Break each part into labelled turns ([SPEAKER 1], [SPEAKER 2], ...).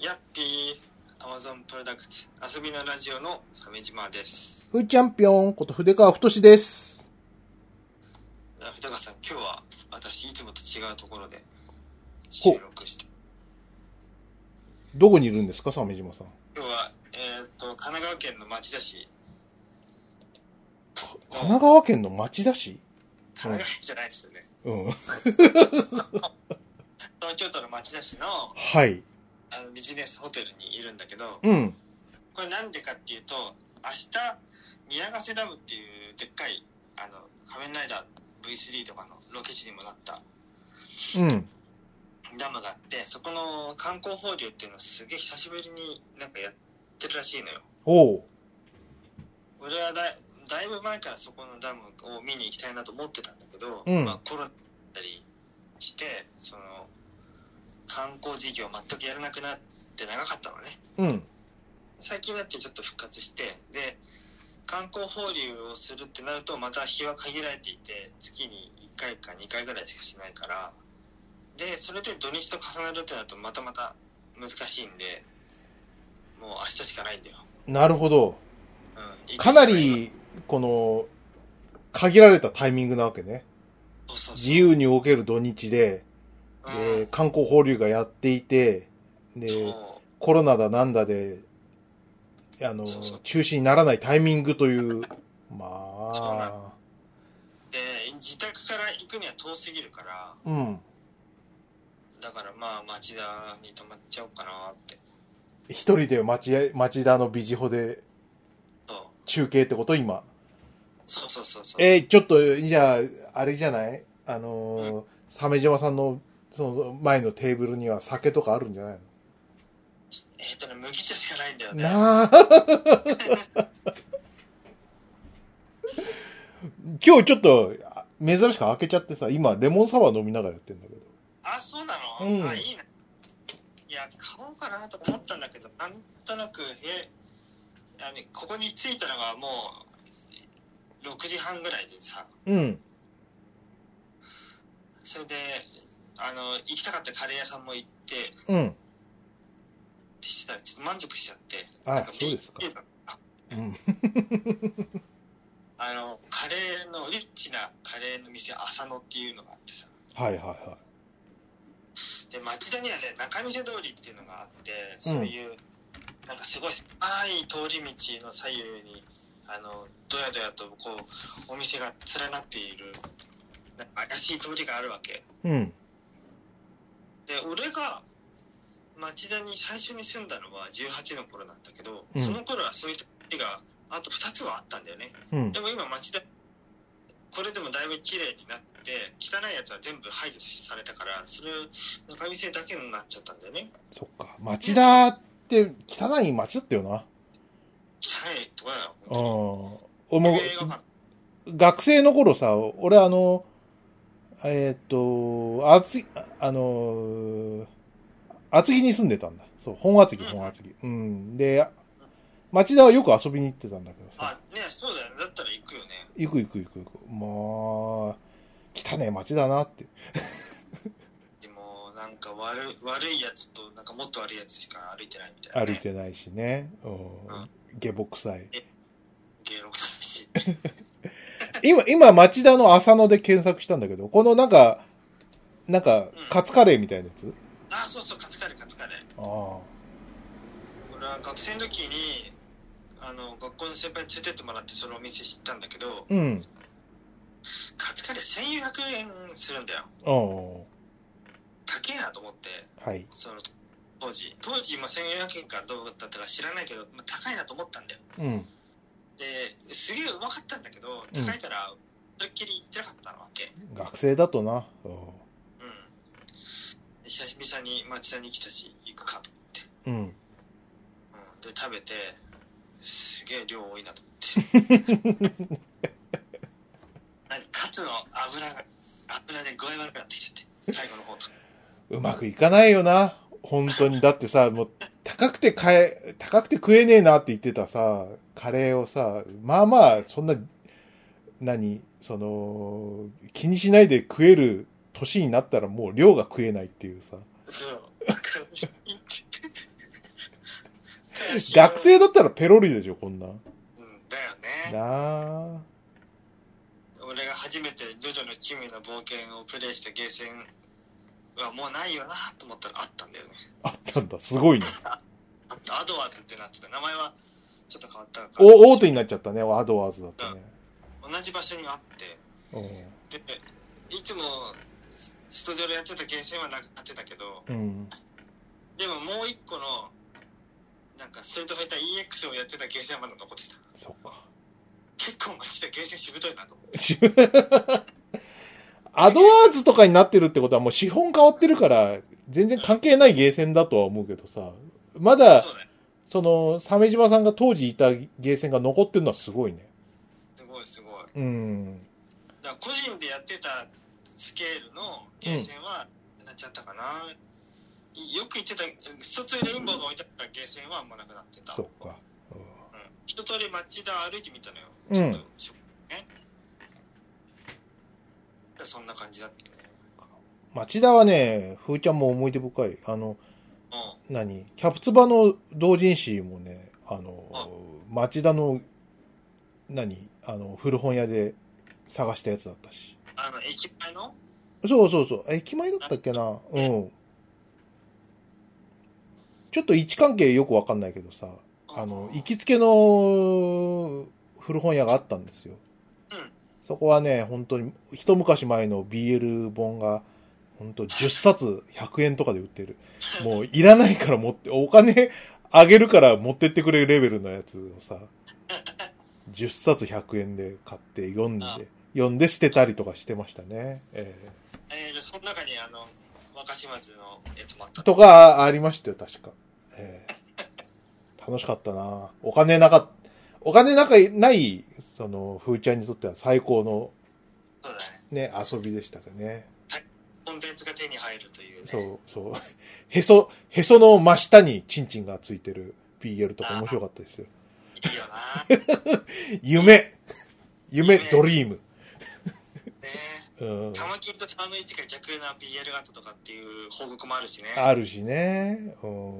[SPEAKER 1] ヤッピー、アマゾンプロダクツ、遊びのラジオの鮫島です。
[SPEAKER 2] ふーチャンピオンこと筆川太志です。
[SPEAKER 1] いや藤川さん、今日は私、いつもと違うところで
[SPEAKER 2] ほう
[SPEAKER 1] 収録して、
[SPEAKER 2] どこにいるんですか、鮫島さん。
[SPEAKER 1] 今日は、えーっと、神奈川県の町田市、
[SPEAKER 2] 神奈川県の町田市
[SPEAKER 1] 神奈川県じゃないですよね。
[SPEAKER 2] うん。
[SPEAKER 1] 東京都の町田市のあ
[SPEAKER 2] はい。
[SPEAKER 1] のビジネスホテルにいるんだけど、
[SPEAKER 2] うん。
[SPEAKER 1] これなんでかっていうと、明日、宮ヶ瀬ダムっていうでっかい、あの、仮面ライダー V3 とかのロケ地にもなった
[SPEAKER 2] うん。
[SPEAKER 1] ダムがあってそこの観光放流っていうのをすげえ久しぶりになんかやってるらしいのよ
[SPEAKER 2] おう。
[SPEAKER 1] 俺はだいだいぶ前からそこのダムを見に行きたいなと思ってたんだけど、
[SPEAKER 2] うん
[SPEAKER 1] まあ、コロナだったりしてその観光事業全くやらなくなって長かったのね
[SPEAKER 2] うん。
[SPEAKER 1] 最近になってちょっと復活してで観光放流をするってなるとまた日は限られていて月に1回か2回ぐらいしかしないからでそれで土日と重なるってなるとまたまた難しいんでもう明日しかないんだよ、
[SPEAKER 2] なるほど。
[SPEAKER 1] うん、
[SPEAKER 2] かなり、この、限られたタイミングなわけね。
[SPEAKER 1] そうそうそう
[SPEAKER 2] 自由に動ける土日で、
[SPEAKER 1] うん
[SPEAKER 2] で、観光放流がやっていて、で、
[SPEAKER 1] そ
[SPEAKER 2] コロナだなんだで、あの
[SPEAKER 1] そうそう、
[SPEAKER 2] 中止にならないタイミングという、ま
[SPEAKER 1] そうな
[SPEAKER 2] あ、
[SPEAKER 1] うで自宅から行くには遠すぎるから
[SPEAKER 2] うん。
[SPEAKER 1] だからまあ町田に泊まっちゃおうかなって
[SPEAKER 2] 一人で町町田のビジホで
[SPEAKER 1] そう
[SPEAKER 2] 中継ってこと今。
[SPEAKER 1] そうそうそうそう
[SPEAKER 2] えーちょっと、じゃあ、あれじゃないあのー、鮫島さんの、その前のテーブルには酒とかあるんじゃない
[SPEAKER 1] えーっとね麦茶しかないんだよ
[SPEAKER 2] の
[SPEAKER 1] ね
[SPEAKER 2] なあ 今日ちょっと、珍しく開けちゃってさ、今、レモンサワー飲みながらやってんだけど。
[SPEAKER 1] あ、そうなの、
[SPEAKER 2] うん
[SPEAKER 1] あ、いいね。いや、買おうかなと思ったんだけど、なんとなく、え、あのここに着いたのがもう、6時半ぐらいでさ、
[SPEAKER 2] うん。
[SPEAKER 1] それで、あの、行きたかったカレー屋さんも行って、っ
[SPEAKER 2] うん。
[SPEAKER 1] てしてたら、ちょっと満足しちゃって。
[SPEAKER 2] あ
[SPEAKER 1] なん
[SPEAKER 2] そうですか
[SPEAKER 1] ビールあ
[SPEAKER 2] うん。
[SPEAKER 1] あの、カレーの、リッチなカレーの店、浅野っていうのがあってさ。
[SPEAKER 2] はいはいは
[SPEAKER 1] で、町田にはね、中見世通りっていうのがあって、そういう、なんかすごい深い通り道の左右に、あの、どやどやとこう、お店が連なっている、なんか怪しい通りがあるわけ。
[SPEAKER 2] い。うん。
[SPEAKER 1] で、俺が町田に最初に住んだのは18の頃なんだけど、
[SPEAKER 2] うん
[SPEAKER 1] その頃はそういう通りが、あと2つはあったんだよね。
[SPEAKER 2] うん
[SPEAKER 1] で。も今町田、これでもだいぶ綺麗になって、汚いやつは全部排除されたから、それ、中見世だけになっちゃったんだよね。
[SPEAKER 2] そっか。町田って、汚い町だったよな。
[SPEAKER 1] 汚いとこだよ、
[SPEAKER 2] う
[SPEAKER 1] 本
[SPEAKER 2] ん。俺
[SPEAKER 1] 当
[SPEAKER 2] も
[SPEAKER 1] に。映画館
[SPEAKER 2] 学生の頃さ、俺あの、えーっと、厚木、あの、厚木に住んでたんだ。そう、本厚木、
[SPEAKER 1] うん
[SPEAKER 2] 本厚木。うん。で、町田はよく遊びに行ってたんだけどさ
[SPEAKER 1] あ、、ねそうだよね。だったら行くよね。
[SPEAKER 2] 行く行く行く行く。まあ、汚ねえ町だなって。
[SPEAKER 1] でも、なんか悪い悪いやつと、なんかもっと悪いやつしか歩いてないみたいな、
[SPEAKER 2] 歩
[SPEAKER 1] ね。
[SPEAKER 2] いてないしね。う
[SPEAKER 1] うん
[SPEAKER 2] ん。下僕臭い。
[SPEAKER 1] 芸能だし。
[SPEAKER 2] 今、今、町田の浅野で検索したんだけど、このなんか、なんか、カツカレーみたいなやつ
[SPEAKER 1] あ、そうそう、カツカレー、カツカレー。
[SPEAKER 2] ああ。
[SPEAKER 1] 俺は学生の時に、あの、学校の先輩に連れてってもらって、そのお店知ったんだけど、
[SPEAKER 2] うん。
[SPEAKER 1] カツカレー1400円するんだよ。
[SPEAKER 2] うん。
[SPEAKER 1] 高えなと思って、
[SPEAKER 2] はい。
[SPEAKER 1] その、当時。当時、今1400円かどうだったか知らないけど、まあ高いなと思ったんだよ。
[SPEAKER 2] うん。
[SPEAKER 1] で、すげえうまかったんだけど、
[SPEAKER 2] うん
[SPEAKER 1] 高いから、それっきり行ってなかったわけ。
[SPEAKER 2] 学生だとな。うん。
[SPEAKER 1] うん、久々に町田に来たし行くかと思って、
[SPEAKER 2] うん。
[SPEAKER 1] うん、で食べてすげえ量多いなと思って なんかカツの油が油で具合悪くなってきちゃって最後の方とか
[SPEAKER 2] うまくいかないよな。本当に。だって さ、もう、高くて買え、高くて食えねえなって言ってたさ、カレーをさ、まあまあ、そんな、何その、気にしないで食える年になったらもう量が食えないっていうさ。
[SPEAKER 1] そう
[SPEAKER 2] 学生だったらペロリでしょ、こんな。
[SPEAKER 1] うん、だよね。
[SPEAKER 2] なあ。
[SPEAKER 1] 俺が初めてジョジョの奇妙な冒険をプレイしたゲーセンはもうないよなと思ったらあったんだよね。
[SPEAKER 2] あったんだ。すごいね。
[SPEAKER 1] あったアドワーズってなってた。名前はちょっと変わったから。
[SPEAKER 2] お、大手になっちゃったね。アドワーズだったね。
[SPEAKER 1] 同じ場所にあって。
[SPEAKER 2] う
[SPEAKER 1] でいつもスタジオでやってたゲーセンはなくなってたけど
[SPEAKER 2] ん。うん。
[SPEAKER 1] でももう一個のなんかストリートファイター EX をやってたゲーセンはまだ残ってた
[SPEAKER 2] そっか。
[SPEAKER 1] 結構マジでゲーセンしぶといなと思って
[SPEAKER 2] 自分 アドワーズとかになってるってことはもう資本変わってるから、全然関係ないゲーセンだとは思うけどさ。まだ、
[SPEAKER 1] そうだよ
[SPEAKER 2] その、鮫島さんが当時いたゲーセンが残ってるのはすごいね。
[SPEAKER 1] すごいすごい
[SPEAKER 2] うん。
[SPEAKER 1] だから個人でやってたスケールのゲーセンはなっちゃったかな、よく行ってた一つレインボーが置いてあったゲーセンはもうなくなってた
[SPEAKER 2] そっか。
[SPEAKER 1] うん一通り町田歩いてみたのよ。
[SPEAKER 2] うん
[SPEAKER 1] ちょっとしょね。でそんな感じだったね。
[SPEAKER 2] 町田はね、ふーちゃんも思い出深い。あの、
[SPEAKER 1] う
[SPEAKER 2] 何キャプツバの同人誌もね、あ
[SPEAKER 1] あ
[SPEAKER 2] の、町田の、何あの、古本屋で探したやつだったし。
[SPEAKER 1] ん。あの、駅前の
[SPEAKER 2] そうそうそう。駅前だったっけなうん。ちょっと位置関係よくわかんないけどさ、あの、行きつけの古本屋があったんですよ。
[SPEAKER 1] うん
[SPEAKER 2] そこはね、本当に、一昔前の BL 本が、本当10冊100円とかで売ってる。もういらないから持って、お金あげるから持ってってくれるレベルのやつ をさ、10冊100円で買って読んで
[SPEAKER 1] あ、
[SPEAKER 2] 読んで捨てたりとかしてましたね。ええ
[SPEAKER 1] えー、じゃあその中にあの、若島津のやつもあった。
[SPEAKER 2] とかありましたよ、確か。ええ楽しかったなお金なかっ、お金なかいない、その、ふーちゃんにとっては最高の
[SPEAKER 1] そうだね。
[SPEAKER 2] ね、遊びでしたかね。
[SPEAKER 1] コンテンツが手に入るという、ね。
[SPEAKER 2] そう、そう。へそ、へその真下にチンチンがついてる BL とか面白かったですよ。
[SPEAKER 1] いいよな。ね
[SPEAKER 2] 夢夢、
[SPEAKER 1] 夢
[SPEAKER 2] ドリーム。うん。
[SPEAKER 1] 玉金と玉の位置が逆な BL 型とかっていう報告もあるしね。
[SPEAKER 2] あるしね。うん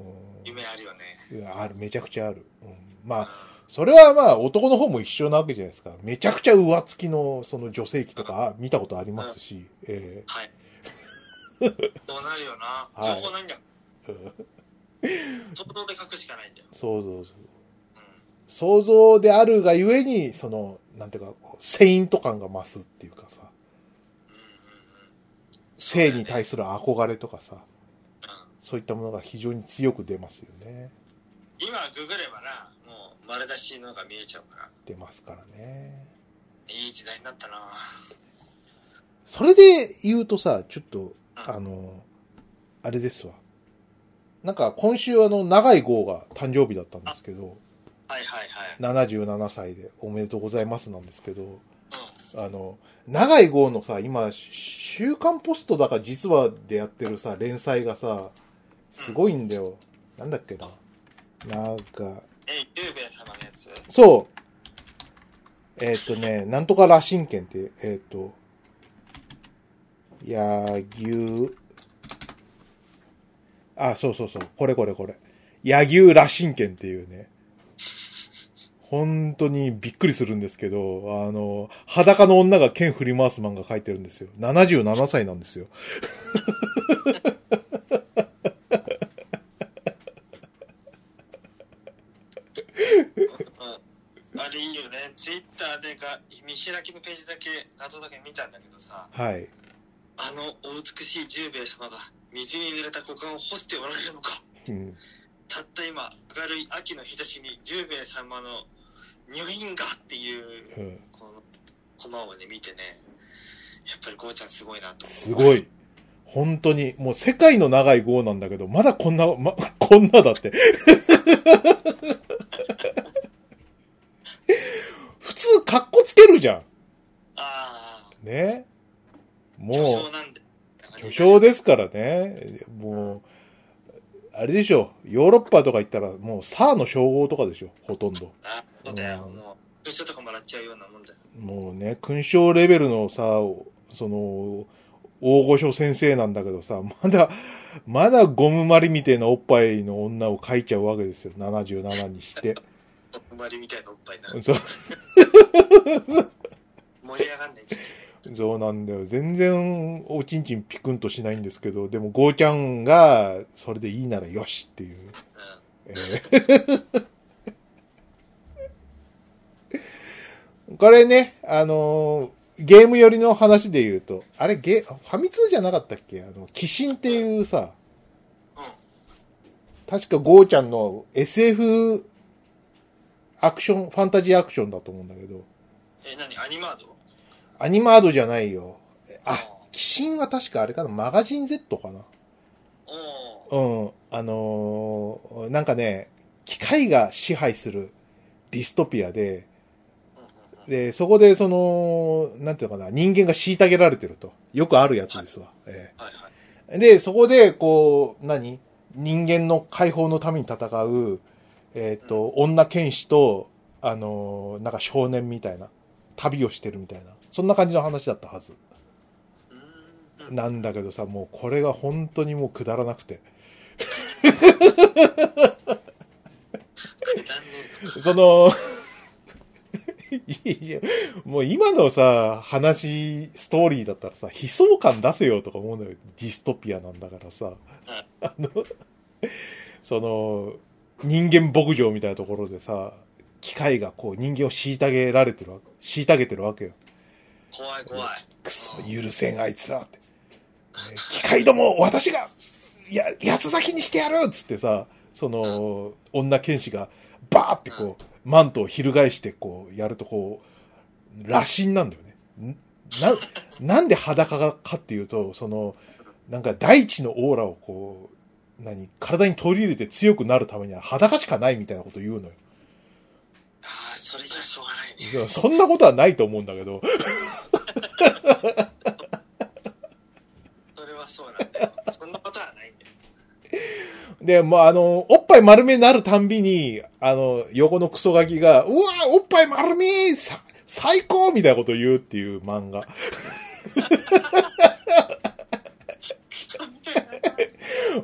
[SPEAKER 1] 夢あるよね。
[SPEAKER 2] うん。ある、めちゃくちゃある。うん、まあ、
[SPEAKER 1] あ、
[SPEAKER 2] それはまあ男の方も一緒なわけじゃないですか。めちゃくちゃ上付きのその女性器とか見たことありますし、え
[SPEAKER 1] はい。そうなるよな。
[SPEAKER 2] い
[SPEAKER 1] 情報ないんだ。
[SPEAKER 2] えうん
[SPEAKER 1] 想像で書くしかないんだよ。
[SPEAKER 2] そうそうそう。
[SPEAKER 1] うん。
[SPEAKER 2] 想像であるがゆえに、その、なんていうか、セイント感が増すっていうかさ、
[SPEAKER 1] うんうんうん
[SPEAKER 2] 性に対する憧れとかさ、
[SPEAKER 1] うん
[SPEAKER 2] そういったものが非常に強く出ますよね。
[SPEAKER 1] 今ググればなもう丸出しのが見えちゃうから
[SPEAKER 2] 出ますからね。
[SPEAKER 1] いい時代になったな
[SPEAKER 2] それで言うとさ、ちょっと、
[SPEAKER 1] うん
[SPEAKER 2] あの、あれですわ。なんか今週あの、長い号が誕生日だったんですけど、
[SPEAKER 1] はいはいはい、
[SPEAKER 2] 77歳でおめでとうございますなんですけど、
[SPEAKER 1] う
[SPEAKER 2] あの、長い号のさ、今、週刊ポストだか実話でやってるさ、連載がさ、すごいんだよ。なんだっけな。なんか、
[SPEAKER 1] ん、えゆうべ様のやつ
[SPEAKER 2] そう。えっ、とね、なんとか羅針剣って、えっ、と、やぎゅう、あ、そうそうそう、これこれこれ。やぎゅう羅針剣っていうね。本当にびっくりするんですけど、あの、裸の女が剣振り回す漫画書いてるんですよ。77歳なんですよ。
[SPEAKER 1] うんあれいいよねツイッターでが見開きのページだけ画像だけ見たんだけどさ
[SPEAKER 2] はい。
[SPEAKER 1] あのお美しい十兵衛様が水に濡れた股間を干しておられるのか
[SPEAKER 2] うん、
[SPEAKER 1] たった今明るい秋の日差しに十兵衛様の入院がっていう
[SPEAKER 2] うん。
[SPEAKER 1] このコマをね見てねやっぱりゴーちゃんすごいなと思う
[SPEAKER 2] すごい。本当に、もう世界の長い号なんだけど、まだこんな、ま、 こんなだって。普通、カッコつけるじゃ
[SPEAKER 1] ああ
[SPEAKER 2] ん。ね。
[SPEAKER 1] 巨
[SPEAKER 2] も
[SPEAKER 1] 匠なんで
[SPEAKER 2] う、巨匠ですからね。もう、あれでしょ。ヨーロッパとか行ったら、もう、サーの称号とかでしょ。ほとんど。
[SPEAKER 1] あそうだよ、
[SPEAKER 2] うん
[SPEAKER 1] もう人とかもらっちゃうようなもんだよ
[SPEAKER 2] もうね、勲章レベルのさ、その、大御所先生なんだけどさ、まだ、まだゴムまりみたいなおっぱいの女を描いちゃうわけですよ。77にして。
[SPEAKER 1] 生まれみたいなおっぱいになる
[SPEAKER 2] そう、
[SPEAKER 1] 盛り上がんないんですけ
[SPEAKER 2] そうなんだよ。全然、おちんちんピクンとしないんですけど、でも、ゴーちゃんが、それでいいならよしっていう。
[SPEAKER 1] ど、うん、
[SPEAKER 2] えーこれね、あのーゲーム寄りの話で言うと、あれゲ、ファミ通じゃなかったっけあの、鬼神っていうさ、
[SPEAKER 1] うん
[SPEAKER 2] 確かゴーちゃんの SF アクション、ファンタジーアクションだと思うんだけど、
[SPEAKER 1] え何アニマード
[SPEAKER 2] アニマードじゃないよ。あ、鬼神は確かあれかなマガジン Z かな
[SPEAKER 1] おお
[SPEAKER 2] うん。あのーなんかね、機械が支配するディストピアで、
[SPEAKER 1] ー、うんうんうん、
[SPEAKER 2] で、そこで、その、なんていうのかな、人間が虐げられてると。よくあるやつですわ。え
[SPEAKER 1] はいはい
[SPEAKER 2] えで、そこで、こう、何人間の解放のために戦う、えっ、と、女剣士と、あのーなんか少年みたいな、旅をしてるみたいな、そんな感じの話だったはず。
[SPEAKER 1] うーんうん
[SPEAKER 2] なんだけどさ、もうこれが本当にもうくだらなくて。
[SPEAKER 1] くだんねえのか
[SPEAKER 2] その、 いやいや、もう今のさ、話、ストーリーだったらさ、悲壮感出せよとか思うんだよ。ディストピアなんだからさ。あの、 その、人間牧場みたいなところでさ、機械がこう人間を虐げられてるわけ、虐げてるわけよ。
[SPEAKER 1] 怖い怖い
[SPEAKER 2] くそ、許せんあいつらって。えー機械ども、私が、や、八つ咲きにしてやるっつってさ、その、女剣士が、バーってこう、マントを翻してこう、やるとこう、羅針なんだよね。んな、なんで裸がかっていうと、その、なんか大地のオーラをこう、何、体に取り入れて強くなるためには裸しかないみたいなこと言うのよ。
[SPEAKER 1] ああそれじゃしょうがないね
[SPEAKER 2] いやそんなことはないと思うんだけど、
[SPEAKER 1] それはそうなんだよそんなことはないんだよ
[SPEAKER 2] で、もうあの、おっぱい丸めになるたんびに、あの、横のクソガキが、うわおっぱい丸めさ最高みたいなこと言うっていう漫画。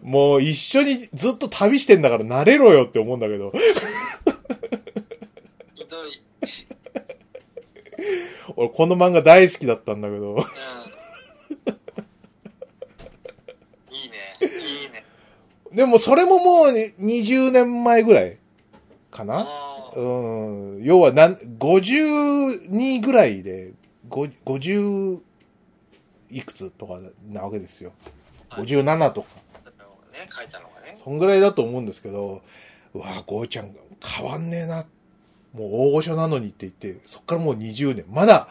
[SPEAKER 2] もう一緒にずっと旅してんだから慣れろよって思うんだけど、
[SPEAKER 1] ひどい
[SPEAKER 2] 俺この漫画大好きだったんだけど、
[SPEAKER 1] うんいいねいいね
[SPEAKER 2] でもそれももう20年前ぐらいかな
[SPEAKER 1] あー
[SPEAKER 2] うん。要はなん、52ぐらいで、ご50いくつとかなわけですよ。
[SPEAKER 1] はい
[SPEAKER 2] 57とか。
[SPEAKER 1] ね書いたのがね
[SPEAKER 2] そんぐらいだと思うんですけど、うわぁ、ゴーちゃん変わんねえな。もう大御所なのにって言って、そっからもう20年。まだ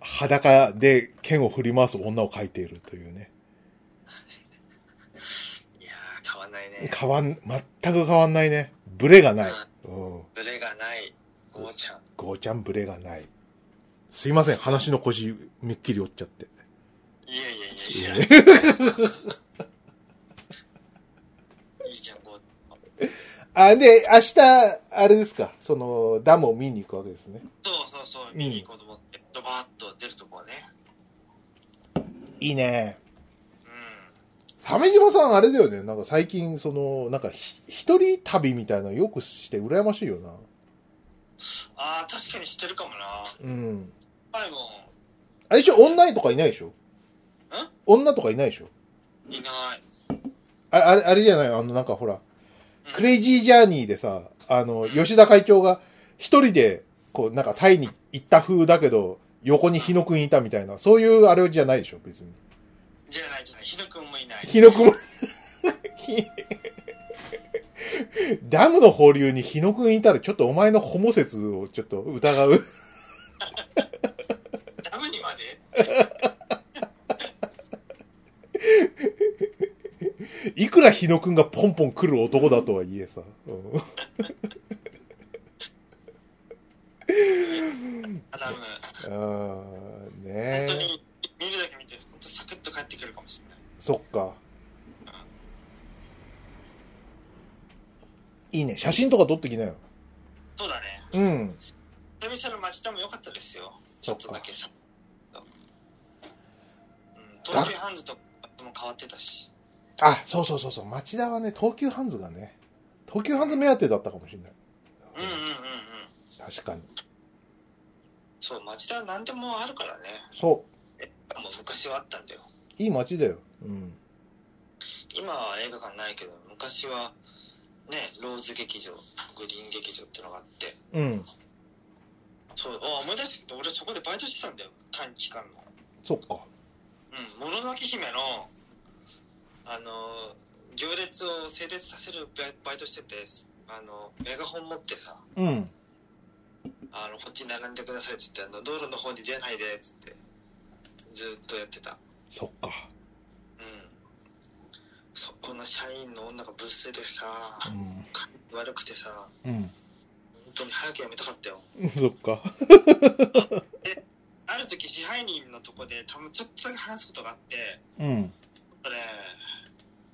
[SPEAKER 2] 裸で剣を振り回す女を描いているというね。
[SPEAKER 1] いやー変わんないね
[SPEAKER 2] 変わん、全く変わんないね。ブレがない。うん。
[SPEAKER 1] ブレがないゴーちゃん
[SPEAKER 2] ゴーちゃんブレがない。すいません、話の腰めっきり折っちゃって。
[SPEAKER 1] いやいやいやいやいいじゃんゴー
[SPEAKER 2] あ、で、明日、あれですか、その、ダムを見に行くわけですね。
[SPEAKER 1] そうそうそう見に行こうと思ってドバーッと出るとこはね
[SPEAKER 2] いいね。
[SPEAKER 1] うん
[SPEAKER 2] 鮫島さん、あれだよね。なんか最近、その、なんかひ、一人旅みたいなのよくして羨ましいよな。
[SPEAKER 1] ああ確かに知ってるかもな
[SPEAKER 2] うん。
[SPEAKER 1] 前も
[SPEAKER 2] あれでしょ、女とかいないでしょ女とかいないでしょ
[SPEAKER 1] いない
[SPEAKER 2] あれ、あれ、あれじゃないあの、なんかほら、
[SPEAKER 1] うん
[SPEAKER 2] クレイジージャーニーでさ、あの、吉田会長が一人で、こう、なんかタイに行った風だけど、横に日野くんいたみたいな、そういうあれじゃないでしょ、別に。
[SPEAKER 1] じゃないじゃないひどくんもいない
[SPEAKER 2] 日野くんもひ、ダムの放流に日野くんいたら、ちょっとお前のホモ説をちょっと疑う。
[SPEAKER 1] ダムにまで
[SPEAKER 2] いくら日野くんがポンポン来る男だとはいえさ。
[SPEAKER 1] あダム
[SPEAKER 2] うん、あーね
[SPEAKER 1] 本当
[SPEAKER 2] え。
[SPEAKER 1] に見るだけ見て本当サクッと帰ってくるかもしれない
[SPEAKER 2] そっか。いいね。写真とか撮ってきなよ。
[SPEAKER 1] そうだね
[SPEAKER 2] うん。
[SPEAKER 1] 久々の街でも良かったですよちょっとだけさうん東急ハンズとかも変わってたし
[SPEAKER 2] あ、そうそうそうそう。町田はね、東急ハンズがね、東急ハンズ目当てだったかもしれない。
[SPEAKER 1] うんうんうんうん
[SPEAKER 2] 確かに。
[SPEAKER 1] そう町田は何でもあるからね
[SPEAKER 2] そ
[SPEAKER 1] もう昔はあったんだよ
[SPEAKER 2] う。いい町だよ。うん。
[SPEAKER 1] 今は映画館ないけど昔はねローズ劇場グリーン劇場ってのがあって
[SPEAKER 2] うん。
[SPEAKER 1] そうあ思い出したけど俺そこでバイトしてたんだよ短期間の
[SPEAKER 2] そっか。
[SPEAKER 1] うんもののけ姫のあの行列を整列させるバイバイトしててあのメガホン持ってさ
[SPEAKER 2] うん。
[SPEAKER 1] あのこっちに並んでくださいっつってあの道路の方に出ないでっつってずーっとやってた
[SPEAKER 2] そっか。
[SPEAKER 1] うんそこの社員の女がぶっすでさ
[SPEAKER 2] うん。
[SPEAKER 1] 悪くてさ
[SPEAKER 2] う
[SPEAKER 1] 本当に早く辞めたかったよ
[SPEAKER 2] ん。 そっか。
[SPEAKER 1] ある時支配人のとこで多分ちょっとだけ話すことがあって
[SPEAKER 2] うん。
[SPEAKER 1] あれ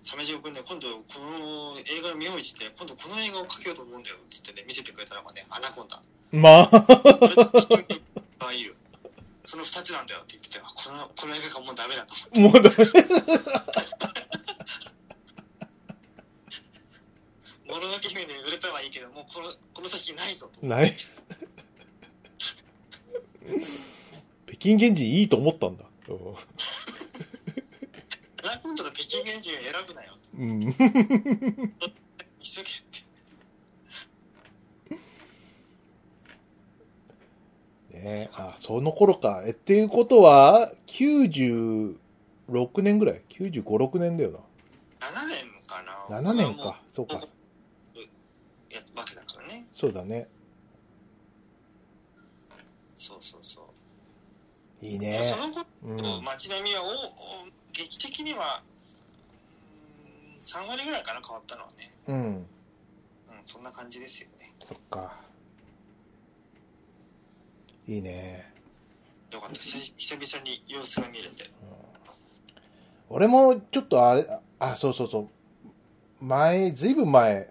[SPEAKER 1] 鮫島君ね今度この映画の見ようって今度この映画を描けようと思うんだよっつってね見せてくれたのがねアナコンダ
[SPEAKER 2] まあ、
[SPEAKER 1] それと 君がいいよその2つなんだよって言っててあこのこの映画がもうダメだと思って
[SPEAKER 2] もうだ。
[SPEAKER 1] 「もののけ姫」で売れたはいいけどもうこのこの先ないぞと
[SPEAKER 2] ない。北京現地いいと思ったんだ。
[SPEAKER 1] アナコンダの北京原人を選ぶなよ
[SPEAKER 2] うん。
[SPEAKER 1] 急げって
[SPEAKER 2] ねえ、あ、その頃か。え、っていうことは、96年ぐらい ?95、6年だよ
[SPEAKER 1] 7年かな
[SPEAKER 2] な。7年
[SPEAKER 1] 僕はも
[SPEAKER 2] か。そうか。
[SPEAKER 1] うやわけだからね
[SPEAKER 2] そうだね。
[SPEAKER 1] そうそうそう、
[SPEAKER 2] いい
[SPEAKER 1] そ
[SPEAKER 2] ね。
[SPEAKER 1] の後
[SPEAKER 2] うん。
[SPEAKER 1] 街並みはおお劇的にはうーん3割ぐらいかな変わったのはね、
[SPEAKER 2] うん。
[SPEAKER 1] うん、そんな感じですよね
[SPEAKER 2] そっか。いいね。
[SPEAKER 1] よかった久久々に様子が見れて
[SPEAKER 2] うん俺もちょっとあれ、あ、そうそうそう。前、ずいぶん前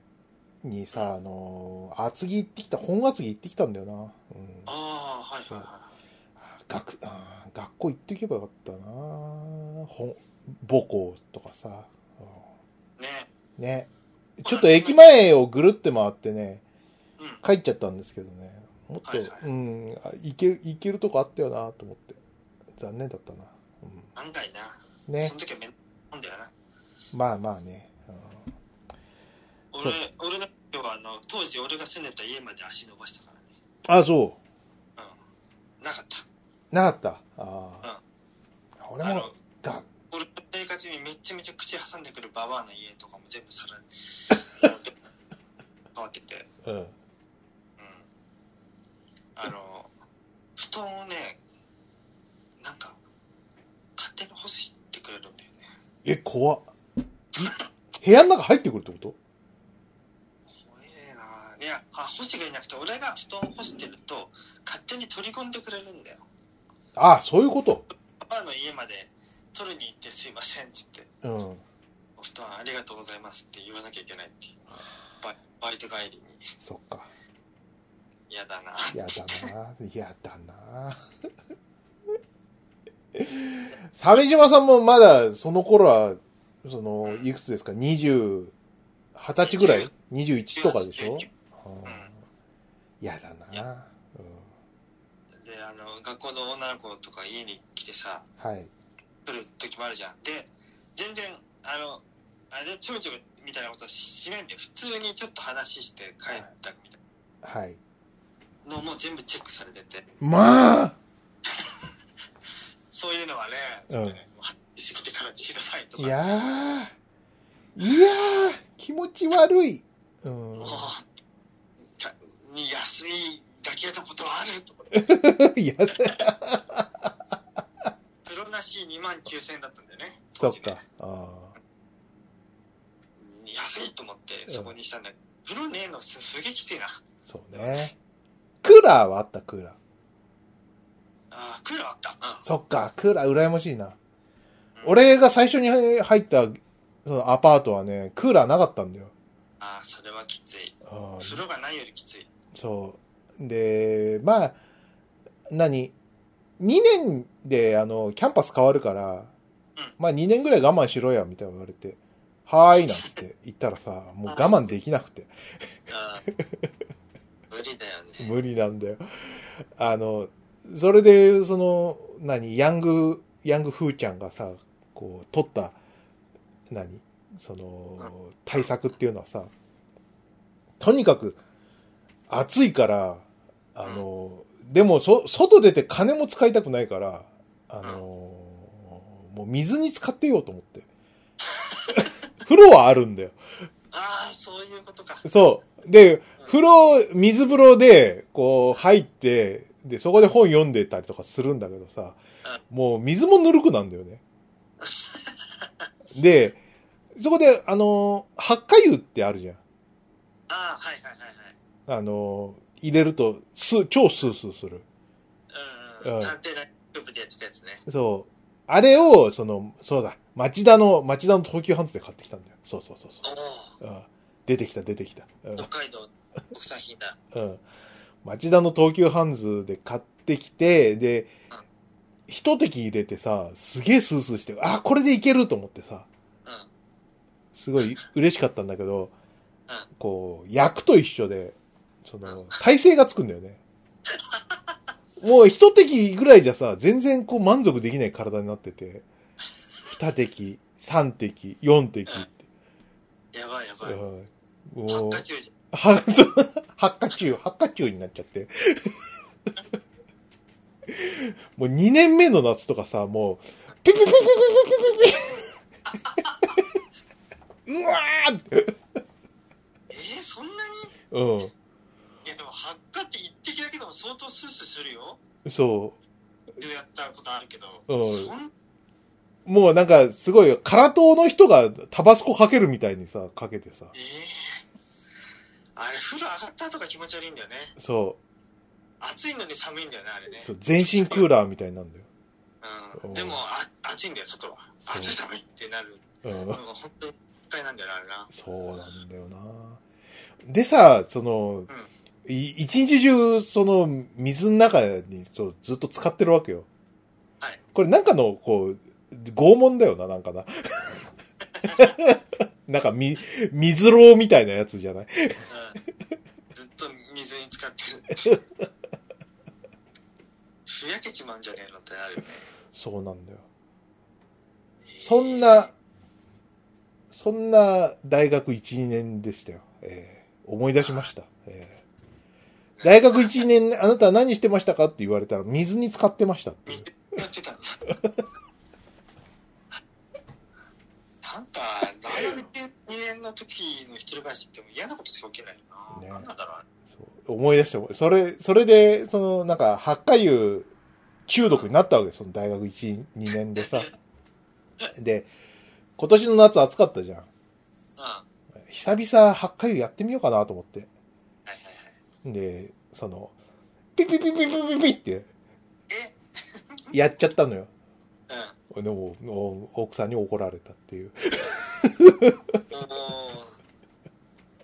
[SPEAKER 2] にさ、あのー、厚木行ってきた、本厚木行ってきたんだよな。うん。
[SPEAKER 1] ああはいはいは
[SPEAKER 2] 学、あー学校行っていけばよかったな本、母校とかさ。
[SPEAKER 1] いね
[SPEAKER 2] うんね。ちょっと駅前をぐるって回ってね、
[SPEAKER 1] うん
[SPEAKER 2] 帰っちゃったんですけどね。もっと、
[SPEAKER 1] はいはい
[SPEAKER 2] うん、あ行け、行けるとこあったよなと思って。残念だったな。う
[SPEAKER 1] 案外な、
[SPEAKER 2] ん、ね
[SPEAKER 1] そ。の時はめんなんだよな
[SPEAKER 2] まあまあね。うん
[SPEAKER 1] 俺俺の今日はあの当時俺が住んでた家まで足伸ばしたからね
[SPEAKER 2] あ、そ
[SPEAKER 1] うんなかった
[SPEAKER 2] う。なかった。ああ。俺
[SPEAKER 1] あ
[SPEAKER 2] も
[SPEAKER 1] の、
[SPEAKER 2] だ、
[SPEAKER 1] 俺の生活にめちゃめちゃ口挟んでくるババアの家とかも全部 さらに変わってて
[SPEAKER 2] うん。
[SPEAKER 1] うんあの布団をねなんか勝手に干してくれるんだよね
[SPEAKER 2] え、怖っ。部屋の中入ってくるってこと
[SPEAKER 1] 怖えないやあ干してくれなくて俺が布団を干してると勝手に取り込んでくれるんだよ
[SPEAKER 2] ああ、そういうこと。
[SPEAKER 1] パパの家まで取りに行ってすいませんっつって
[SPEAKER 2] うん。
[SPEAKER 1] お布団ありがとうございますって言わなきゃいけないっていうバイバイト帰りに
[SPEAKER 2] そっか。
[SPEAKER 1] 嫌だな
[SPEAKER 2] やだな。やだな。鮫島さんもまだその頃は、その、いくつですか ?20、二十歳ぐらい ?21 とかでしょうんやだな。うん
[SPEAKER 1] であの学校の女の子とか家に来てさ
[SPEAKER 2] はい。
[SPEAKER 1] 来る時もあるじゃんで全然あのあれちょびちょびみたいなことはしないんで普通にちょっと話して帰ったみたい
[SPEAKER 2] はい。
[SPEAKER 1] なのも全部チェックされてて
[SPEAKER 2] まあ
[SPEAKER 1] そういうのはねつってね、はっきてから知らないと
[SPEAKER 2] い
[SPEAKER 1] か
[SPEAKER 2] やー。いやー。気持ち悪い。うん
[SPEAKER 1] もう。たに安いだけのことはあるとか
[SPEAKER 2] いや、
[SPEAKER 1] プロなし2万9000円だったんだよね
[SPEAKER 2] そ
[SPEAKER 1] 当
[SPEAKER 2] っ
[SPEAKER 1] 時ね
[SPEAKER 2] か。ああ。
[SPEAKER 1] 安いと思ってそこにしたんだけど、プロねえのすすげえきついな
[SPEAKER 2] そうね。クーラーはあった、クーラー。
[SPEAKER 1] あークーラーあったうん
[SPEAKER 2] そっか、クーラー羨ましいな。
[SPEAKER 1] うん
[SPEAKER 2] 俺が最初に入ったそのアパートはね、クーラーなかったんだよ。
[SPEAKER 1] ああそれはきつい
[SPEAKER 2] うん
[SPEAKER 1] 風呂がないよりきつい
[SPEAKER 2] そう。で、まあ、何 ?2 年で、あの、キャンパス変わるから、
[SPEAKER 1] うん
[SPEAKER 2] まあ2年ぐらい我慢しろや、みたいな言われて。はーい、なんつって言ったらさ、もう我慢できなくて。
[SPEAKER 1] ああ無理だよね。
[SPEAKER 2] 無理なんだよ。あの、それで、その、何、ヤング、ヤングフーちゃんがさ、こう、取った、何、その、対策っていうのはさ、とにかく、暑いから、あの、でも、そ、外出て金も使いたくないから、あの、もう水に使ってようと思って。 風呂はあるんだよ。
[SPEAKER 1] ああ、そういうことか。
[SPEAKER 2] そう。で、風呂、水風呂で、こう、入って、で、そこで本読んでたりとかするんだけどさ、もう水もぬるくなんだよね。で、そこで、あの、発火油ってあるじゃん。
[SPEAKER 1] ああ、はいはいは
[SPEAKER 2] あの、入れると、す、超スースーする。
[SPEAKER 1] いはい。うん、う。
[SPEAKER 2] うんん
[SPEAKER 1] 探偵大丈夫でやってたやつね。
[SPEAKER 2] そう。あれを、その、そうだ、町田の、町田の東急ハンズで買ってきたんだよ。そうそうそう
[SPEAKER 1] お
[SPEAKER 2] そう。うん、出てきた、出てきた。うん
[SPEAKER 1] お、北海道国産品だ。
[SPEAKER 2] うん。町田の東急ハンズで買ってきて、で
[SPEAKER 1] うん、
[SPEAKER 2] 一滴入れてさ、すげえスースーして、あ、これでいけると思ってさ、
[SPEAKER 1] うん。
[SPEAKER 2] すごい嬉しかったんだけど
[SPEAKER 1] うん、
[SPEAKER 2] こう、焼くと一緒で、その、体勢がつくんだよね。もう一滴ぐらいじゃさ、全然こう満足できない体になってて、二滴、三滴、四滴って。
[SPEAKER 1] やばいやばい。
[SPEAKER 2] うん、
[SPEAKER 1] ハ
[SPEAKER 2] も
[SPEAKER 1] ッ
[SPEAKER 2] う
[SPEAKER 1] カ、チュウじ
[SPEAKER 2] は、発火中、発火中になっちゃって。もう2年目の夏とかさ、もう、ピピピピピピピピうわーって。
[SPEAKER 1] ゃん。えー、そんなに
[SPEAKER 2] う
[SPEAKER 1] いやでも発火って一滴だけでも相当スースーするよ。
[SPEAKER 2] ん。そ
[SPEAKER 1] でやったことあるけど。
[SPEAKER 2] うん
[SPEAKER 1] そん
[SPEAKER 2] う。もうなんか、すごい、空党の人がタバスコかけるみたいにさ、かけてさ。
[SPEAKER 1] ええあれ、風呂上がった後が気持ち悪いんだよね。
[SPEAKER 2] そ
[SPEAKER 1] 暑いのに寒いんだよね、あれね
[SPEAKER 2] う。。そう全身クーラーみたいになるんだよ。
[SPEAKER 1] うん。でも、あ暑いんだよ、外は。
[SPEAKER 2] そう
[SPEAKER 1] 暑い寒いってなる。
[SPEAKER 2] うん
[SPEAKER 1] うん、。本当に不快なんだよな、あれな。
[SPEAKER 2] そうなんだよな。でさ、その、い一日中、その、水の中にそうずっと使ってるわけよ。
[SPEAKER 1] はい
[SPEAKER 2] これなんかの、こう、拷問だよな、なんかな。 なんか、み、水牢みたいなやつじゃな
[SPEAKER 1] う
[SPEAKER 2] い
[SPEAKER 1] ん。ずっと水に浸かってる。 ふやけちまうんじゃねえのってなるよね。
[SPEAKER 2] そうなんだよ。そんな、そんな大学1、2年でしたよ。えー思い出しました。えー大学1、2年、あなたは何してましたかって言われたら、水に浸かってましたっていう。
[SPEAKER 1] やってたんだ。なんか、大学2年の時の一人暮らしってもう嫌なことしか起きないよな。
[SPEAKER 2] ね
[SPEAKER 1] なんなんだろう。
[SPEAKER 2] そう思い出して、それ、それで、その、なんか、八回油中毒になったわけです、その大学1、2年でさ。で、今年の夏暑かったじゃん。
[SPEAKER 1] うん。は
[SPEAKER 2] 久々八回油やってみようかなと思って。
[SPEAKER 1] いはいはい。
[SPEAKER 2] で、その、ピピピピピピピって
[SPEAKER 1] え、
[SPEAKER 2] やっちゃったのよ。
[SPEAKER 1] うん。
[SPEAKER 2] でも、もう奥さんに怒られたってい
[SPEAKER 1] お
[SPEAKER 2] う。
[SPEAKER 1] ー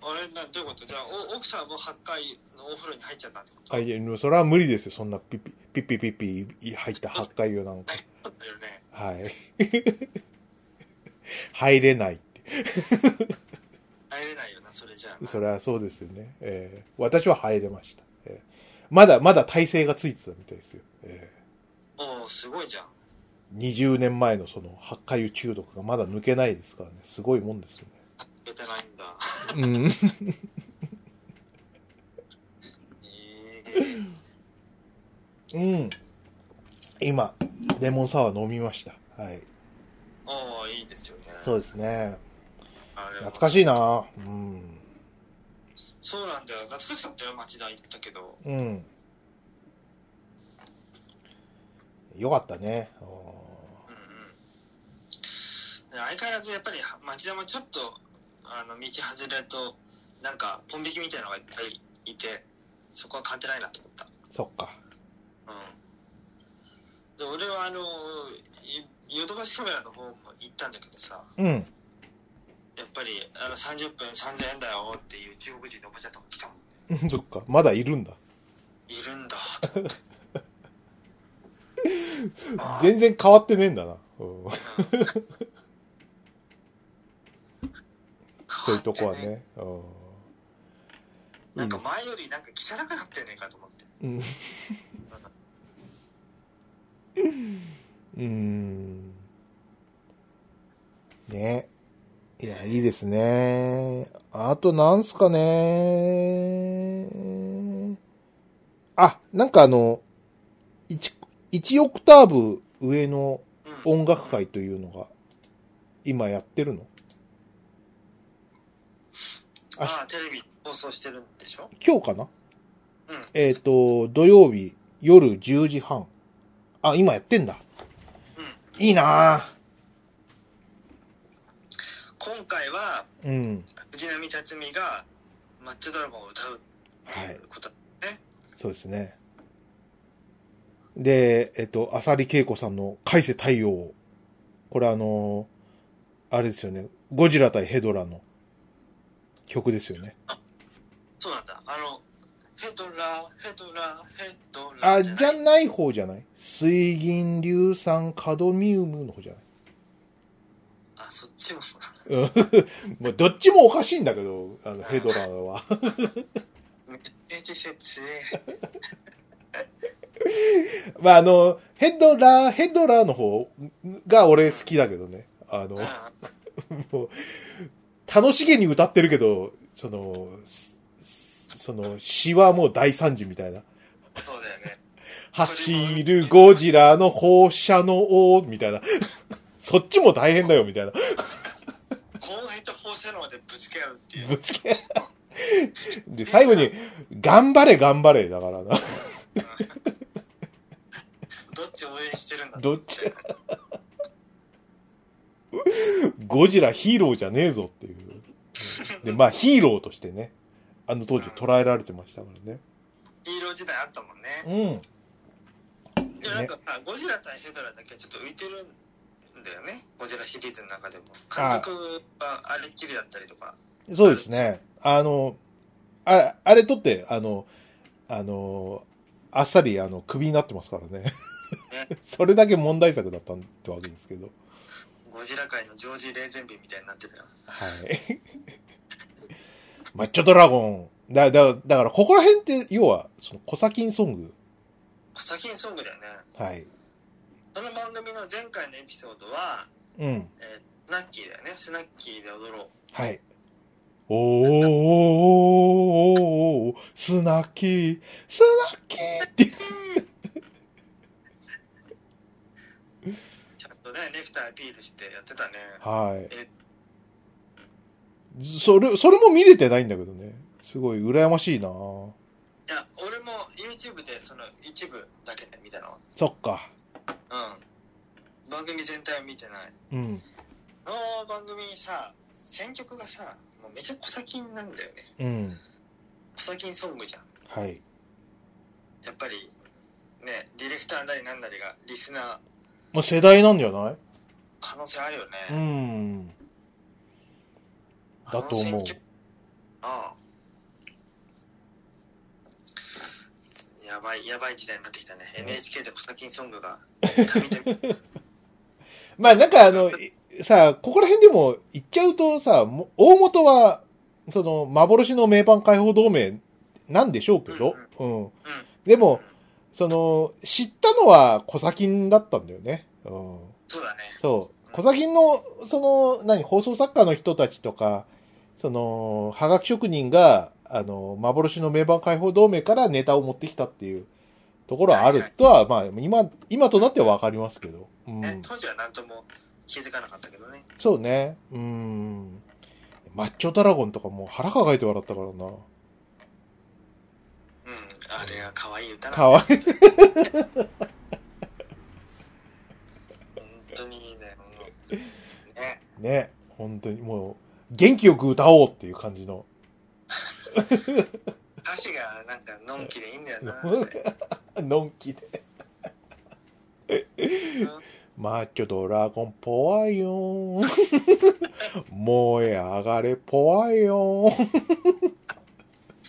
[SPEAKER 1] あれなどういうことじゃあお奥さんも8回のお風呂に入っちゃったってこと
[SPEAKER 2] あ、いや、でもそれは無理ですよ、そんなピピ、ピピピピ入った八回油なんか。
[SPEAKER 1] そうだよね
[SPEAKER 2] はい。 入れないって。
[SPEAKER 1] 入れないよなそれじゃあ
[SPEAKER 2] それはそうですよね。えー私は入れました、えーまだ、まだ体勢がついてたみたいですよ。え
[SPEAKER 1] おおすごいじゃん
[SPEAKER 2] ー20年前のその、発火油中毒がまだ抜けないですからね。すごいもんですよ
[SPEAKER 1] 出てないんだ
[SPEAKER 2] ね。うん。
[SPEAKER 1] えー、
[SPEAKER 2] うん。今、レモンサワー飲みました。はい。
[SPEAKER 1] おおいいですよね
[SPEAKER 2] そうですね。
[SPEAKER 1] あれは
[SPEAKER 2] 懐かしいなうん。
[SPEAKER 1] そうなんだよ懐かしかったよ町田行ったけど
[SPEAKER 2] うん。よかったね。
[SPEAKER 1] うんうんで相変わらずやっぱりは町田もちょっとあの道外れるとなんかポン引きみたいなのがいっぱいいてそこは勝てないなと思った
[SPEAKER 2] そっか。
[SPEAKER 1] うんで俺はあのいヨドバシカメラの方も行ったんだけどさ
[SPEAKER 2] うん。
[SPEAKER 1] やっぱりあの30分3000円だよっていう中国人のおばちゃんとか来たもん
[SPEAKER 2] うんそっか。まだいるんだ。
[SPEAKER 1] いるんだと思って あー
[SPEAKER 2] 全然変わってねえんだな。うん。
[SPEAKER 1] うん
[SPEAKER 2] そういうとこはね。うん。
[SPEAKER 1] ない
[SPEAKER 2] い
[SPEAKER 1] ん
[SPEAKER 2] で
[SPEAKER 1] か
[SPEAKER 2] す。
[SPEAKER 1] 前よりなんか汚くなってねえかと思って。
[SPEAKER 2] うん。うーん。ね。いや、いいですね。あと、なんすかね。あ、なんかあの、1、一オクターブ上の
[SPEAKER 1] うん。
[SPEAKER 2] 音楽会というのが、今やってるのあ
[SPEAKER 1] ああ、テレビ放送してるんでしょ
[SPEAKER 2] 今日かな
[SPEAKER 1] うん。
[SPEAKER 2] えっ、と、土曜日夜10時半。あ、今やってんだ。
[SPEAKER 1] うん。
[SPEAKER 2] いいなぁ。
[SPEAKER 1] 今回は、
[SPEAKER 2] うん。
[SPEAKER 1] 藤波辰巳がマッチョドラゴンを歌うって
[SPEAKER 2] はい
[SPEAKER 1] い。うこと。
[SPEAKER 2] そうですね。で、えっと、浅利恵子さんの海瀬太陽。これあの、あれですよね。ゴジラ対ヘドラの曲ですよね。
[SPEAKER 1] そうなんだ。あの、ヘドラ、ヘドラ、ヘドラ。
[SPEAKER 2] あ、じゃ
[SPEAKER 1] ない
[SPEAKER 2] ない方じゃない水銀硫酸カドミウムの方じゃない
[SPEAKER 1] あ、そっ ちも。
[SPEAKER 2] もうどっちもおかしいんだけど、あの、ヘドラは。
[SPEAKER 1] めっちゃ季節ね。
[SPEAKER 2] まあ、あの、ヘドラ、ヘドラの方が俺好きだけどね。あの
[SPEAKER 1] うん、。
[SPEAKER 2] もう、楽しげに歌ってるけど、その、すその、詩はもう大惨事みたいな。
[SPEAKER 1] そうだよね。
[SPEAKER 2] 走るゴジラの放射の王、みたいな。 そっちも大変だよ、みたいな。
[SPEAKER 1] 高ヘッド放射能でぶつけ合うっ ていう。
[SPEAKER 2] ぶつけ。で、最後に、頑張れ、頑張れ、だからな。
[SPEAKER 1] どっち応援してるんだ
[SPEAKER 2] どっち ゴジラヒーローじゃねえぞっていう。で、まあヒーローとしてね、あの当時捉えられてましたからね。
[SPEAKER 1] ヒーロー時代あったもんね。
[SPEAKER 2] うん。
[SPEAKER 1] でもなんかさ、ゴジラ対ヘドラだけちょっと浮いてるんだよね。ゴジラシリーズの中でも。監督はあれっきりだったりとか。
[SPEAKER 2] そうですね。あの、あれ、あれ撮って、あの、あの、あっさり、あの、クビになってますからね
[SPEAKER 1] ね。
[SPEAKER 2] それだけ問題作だったってわけですけど。
[SPEAKER 1] ゴジラ界のジョージ・レーゼンビーみたいになってたよ。
[SPEAKER 2] はい。 マッチョドラゴン。だ、だ、だから、ここら辺って、要は、その、コサキンソング。
[SPEAKER 1] コサキンソングだよね。
[SPEAKER 2] はい。
[SPEAKER 1] その番組の前回のエピソードは、
[SPEAKER 2] うん。
[SPEAKER 1] えースナッキーだよね。スナッキーで踊ろう。
[SPEAKER 2] はい。おーおーおーおーおースナッキー、スナッキーって。
[SPEAKER 1] ちゃんとね、ネクタイアピールしてやってたね。
[SPEAKER 2] は
[SPEAKER 1] え
[SPEAKER 2] い。それ、それも見れてないんだけどね。すごい羨ましいなぁ
[SPEAKER 1] いや、俺も YouTube でその一部だけで見たの。
[SPEAKER 2] そっか。
[SPEAKER 1] うん。番組全体は見てない。
[SPEAKER 2] うん。
[SPEAKER 1] あの番組さ、選曲がさ、もうめちゃ小先なんだよね。
[SPEAKER 2] うん。
[SPEAKER 1] 小先ソングじゃん。
[SPEAKER 2] はい。
[SPEAKER 1] やっぱり、ね、ディレクターなりなんなりがリスナー
[SPEAKER 2] まあ、世代なんじゃない
[SPEAKER 1] 可能性あるよね。
[SPEAKER 2] うん。だと
[SPEAKER 1] あの
[SPEAKER 2] 思う
[SPEAKER 1] 選。曲ああ。やばい、やばい時代になってきたね。NHK で小先ソング が、紙で見て
[SPEAKER 2] まあ、なんかあの、いさあ、ここら辺でも言っちゃうとさ、もう大元は、その、幻の名盤解放同盟なんでしょうけど、うん。
[SPEAKER 1] うん。
[SPEAKER 2] でも、その、知ったのは小先だったんだよね。うん。
[SPEAKER 1] そうだね。
[SPEAKER 2] そう。小崎の、その、何、放送作家の人たちとか、その、はがき職人が、あの、幻の名盤解放同盟からネタを持ってきたっていうところはあるとは、まあ、今、今となってはわかりますけど。うん。
[SPEAKER 1] ね当時は何とも気づかなかったけどね。
[SPEAKER 2] そうね。うん。マッチョドラゴンとかもう腹抱えて笑ったからな。
[SPEAKER 1] うん。あれは可愛い歌な
[SPEAKER 2] かわいい。
[SPEAKER 1] 本当にいいね。うんね。
[SPEAKER 2] ね。本当にもう、元気よく歌おうっていう感じの。
[SPEAKER 1] 歌詞がなんかのんきでいいんだよ な。
[SPEAKER 2] のんきで。マッチョドラゴンポワイヨン。燃え上がれポワイヨン。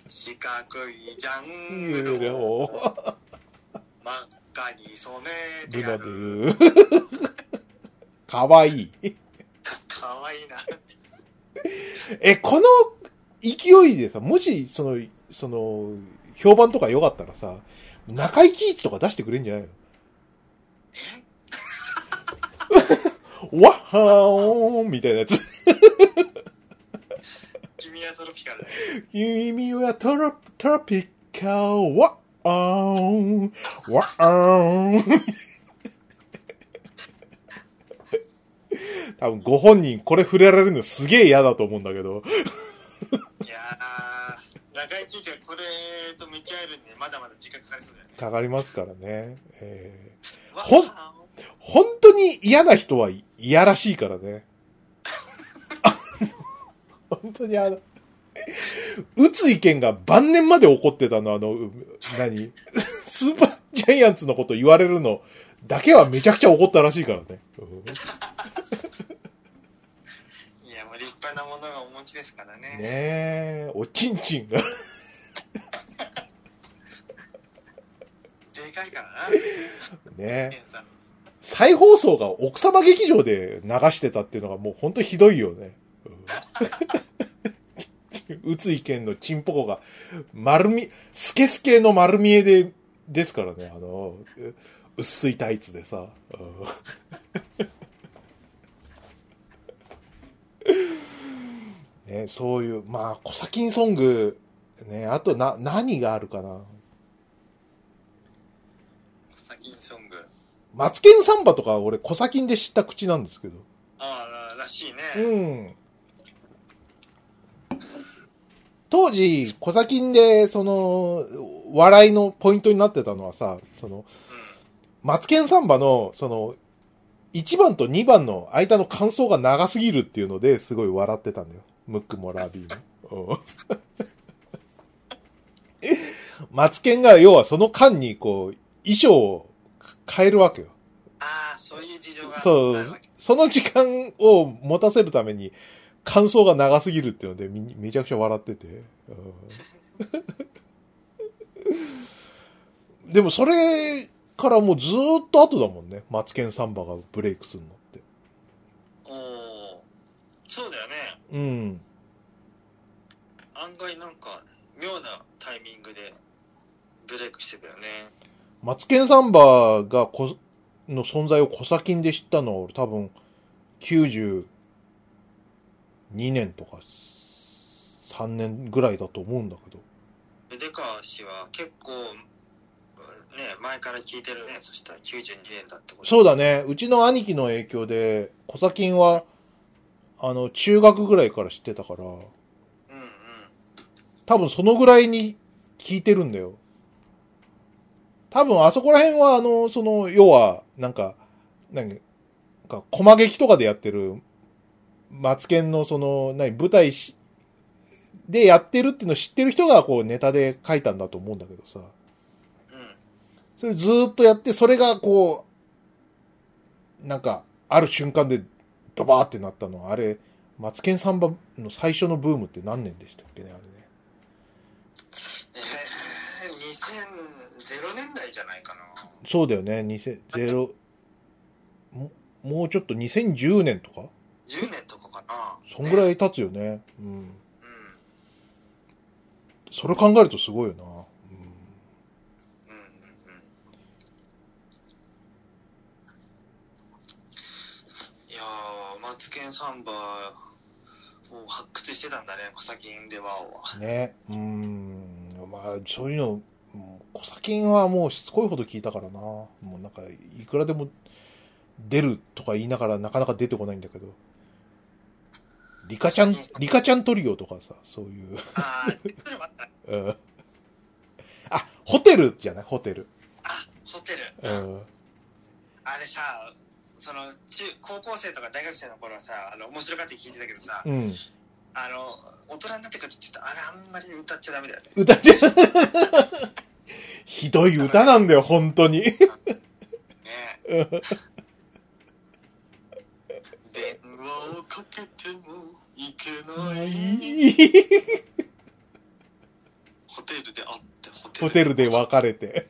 [SPEAKER 1] 四角いジャン
[SPEAKER 2] ユ
[SPEAKER 1] グ
[SPEAKER 2] ー
[SPEAKER 1] ル
[SPEAKER 2] ロ
[SPEAKER 1] を真っ赤に染めて
[SPEAKER 2] ル
[SPEAKER 1] や
[SPEAKER 2] ナ
[SPEAKER 1] る。
[SPEAKER 2] ル。かわいい。
[SPEAKER 1] かわいいな。
[SPEAKER 2] え、この勢いでさ、もし、その、その、評判とか良かったらさ、中井貴一とか出してくれんじゃないのわっはーんみたいなやつ。
[SPEAKER 1] 君はトロピカルだね。
[SPEAKER 2] 君はトロ、トロピカル、わっあーん、わっあーん。多分ご本人これ触れられるのすげえ嫌だと思うんだけど。
[SPEAKER 1] いやー、中井貴一がこれと向き合えるんで、まだまだ時間かかりそうだよね。
[SPEAKER 2] かかりますからね。えーほん
[SPEAKER 1] わあ
[SPEAKER 2] 本当に嫌な人はいやらしいからね。 本当にあの、打つ意見が晩年まで怒ってたの、あの、う何 スーパージャイアンツのこと言われるのだけはめちゃくちゃ怒ったらしいからね。うん
[SPEAKER 1] いや、もう立派なものがお持ちですからね。
[SPEAKER 2] ねえ、おちんちんが。
[SPEAKER 1] でかいからな、ケ
[SPEAKER 2] ね
[SPEAKER 1] ンさん。
[SPEAKER 2] 再放送が奥様劇場で流してたっていうのがもう本当ひどいよね。うん打つ意見のチンポコが丸み、スケスケの丸見えで、ですからね、あの、う薄いタイツでさ。うんね、そういう、まあ、コサキンソング、ね、あとな、何があるかな。
[SPEAKER 1] サキンソング。
[SPEAKER 2] マツケンサンバとか俺、コサキンで知った口なんですけど。
[SPEAKER 1] ああ、らしいね。
[SPEAKER 2] うん。当時、小崎んで、その、笑いのポイントになってたのはさ、その、マツケンサンバの、その、1番と2番の間の感想が長すぎるっていうのですごい笑ってたんだよ。ムックもラビーの。うんマツケンが、要はその間に、こう、衣装を変えるわけよ。
[SPEAKER 1] ああ、そういう事情があ
[SPEAKER 2] そ
[SPEAKER 1] るわ
[SPEAKER 2] う
[SPEAKER 1] け。、
[SPEAKER 2] その時間を持たせるために、感想が長すぎるっていうので、みめちゃくちゃ笑ってて。うんでも、それからもうずーっと後だもんね。マツケンサンバがブレイクするのって。
[SPEAKER 1] おーそうだよね。
[SPEAKER 2] うん。
[SPEAKER 1] 案外なんか、妙なタイミングでブレイクしてたよね。
[SPEAKER 2] マツケンサンバがこの存在を小先で知ったのは、俺多分、92年とか、3年ぐらいだと思うんだけど。
[SPEAKER 1] で川氏は結構、うんね、前から聞いてるね。そしたら92年だってこと。
[SPEAKER 2] そうだね。うちの兄貴の影響で、コサキンは、あの、中学ぐらいから知ってたから、
[SPEAKER 1] うんうん。
[SPEAKER 2] 多分そのぐらいに聞いてるんだよ。多分あそこら辺は、あの、その、要は、なんか、何か、コマ劇とかでやってる、マツケンのその、何、舞台し、でやってるっていうのを知ってる人が、こう、ネタで書いたんだと思うんだけどさ。
[SPEAKER 1] うん。
[SPEAKER 2] それずーっとやって、それがこう、なんか、ある瞬間でドバーってなったのは、あれ、マツケンサンバの最初のブームって何年でしたっけね、あれね。
[SPEAKER 1] えー、2000年代じゃないかな。
[SPEAKER 2] そうだよね、2000、ももうちょっと2010年とか
[SPEAKER 1] 10年とかかな。
[SPEAKER 2] そんぐら
[SPEAKER 1] い。
[SPEAKER 2] い経つよね。うん。
[SPEAKER 1] う。
[SPEAKER 2] それ考えるとすごいよな。うん
[SPEAKER 1] うんうんうん。いやー、マツケンサンバを発掘してたんだね、小崎エンデワーは。
[SPEAKER 2] ん、ね。うん。まあ、そういうの、うんコサキンはもうしつこいほど聞いたからな。もうなんか、いくらでも出るとか言いながらなかなか出てこないんだけど。リカちゃん、リカちゃんトリオとかさ、そういう。
[SPEAKER 1] あー、それもあった
[SPEAKER 2] うんあ、ホテルじゃないホテル。
[SPEAKER 1] あ、ホテ
[SPEAKER 2] う
[SPEAKER 1] ル。
[SPEAKER 2] ん。
[SPEAKER 1] あれさ、その中高校生とか大学生の頃はさ、あの面白がって聞いてたけどさ、
[SPEAKER 2] うん。
[SPEAKER 1] あの大人になってからちょっとあれあんまり歌っちゃダメだよ ね。
[SPEAKER 2] 歌じゃ、ひどい歌なんだよ、本当に。
[SPEAKER 1] ね。電話をかけてもいけない。ホテルで会ってホテル
[SPEAKER 2] ホテルで別れて。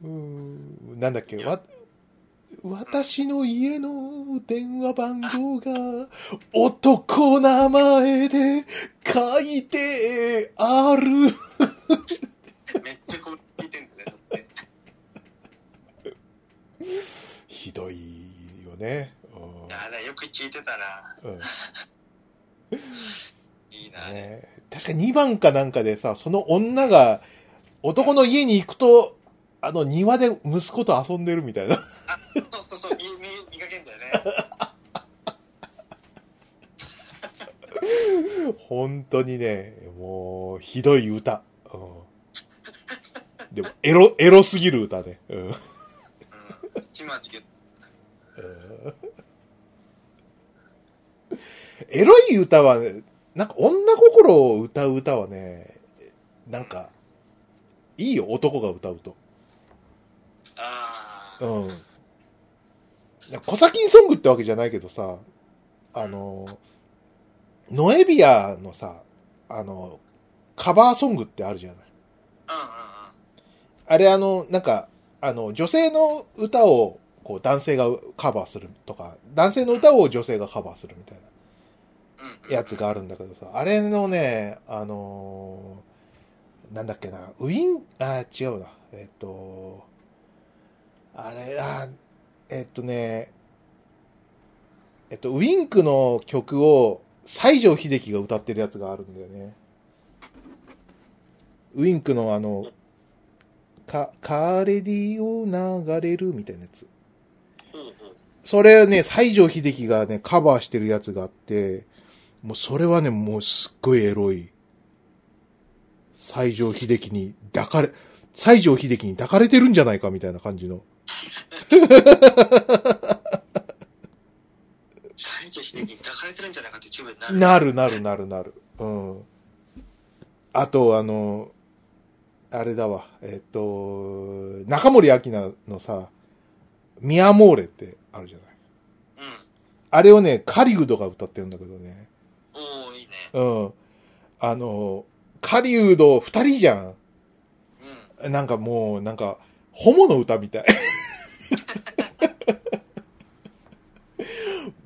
[SPEAKER 2] うーんなんだっけわ、私の家の電話番号が男名前で書いてある。
[SPEAKER 1] めっちゃこう聞いてんだね、だって。
[SPEAKER 2] ひどいよね。
[SPEAKER 1] いやあれよく聞いてたら、
[SPEAKER 2] うんうん
[SPEAKER 1] いいな、 あれ。
[SPEAKER 2] ね、確か2番かなんかでさ、その女が男の家に行くと、あの庭で息子と遊んでるみたいな。
[SPEAKER 1] そうそうそう、見、見、見かけんだよね。
[SPEAKER 2] 本当にね、もう、ひどい歌。うん、でも、エロ、エロすぎる歌ね。うん
[SPEAKER 1] うん。ちまちげ、
[SPEAKER 2] エロい歌は、ね、なんか女心を歌う歌はね、なんか、いいよ、男が歌うと。
[SPEAKER 1] ああ、
[SPEAKER 2] うん。なんかコサキンソングってわけじゃないけどさ、あの、ノエビアのさ、あの、カバーソングってあるじゃない。
[SPEAKER 1] うんうんうん。
[SPEAKER 2] あれあの、なんか、あの、女性の歌を、こう、男性がカバーするとか、男性の歌を女性がカバーするみたいな。
[SPEAKER 1] うんうん、
[SPEAKER 2] やつがあるんだけどさ、あれのね、あのーなんだっけな、ウィン、あー、違うな、えっ、と、あれ、あー、えっ、とね、えっ、と、ウィンクの曲を西城秀樹が歌ってるやつがあるんだよね。ウィンクのあの、か、カーレディを流れるみたいなやつ。
[SPEAKER 1] うんうん。
[SPEAKER 2] それね、西城秀樹がね、カバーしてるやつがあって、もうそれはね、もうすっごいエロい。西城秀樹に抱かれ、西城秀樹に抱かれてるんじゃないかみたいな感じの。
[SPEAKER 1] 西城秀樹に抱かれてるんじゃないかって気分になる。
[SPEAKER 2] なるなるなるなる。うん。あと、あの、あれだわ、えっと、中森明菜のさ、ミアモーレってあるじゃない。
[SPEAKER 1] うん。
[SPEAKER 2] あれをね、カリグドが歌ってるんだけどね。
[SPEAKER 1] おおいいね。
[SPEAKER 2] うん。あの、狩人二人じゃん。
[SPEAKER 1] うん。
[SPEAKER 2] なんかもう、なんか、ホモの歌みたい。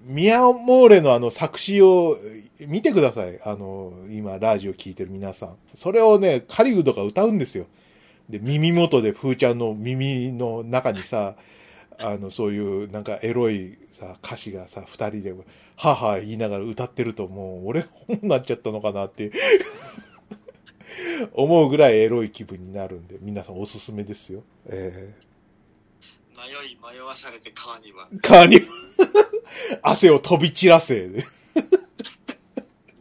[SPEAKER 2] ミアモーレのあの作詞を見てください。あの、今ラジオ聞いてる皆さん。それをね、カリウドが歌うんですよ。で、耳元で、ふーちゃんの耳の中にさ、あの、そういうなんかエロいさ、歌詞がさ、二人で、はは言いながら歌ってるともう、俺、ホモになっちゃったのかなっていう思うぐらいエロい気分になるんで、皆さんおすすめですよ。え
[SPEAKER 1] 迷い迷わされて川には
[SPEAKER 2] ー、カーニ 汗を飛び散らせ、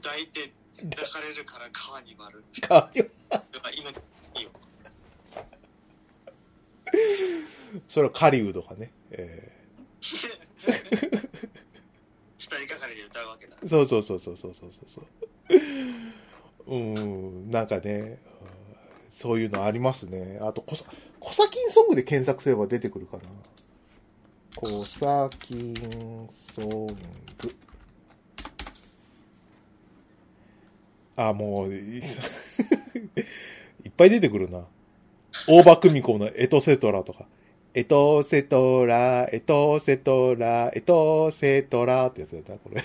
[SPEAKER 1] 抱いて抱かれるから川に丸
[SPEAKER 2] カーニ
[SPEAKER 1] まあ命いいよ
[SPEAKER 2] それはカリウドがね、え
[SPEAKER 1] 二人がかりで歌うわけだ
[SPEAKER 2] ー、そうそうそうそうそうそうそうそう。うん、なんかね、うんそういうのありますね。あと、コサ、コサキンソングで検索すれば出てくるかな。コサキンソング。あ、もう、 いいっぱい出てくるな。大場久美子のエトセトラとか。エトセトラ、エトセトラ、エトセトラってやつだったな、これ。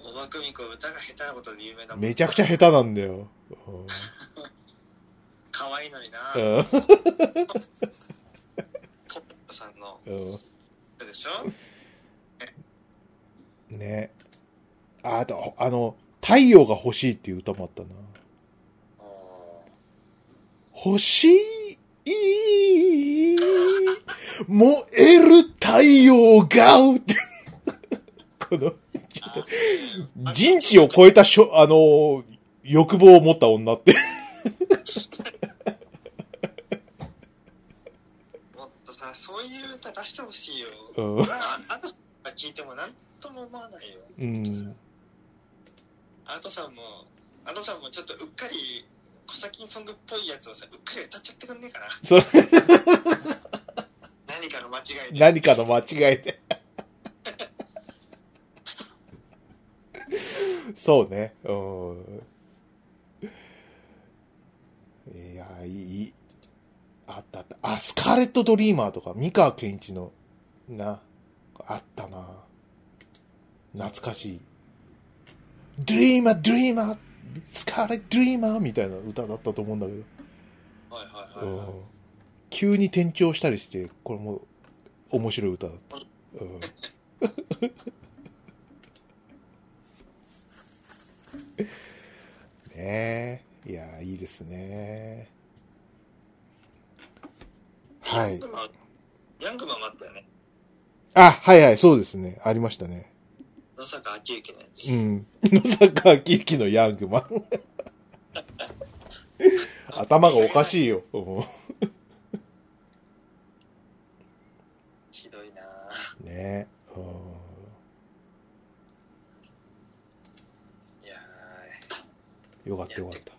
[SPEAKER 1] おばくみこ歌が下手なことで有名だもん
[SPEAKER 2] めちゃくちゃ下手なんだよ。
[SPEAKER 1] 可愛いのにな
[SPEAKER 2] うん。
[SPEAKER 1] コッポさんの
[SPEAKER 2] うん。うん
[SPEAKER 1] 歌でし ょ
[SPEAKER 2] ね。あ、あと、あの、太陽が欲しいっていう歌もあったな。
[SPEAKER 1] おー
[SPEAKER 2] 欲しい、燃える太陽が、ってこの、ちょっと、
[SPEAKER 1] あ
[SPEAKER 2] 人知を超えたしょ、あの、欲望を持った女って。
[SPEAKER 1] もっとさそういう歌出してほしいよ
[SPEAKER 2] うん。
[SPEAKER 1] ああとさんが聞いても何とも思わないよ
[SPEAKER 2] うん。
[SPEAKER 1] あとさんもあとさんもちょっとうっかりコサキンソングっぽいやつをさうっかり歌っちゃってくんねえかな
[SPEAKER 2] そう
[SPEAKER 1] 何かの間違いで
[SPEAKER 2] 何かの間違いで。そうね。うん。いや、いい。あったあった。あ、スカーレット・ドリーマーとか、三河健一のな。あったな。懐かしい。ドリーマー、ドリーマー、疲れ、ドリーマーみたいな歌だったと思うんだけど。
[SPEAKER 1] はいはいは
[SPEAKER 2] う
[SPEAKER 1] い
[SPEAKER 2] ん
[SPEAKER 1] はい。
[SPEAKER 2] 急に転調したりして、これも面白い歌だった。うん、 ねえ。いやー、いいですね。は
[SPEAKER 1] ヤン
[SPEAKER 2] い
[SPEAKER 1] グ。マン、ヤングマンもあったよね。
[SPEAKER 2] あ、はいはい、そうですね。ありましたね。
[SPEAKER 1] 野坂昭之のやつ。
[SPEAKER 2] うん。野坂昭之のヤングマン。頭がおか
[SPEAKER 1] い。
[SPEAKER 2] しいよ。うん
[SPEAKER 1] ひどいなぁ
[SPEAKER 2] ねえ。うん
[SPEAKER 1] いや
[SPEAKER 2] よかったよかった。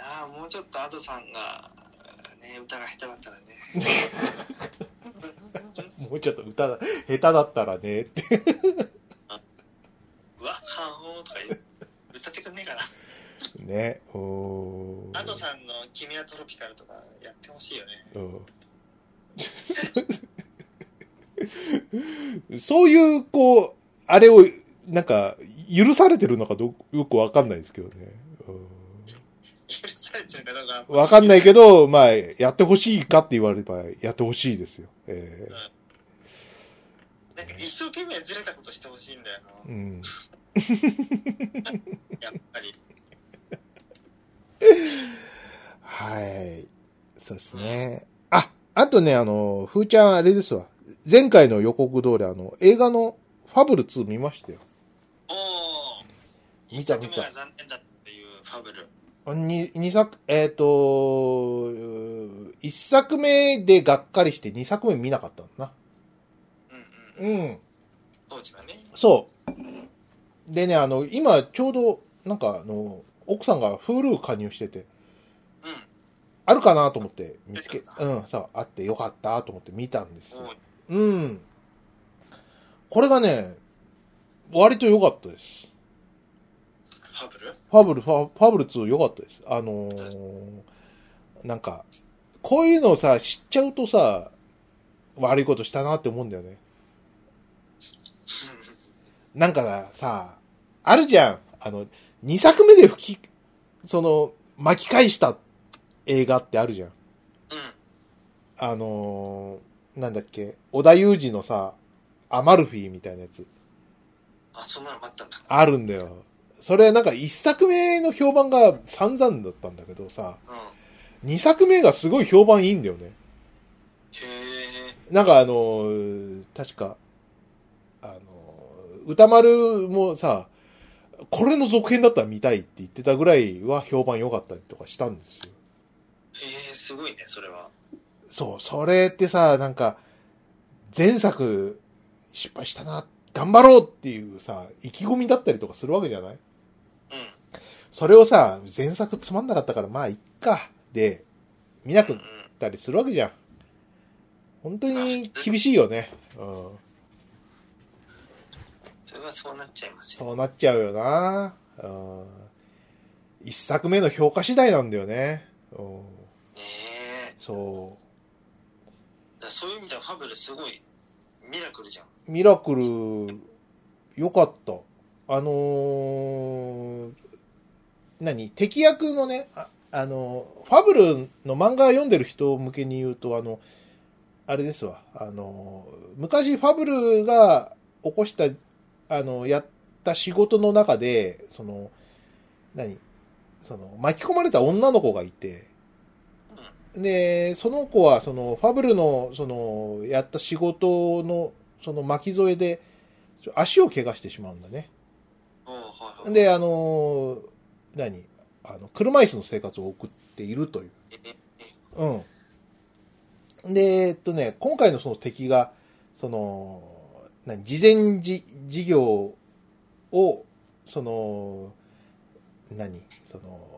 [SPEAKER 1] ーあーもうちょっとアドさんが、ね、歌が下手だ ったらね。
[SPEAKER 2] もうちょっと歌、下手だったらね、って。
[SPEAKER 1] わっはーおーとか言う歌ってくんねえかな。
[SPEAKER 2] ね。うん。
[SPEAKER 1] アドさんの君はトロピカルとかやってほしいよね。
[SPEAKER 2] うん。 そういう、こう、あれを、なんか、許されてるのかどうよくわかんないですけどね。
[SPEAKER 1] 許されてるかどうか。
[SPEAKER 2] うんわかんないけど、まあ、やってほしいかって言われれば、やってほしいですよ。え
[SPEAKER 1] なんか一生懸命ずれたことしてほしいんだよな。
[SPEAKER 2] えうん。
[SPEAKER 1] やっぱり。
[SPEAKER 2] はい。そうですね。あ、あとね、あの、ふーちゃんあれですわ。前回の予告通り、あの、映画のファブル2見ましたよ。
[SPEAKER 1] おお。
[SPEAKER 2] 見た
[SPEAKER 1] 一作目
[SPEAKER 2] 見た
[SPEAKER 1] が残念だっていうファブル。
[SPEAKER 2] に二作、えっ、と、うー一作目でがっかりして二作目見なかったんだな。
[SPEAKER 1] うんうん。
[SPEAKER 2] うん。
[SPEAKER 1] 当時はね。
[SPEAKER 2] そう。でね、あの、今ちょうど、なんかあの、奥さんが Hulu 加入してて、
[SPEAKER 1] うん。
[SPEAKER 2] あるかなと思って見つけ、うん、さ、あってよかったと思って見たんですよ
[SPEAKER 1] おー
[SPEAKER 2] うん。これがね、割と良かったです。
[SPEAKER 1] ファブル
[SPEAKER 2] ファブル、ファファブル2良かったです。あのーなんか、こういうのをさ、知っちゃうとさ、悪いことしたなって思うんだよね。なんかさ、あるじゃん。あの、2作目で吹き、その、巻き返した映画ってあるじゃん。
[SPEAKER 1] うん。
[SPEAKER 2] あのーなんだっけ、小田裕二のさ、アマルフィみたいなやつ。
[SPEAKER 1] あ、そんなの待ったんだ。
[SPEAKER 2] あるんだよ。それなんか一作目の評判が散々だったんだけどさ、
[SPEAKER 1] うん。
[SPEAKER 2] 二作目がすごい評判いいんだよね。
[SPEAKER 1] へえ。
[SPEAKER 2] なんかあのー確か、あのー歌丸もさ、これの続編だったら見たいって言ってたぐらいは評判良かったりとかしたんですよ。
[SPEAKER 1] へえ、すごいね、それは。
[SPEAKER 2] そう、それってさ、なんか、前作失敗したな、頑張ろうっていうさ、意気込みだったりとかするわけじゃない
[SPEAKER 1] うん。
[SPEAKER 2] それをさ、前作つまんなかったから、まあ、いっか。で、見なく
[SPEAKER 1] う
[SPEAKER 2] なんっ。たりするわけじゃん。本当に厳しいよね。うん。
[SPEAKER 1] それはそうなっちゃいますよ。
[SPEAKER 2] そうなっちゃうよな。うん。一作目の評価次第なんだよね。うん。
[SPEAKER 1] ねえ。
[SPEAKER 2] そ
[SPEAKER 1] だからそういう意味ではファブルすごいミラクルじゃん。
[SPEAKER 2] う。ミラクル、よかった。あのー、何敵役のね、あ、あのー、ファブルの漫画読んでる人向けに言うと、あの、あれですわ、あのー、昔ファブルが起こした、あの、やった仕事の中で、その、何その、巻き込まれた女の子がいて、で、その子は、その、ファブルの、その、やった仕事の、その巻き添えで、ちょ足を怪我してしまうんだね。
[SPEAKER 1] おおはいはい。
[SPEAKER 2] で、あのー何あの、車椅子の生活を送っているという。
[SPEAKER 1] えええ
[SPEAKER 2] うん。で、えっとね、今回のその敵が、その、何、事前じ事業を、その、何、その、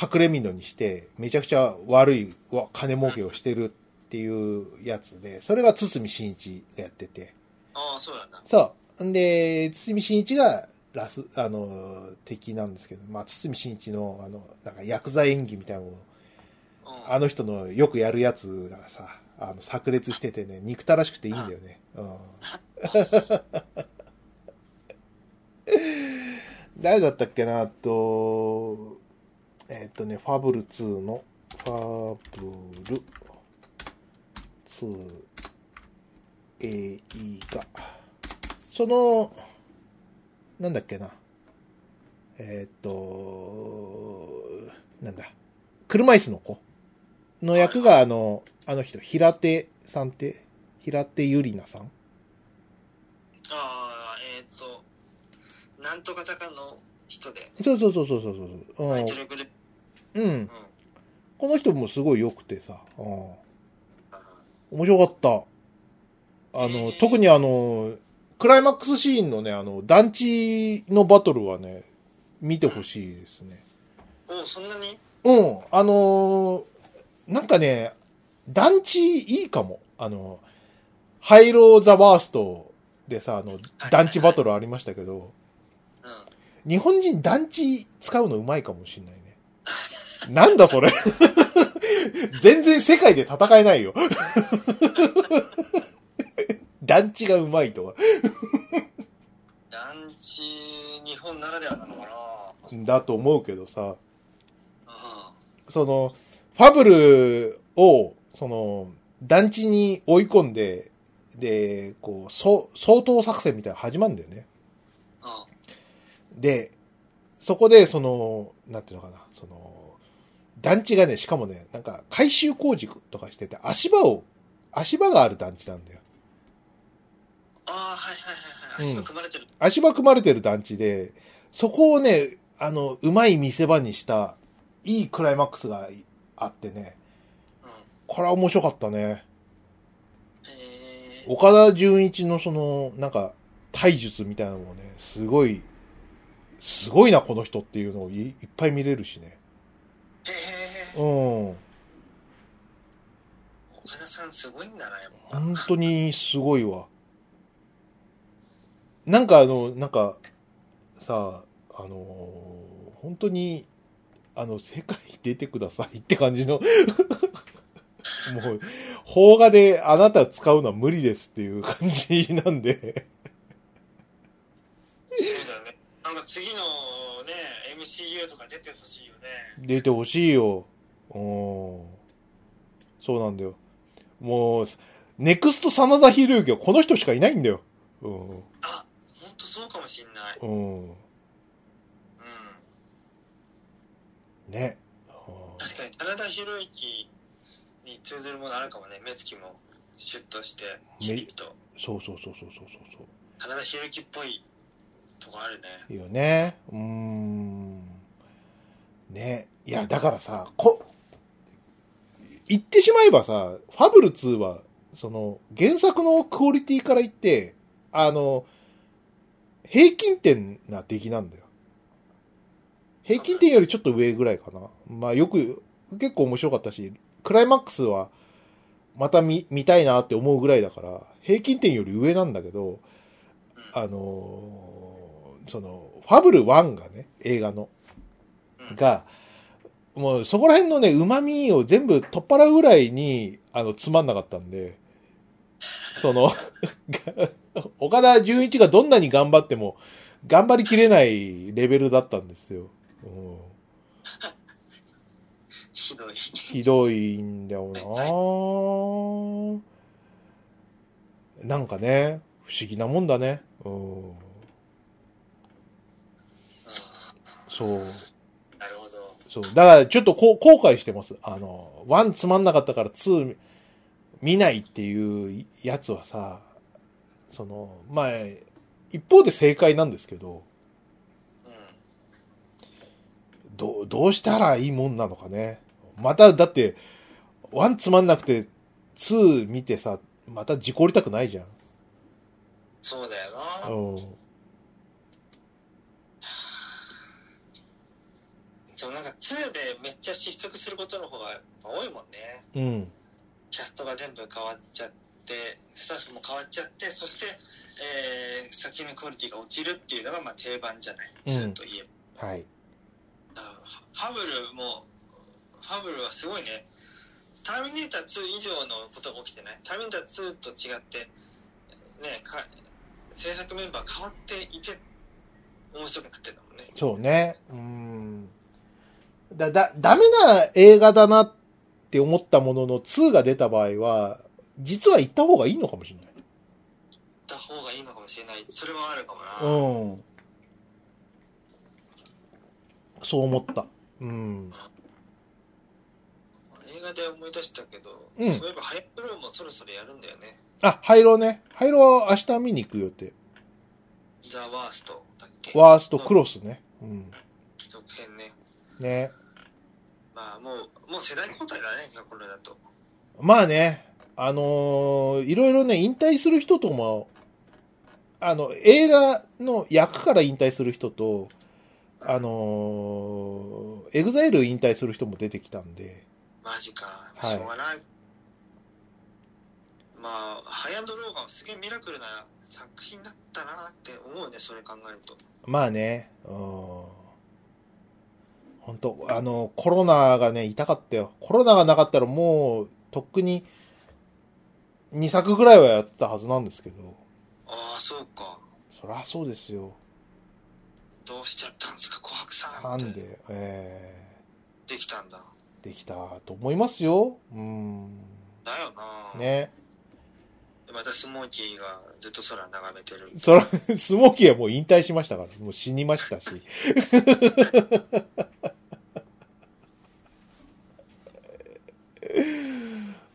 [SPEAKER 2] 隠れ蓑にして、めちゃくちゃ悪いわ金儲けをしてるっていうやつで、それが堤真一がやってて。
[SPEAKER 1] ああ、そうなんだ。
[SPEAKER 2] そう。んで、堤真一がラス、あの、敵なんですけど、まあ、堤真一の、あの、なんか、薬剤演技みたいなもの、
[SPEAKER 1] うん。
[SPEAKER 2] あの人のよくやるやつがさ、あの、炸裂しててね、憎たらしくていいんだよね。うん。 誰だったっけな、あと、えっ、とね、ファブル2の、ファブル2映画。その、なんだっけな。えっ、と、なんだ。車椅子の子の役が、あの、あの人、平手さんって、平手ゆりなさん
[SPEAKER 1] ああえっ、となんとか坂の人で
[SPEAKER 2] そうそうそうそうそうそう。
[SPEAKER 1] アイドルグループ
[SPEAKER 2] うん。うん。
[SPEAKER 1] うん
[SPEAKER 2] この人もすごい良くてさ。うん。
[SPEAKER 1] あ
[SPEAKER 2] 面白かった。あの、特にあの、クライマックスシーンのね、あの、団地のバトルはね、見てほしいですね。
[SPEAKER 1] ーおそんなに
[SPEAKER 2] うん、あのーなんかね、団地いいかも。あの、ハイローザワーストでさ、あの、団地バトルありましたけど、
[SPEAKER 1] うん
[SPEAKER 2] 日本人団地使うのうまいかもしんないね。なんだそれ全然世界で戦えないよ。 団地がうまいとは。
[SPEAKER 1] 団地日本ならではなのか
[SPEAKER 2] だと思うけどさ、
[SPEAKER 1] な
[SPEAKER 2] その、ファブルを、その、団地に追い込んで、で、こう、そう、相当作戦みたいなの始まるんだよね。
[SPEAKER 1] うんうん
[SPEAKER 2] で、そこで、その、なんていうのかな、その、団地がね、しかもね、なんか改修工事とかしてて、足場を、足場がある団地なんだよ。
[SPEAKER 1] ああはいはいはいはい
[SPEAKER 2] うん
[SPEAKER 1] 足が組まれてる、
[SPEAKER 2] 足場組まれてる団地で、そこをね、あの、うまい見せ場にした、いいクライマックスがあってね、
[SPEAKER 1] うん
[SPEAKER 2] これは面白かったね。
[SPEAKER 1] へえ
[SPEAKER 2] 岡田純一のその、なんか、体術みたいなのもね、すごい、すごいな、この人っていうのをいいっぱい見れるしね。
[SPEAKER 1] へえ
[SPEAKER 2] うん。
[SPEAKER 1] 岡田さんすごいんだなやっぱ
[SPEAKER 2] 本当にすごいわ。なんかあの、なんか、さあ、あのー本当に、あの、世界に出てくださいって感じの、も う、邦画であなた使うのは無理ですっていう感じなんで、
[SPEAKER 1] そうだよねなんか次のね MCU とか出てほしいよね
[SPEAKER 2] 出てほしいよ。うん。そうなんだよ。もう、ネクスト真田広之はこの人しかいないんだよ。うん。
[SPEAKER 1] あ本当そうかもしんない
[SPEAKER 2] うん。
[SPEAKER 1] うん
[SPEAKER 2] ね。うん
[SPEAKER 1] 確かに真田広之に通ずるものあるかもね目つきもシュッとしてキリッと
[SPEAKER 2] そうそうそうそうそうそうそ
[SPEAKER 1] 真田広之っぽいとこあるね
[SPEAKER 2] う。いいよね。うーん。ね。いや、だからさ、こ、言ってしまえばさ、ファブル2は、その、原作のクオリティから言って、あの、平均点な出来なんだよ。平均点よりちょっと上ぐらいかな。まあよく、結構面白かったし、クライマックスは、また見、見たいなって思うぐらいだから、平均点より上なんだけど、
[SPEAKER 1] うん
[SPEAKER 2] あのーその、ファブル1がね、映画の、
[SPEAKER 1] うん
[SPEAKER 2] が、もうそこら辺のね、旨味を全部取っ払うぐらいに、あの、つまんなかったんで、その、岡田純一がどんなに頑張っても、頑張りきれないレベルだったんですよ。うん、
[SPEAKER 1] ひどい
[SPEAKER 2] ひどいんだよななんかね、不思議なもんだね。うん、そう。
[SPEAKER 1] なるほど
[SPEAKER 2] そう。だから、ちょっとこう後悔してます。あの、1つまんなかったから2見ないっていうやつはさ、その、まあ、一方で正解なんですけど、
[SPEAKER 1] うん
[SPEAKER 2] どう、どうしたらいいもんなのかね。また、だって、1つまんなくて2見てさ、また事故りたくないじゃん。
[SPEAKER 1] そうだよな、
[SPEAKER 2] うん。
[SPEAKER 1] でもなんか2でめっちゃ失速することの方が多いもんね
[SPEAKER 2] うん。
[SPEAKER 1] キャストが全部変わっちゃってスタッフも変わっちゃってそして、えー先のクオリティが落ちるっていうのがまあ定番じゃない2といえば、
[SPEAKER 2] はい。
[SPEAKER 1] あファブルもファブルはすごいねターミネーター2以上のことが起きてないターミネーター2と違ってねか制作メンバー変わっていて面白くなってんだもんね
[SPEAKER 2] そうね。うん。だ、だ、ダメな映画だなって思ったものの、2が出た場合は、実は行った方がいいのかもしれない。
[SPEAKER 1] 行った方がいいのかもしれないそれはあるかもな、
[SPEAKER 2] うん。そう思った。うん。
[SPEAKER 1] 映画で思い出したけど、
[SPEAKER 2] うん
[SPEAKER 1] そういえばハイプローもそろそろやるんだよね
[SPEAKER 2] あ、ハイローね。ハイローは明日見に行く予定。
[SPEAKER 1] ザ・ワーストだっけ
[SPEAKER 2] ワーストクロスね。うん。
[SPEAKER 1] 続編ね
[SPEAKER 2] ね。
[SPEAKER 1] まあもうもう世代交代だねこれだと
[SPEAKER 2] まあね、あのーいろいろね、引退する人とも、あの、映画の役から引退する人と、あのーエグザイル引退する人も出てきたんで、
[SPEAKER 1] マジか
[SPEAKER 2] はい
[SPEAKER 1] しょうがない、まあハイアンドローガンすげえミラクルな作品だったなって思うねそれ考えると
[SPEAKER 2] まあね、うん。本当あの、コロナがね、痛かったよ。コロナがなかったらもう、とっくに、2作ぐらいはやってたはずなんですけど、
[SPEAKER 1] ああそうか
[SPEAKER 2] そりゃそうですよ。
[SPEAKER 1] どうしちゃったんすか琥珀さ
[SPEAKER 2] なんん
[SPEAKER 1] って
[SPEAKER 2] で、えー
[SPEAKER 1] できたんだ
[SPEAKER 2] できたと思いますよ。うん。
[SPEAKER 1] だよな、
[SPEAKER 2] ね。
[SPEAKER 1] またスモーキーがずっと空眺めてる
[SPEAKER 2] そら、 スモーキーはもう引退しましたから、もう死にました し。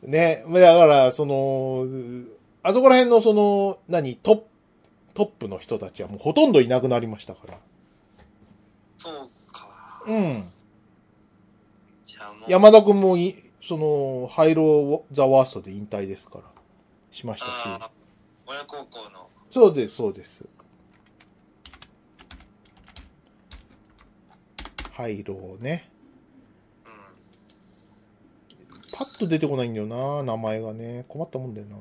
[SPEAKER 2] ね。まあだから、その、あそこら辺のその、何、トップ、トップの人たちはもうほとんどいなくなりましたから。
[SPEAKER 1] そうか
[SPEAKER 2] うん。
[SPEAKER 1] じゃあもう
[SPEAKER 2] 山田くんもい、その、ハイロー・ザ・ワーストで引退ですから、しましたし。
[SPEAKER 1] ああ親孝行の
[SPEAKER 2] そうです、そうです。廃炉ね。
[SPEAKER 1] うん
[SPEAKER 2] パッと出てこないんだよな、名前がね。困ったもんだよな。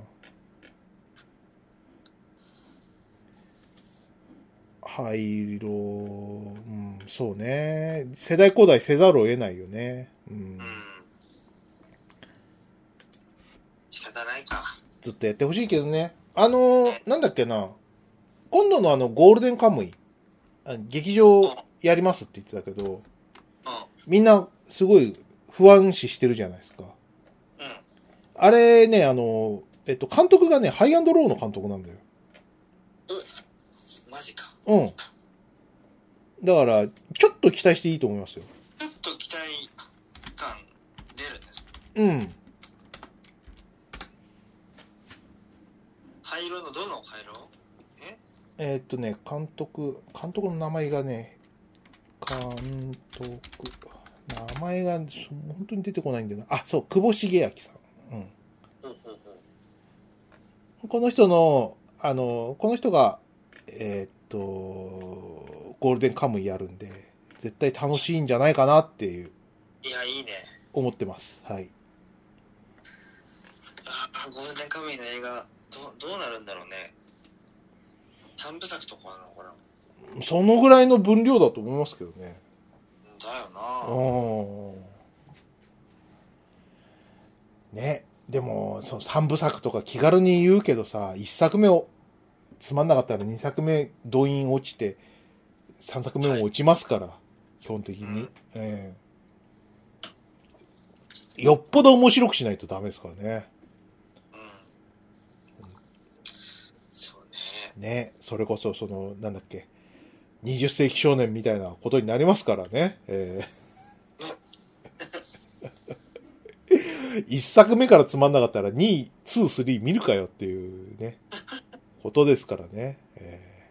[SPEAKER 2] 廃炉、うん、そうね。世代交代せざるを得ないよね。うん
[SPEAKER 1] う。ん仕方ないか
[SPEAKER 2] ずっとやってほしいけどね。あのーなんだっけな。今度のあの、ゴールデンカムイ。あ劇場やりますって言ってたけど、
[SPEAKER 1] う
[SPEAKER 2] みんなすごい不安視してるじゃないですか。
[SPEAKER 1] んうん
[SPEAKER 2] あれね、あの、えっと、監督がね、ハイアンドローの監督なんだよ。
[SPEAKER 1] マジか
[SPEAKER 2] うん。だから、ちょっと期待していいと思いますよ。
[SPEAKER 1] ちょっと期待感出るんです
[SPEAKER 2] うん。
[SPEAKER 1] 灰色のどの灰色え
[SPEAKER 2] えっとね、監督、監督の名前がね、監督、名前がそ本当に出てこないんだよな。あ、そう、久保茂明さん。うん。
[SPEAKER 1] ほうほうほう
[SPEAKER 2] この人の、あの、この人が、えーっと、ゴールデンカムイやるんで、絶対楽しいんじゃないかなっていう、
[SPEAKER 1] いやいいね
[SPEAKER 2] 思ってます。はい。
[SPEAKER 1] ああゴールデンカムイの映画どどうなるんだろうね三部作とかなのかな
[SPEAKER 2] そのぐらいの分量だと思いますけどね。
[SPEAKER 1] だよな
[SPEAKER 2] うん。ね。でも、その3部作とか気軽に言うけどさ、1作目を、つまんなかったら2作目動員落ちて、3作目も落ちますから、基本的
[SPEAKER 1] う
[SPEAKER 2] に
[SPEAKER 1] ん。
[SPEAKER 2] ええよっぽど面白くしないとダメですからね。
[SPEAKER 1] うんそうね
[SPEAKER 2] ね。それこそ、その、なんだっけ。20世紀少年みたいなことになりますからね。ええ 一作目からつまんなかったら2、2、3見るかよっていうね、ことですからね。え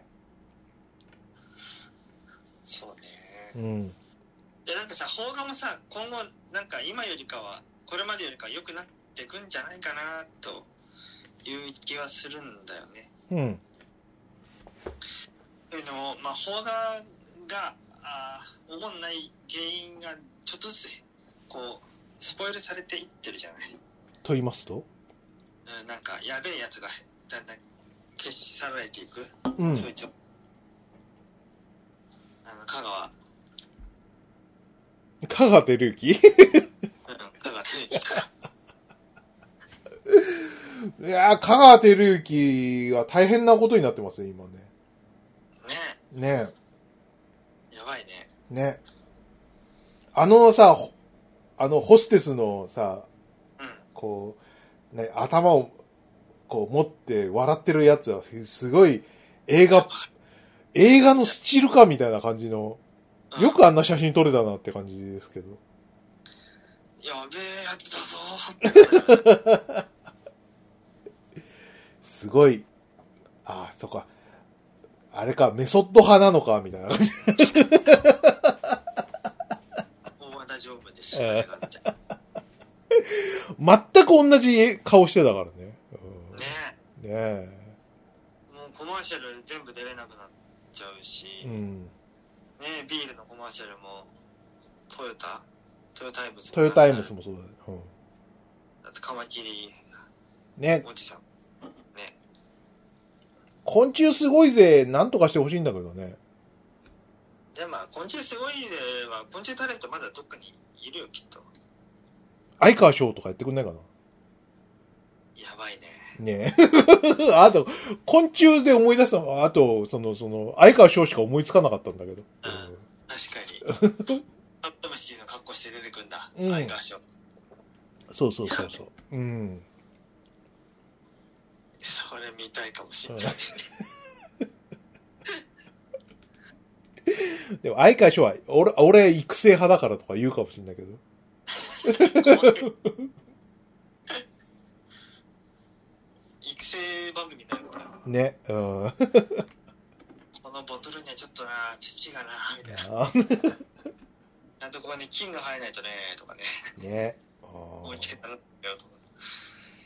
[SPEAKER 1] そうね
[SPEAKER 2] えうん。
[SPEAKER 1] でなんかさ邦画もさ今後なんか今よりかはこれまでよりかは良くなってくんじゃないかなという気はするんだよね
[SPEAKER 2] うん。
[SPEAKER 1] というのも、まあ、邦画があーおもんない原因がちょっとずつこうスポイルされていってるじゃない、
[SPEAKER 2] と言いますと
[SPEAKER 1] うん、なんかやべえやつがだんだん消し去られていく
[SPEAKER 2] うん。
[SPEAKER 1] 風潮、あの香川
[SPEAKER 2] 香川照之
[SPEAKER 1] うん香川照之とか
[SPEAKER 2] いやー、香川照之は大変なことになってますね、今ね。
[SPEAKER 1] ね
[SPEAKER 2] ね
[SPEAKER 1] やばいね
[SPEAKER 2] ね。あのさ、ほあのホステスのさ、
[SPEAKER 1] うん
[SPEAKER 2] こう、ね、頭を、こう持って笑ってるやつは、すすごい映画、映画のスチールかみたいな感じの、
[SPEAKER 1] うん
[SPEAKER 2] よくあんな写真撮れたなって感じですけど。
[SPEAKER 1] やべえやつだぞーって
[SPEAKER 2] すごい、ああ、そっか。あれか、メソッド派なのか、みたいな感 じ。
[SPEAKER 1] もう大丈夫です
[SPEAKER 2] うん
[SPEAKER 1] 映画みたいな
[SPEAKER 2] 全く同じ顔してたからね。うん
[SPEAKER 1] ね
[SPEAKER 2] ねえ。
[SPEAKER 1] もうコマーシャル全部出れなくなっちゃうし、
[SPEAKER 2] う
[SPEAKER 1] ね
[SPEAKER 2] ん。
[SPEAKER 1] ビールのコマーシャルもトヨタトヨタイムズ
[SPEAKER 2] トヨタイムスもそうだね。うん。
[SPEAKER 1] あとカマキリ
[SPEAKER 2] ね、
[SPEAKER 1] おじさんね
[SPEAKER 2] 昆虫すごいぜ、なんとかしてほしいんだけどね。
[SPEAKER 1] でまあ昆虫すごいぜは昆虫タレントまだどっかにいるよきっと
[SPEAKER 2] 相川翔とかやってくんないかな
[SPEAKER 1] やばいね
[SPEAKER 2] ねえ。 あと、昆虫で思い出したのは、あと、その、その、相川翔しか思いつかなかったんだけど。
[SPEAKER 1] 確かに カットムシの格好して出てくんだ、
[SPEAKER 2] うん
[SPEAKER 1] 相川翔
[SPEAKER 2] そうそうそうそう。うん。
[SPEAKER 1] それ見たいかもしれない、
[SPEAKER 2] でも、相川翔は、俺、俺、育成派だからとか言うかもしれないけど。
[SPEAKER 1] 育成番組になるから
[SPEAKER 2] ね。うん。
[SPEAKER 1] このボトルにはちょっとな土がなみたいななんとここに菌が生えないとねとかね
[SPEAKER 2] ね。あ
[SPEAKER 1] 思い
[SPEAKER 2] ー
[SPEAKER 1] つけたらよとか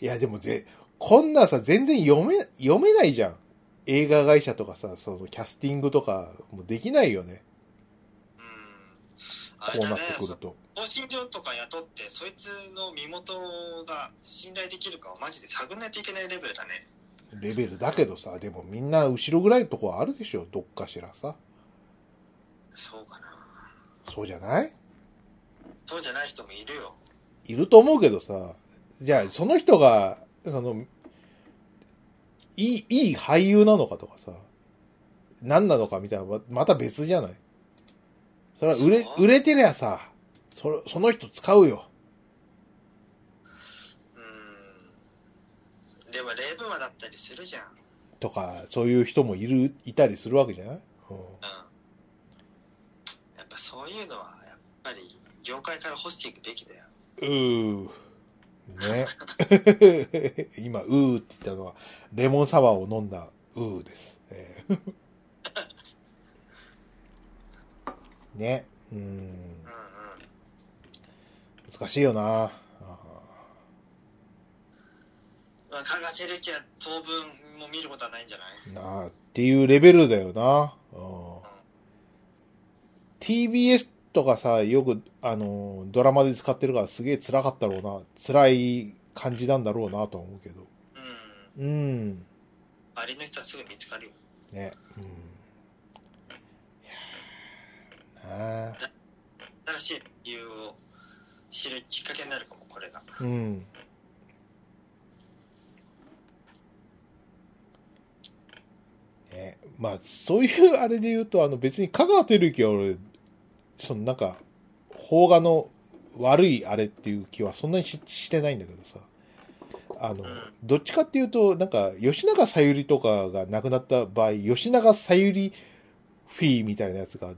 [SPEAKER 2] いや、でもぜ、こんなさ、全然読め、読めないじゃん。映画会社とかさ、そのキャスティングとか、もうできないよね。
[SPEAKER 1] うんあ
[SPEAKER 2] こ
[SPEAKER 1] れ
[SPEAKER 2] う
[SPEAKER 1] だ
[SPEAKER 2] なっ
[SPEAKER 1] ね
[SPEAKER 2] てくると。
[SPEAKER 1] その放身状とか雇ってそいつの身元が信頼できるかをマジで探んないといけないレベルだね
[SPEAKER 2] レベルだけどさ、でもみんな後ろぐらいのとこはあるでしょ、どっかしらさ。
[SPEAKER 1] そうかな
[SPEAKER 2] そうじゃない
[SPEAKER 1] そうじゃない人もいるよ
[SPEAKER 2] いると思うけどさ、じゃあその人が、その、いい、いい俳優なのかとかさ、何なのかみたいな、ままた別じゃないそれは売れ
[SPEAKER 1] そ、う
[SPEAKER 2] 売れてりゃさ、それその人使うよ。
[SPEAKER 1] うんでもレイブマだったりするじゃん
[SPEAKER 2] とか、そういう人もいる、いたりするわけじゃない、うん
[SPEAKER 1] うんやっぱそういうのはやっぱり業界から干していくべきだよ
[SPEAKER 2] うー。ね。 今、うーって言ったのは、レモンサワーを飲んだうーです。えーね。うーん。
[SPEAKER 1] うんうん
[SPEAKER 2] 難しいよな。あ
[SPEAKER 1] まあ加賀照之は当分も見ることはないんじゃない
[SPEAKER 2] ーなあっていうレベルだよな。うん
[SPEAKER 1] うん
[SPEAKER 2] TBS とかさ、よく、あのー、ドラマで使ってるからすげえ辛かったろうな。辛い感じなんだろうなとは思うけど。
[SPEAKER 1] うん
[SPEAKER 2] うん。
[SPEAKER 1] 周りの人はすぐ見つかるよ
[SPEAKER 2] ね。うん。いやーなあ
[SPEAKER 1] 新しい理由を知るきっかけになるかもこれが
[SPEAKER 2] うん。ね、まあ、そういうあれで言うと、あの別に香川照之は俺、そのなんか、邦画の悪いあれっていう気はそんなにししてないんだけどさ。あの
[SPEAKER 1] うん、
[SPEAKER 2] どっちかっていうと、なんか、吉永小百合とかが亡くなった場合、吉永小百合フィーみたいなやつが、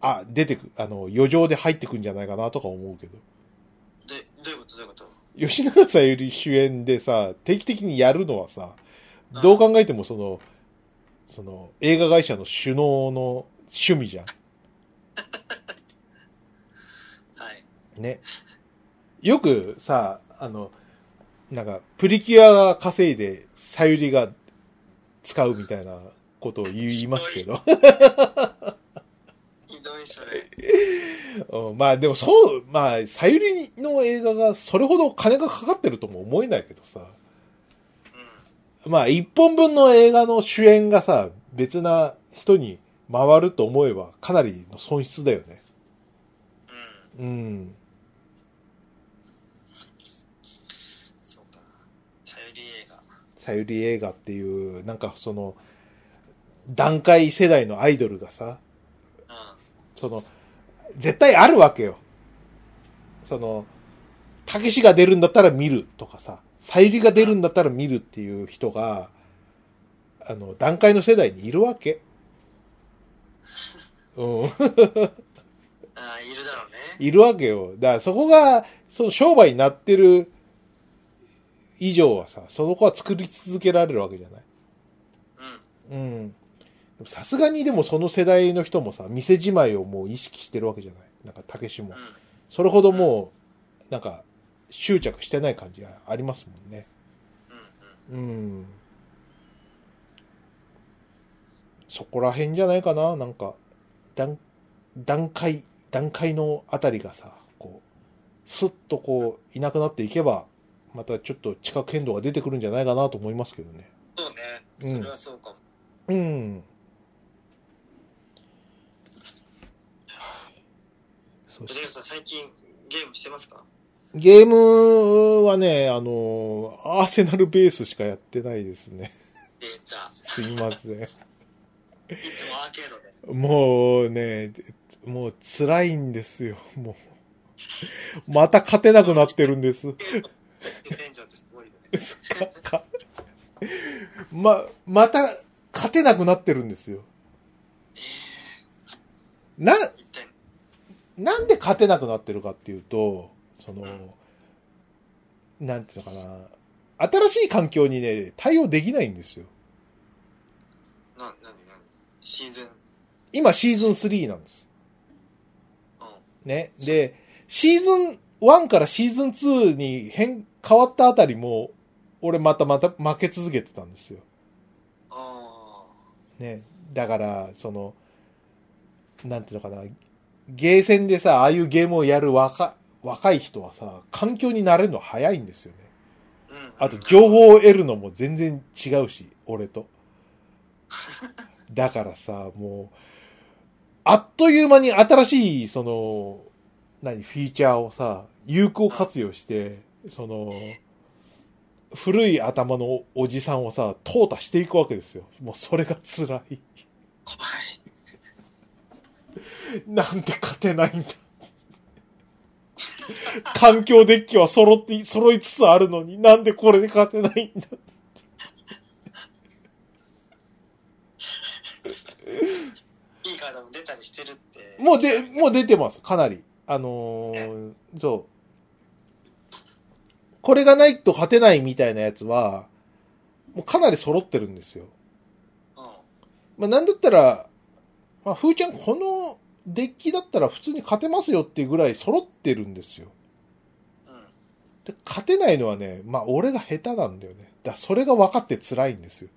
[SPEAKER 2] あ、出てく、あの、余剰で入ってくんじゃないかなとか思うけど。
[SPEAKER 1] でどういうことどういうこと
[SPEAKER 2] 吉永さんより主演でさ、定期的にやるのはさ、どう考えてもその、その、映画会社の首脳の趣味じゃ
[SPEAKER 1] はい
[SPEAKER 2] ん。ね。よくさ、あの、なんか、プリキュアが稼いで、さゆりが使うみたいなことを言いますけど。
[SPEAKER 1] ひどいそれ
[SPEAKER 2] うんまあでもそう、まあ、さゆりの映画がそれほど金がかかってるとも思えないけどさ。
[SPEAKER 1] う
[SPEAKER 2] まあ、一本分の映画の主演がさ、別な人に回ると思えば、かなりの損失だよね。
[SPEAKER 1] んうん
[SPEAKER 2] うん。
[SPEAKER 1] そうかさゆり映画
[SPEAKER 2] さゆり映画っていう、なんかその、段階世代のアイドルがさ、
[SPEAKER 1] う
[SPEAKER 2] その、絶対あるわけよ。その、たけしが出るんだったら見るとかさ、さゆりが出るんだったら見るっていう人が、あの、段階の世代にいるわけ。うん。
[SPEAKER 1] ん。ああ、いるだろうね。
[SPEAKER 2] いるわけよ。だからそこが、その商売になってる以上はさ、その子は作り続けられるわけじゃない。
[SPEAKER 1] うん。
[SPEAKER 2] うん。でもさすがにでもその世代の人もさ、店じまいをもう意識してるわけじゃない。なんか、たけしも
[SPEAKER 1] う。ん。
[SPEAKER 2] それほどもう、なんか、執着してない感じがありますもんね。
[SPEAKER 1] うん。うん。
[SPEAKER 2] うん。そこら辺じゃないかななんか、段、段階、段階のあたりがさ、こう、スッとこう、いなくなっていけば、またちょっと地殻変動が出てくるんじゃないかなと思いますけどね。
[SPEAKER 1] そうね。
[SPEAKER 2] うん
[SPEAKER 1] それはそうかも。
[SPEAKER 2] うん。そ
[SPEAKER 1] ジ
[SPEAKER 2] し
[SPEAKER 1] ェさん、最近ゲームしてますか
[SPEAKER 2] ゲームはね、あの、アーセナルベースしかやってないですね。
[SPEAKER 1] データ。
[SPEAKER 2] すいません。
[SPEAKER 1] いつもアーケード で。
[SPEAKER 2] もうね、もう辛いんですよ、もう。また勝てなくなってるんです。
[SPEAKER 1] ゲームのテンションってすごいよね。
[SPEAKER 2] かかま、また勝てなくなってるんですよ。な、
[SPEAKER 1] 一体。
[SPEAKER 2] なんで勝てなくなってるかっていうと、その
[SPEAKER 1] うん、
[SPEAKER 2] なんていうのかな、新しい環境にね、対応できないんですよ。
[SPEAKER 1] な、なになにシーズン。
[SPEAKER 2] 今シーズン3なんです。
[SPEAKER 1] うん。
[SPEAKER 2] ね。で、シーズン1からシーズン2に変、変わったあたりも、俺またまた負け続けてたんですよ。
[SPEAKER 1] あ
[SPEAKER 2] ね。だから、その、なんていうのかな、ゲーセンでさ、ああいうゲームをやる若、若い人はさ、環境に慣れるの早いんですよね。
[SPEAKER 1] あ。うん。
[SPEAKER 2] あと、情報を得るのも全然違うし、俺と。だからさ、もう、あっという間に新しい、その、何、フィーチャーをさ、有効活用して、その、古い頭のおおじさんをさ、淘汰していくわけですよ。もうそれが辛い。
[SPEAKER 1] 怖い。
[SPEAKER 2] なんで勝てないんだ。環境デッキは揃って、揃いつつあるのになんでこれで勝てないんだ。
[SPEAKER 1] いいカードも出たりしてるって。
[SPEAKER 2] もうで、もう出てます、かなり。あのーそう。これがないと勝てないみたいなやつは、もうかなり揃ってるんですよ。
[SPEAKER 1] うん。
[SPEAKER 2] まあ、なんだったら、まあ、ふーちゃん、このデッキだったら普通に勝てますよっていうぐらい揃ってるんですよ。
[SPEAKER 1] うん。
[SPEAKER 2] で勝てないのはね、まあ、俺が下手なんだよね。だからそれが分かって辛い んですよ。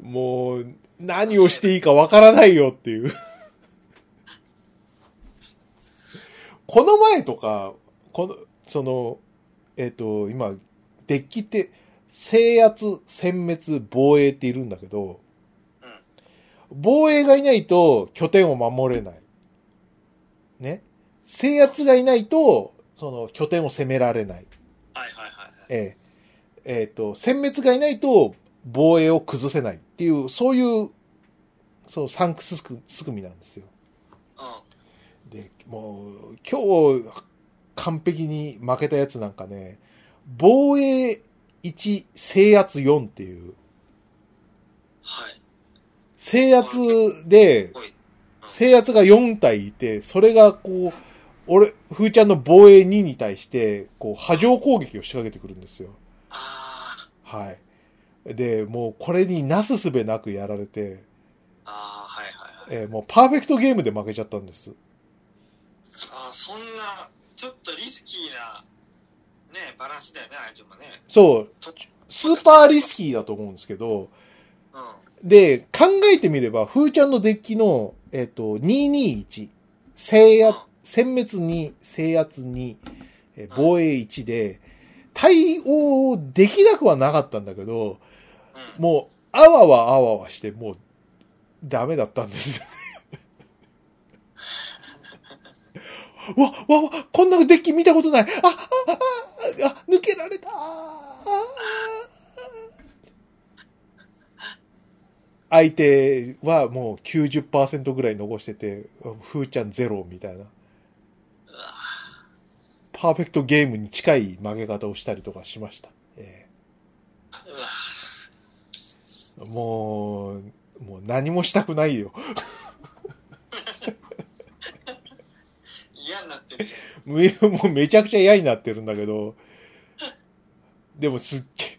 [SPEAKER 2] もう、何をしていいか分からないよっていう。この前とか、この、その、えっ、と、今、デッキって、制圧、殲滅、防衛っているんだけど、
[SPEAKER 1] うん
[SPEAKER 2] 防衛がいないと拠点を守れない。ね。制圧がいないと、その拠点を攻められない。
[SPEAKER 1] はいはいはいはい。
[SPEAKER 2] えええっ、と、殲滅がいないと防衛を崩せないっていう、そういう、そう、サンクス組みなんですよ。
[SPEAKER 1] う
[SPEAKER 2] で、もう、今日、完璧に負けたやつなんかね、防衛1、制圧4っていう、
[SPEAKER 1] ん。はい。
[SPEAKER 2] 制圧で、
[SPEAKER 1] おい。
[SPEAKER 2] 制圧が4体いて、それがこう、俺、ふーちゃんの防衛2に対して、こう、波状攻撃を仕掛けてくるんですよ。
[SPEAKER 1] あ
[SPEAKER 2] はい。で、もうこれになすすべなくやられて、
[SPEAKER 1] あ。ああ、はいはいはい。
[SPEAKER 2] えーもうパーフェクトゲームで負けちゃったんです。
[SPEAKER 1] ああ、そんな、ちょっとリスキーな、ね、バランスだよね、相手もね。
[SPEAKER 2] そう
[SPEAKER 1] と、
[SPEAKER 2] スーパーリスキーだと思うんですけど、
[SPEAKER 1] うん。うん。
[SPEAKER 2] で、考えてみれば、ふーちゃんのデッキの、えっ、と、221、制圧、殲滅2、制圧2、えー防衛1で、対応できなくはなかったんだけど、
[SPEAKER 1] うん。
[SPEAKER 2] もう、あわわあわわして、もう、ダメだったんですよね。う わ、うわ、うわ、こんなデッキ見たことない。あ、あ、あ、あ、あ抜けられた。あ相手はもう90%ぐらい残してて、ふーちゃんゼロみたいな。
[SPEAKER 1] うわ
[SPEAKER 2] パーフェクトゲームに近い曲げ方をしたりとかしました。え
[SPEAKER 1] うわ
[SPEAKER 2] えもう、もう何もしたくないよ。
[SPEAKER 1] 嫌になってるじゃ
[SPEAKER 2] もうもうめちゃくちゃ嫌になってるんだけど、でもすっげえ、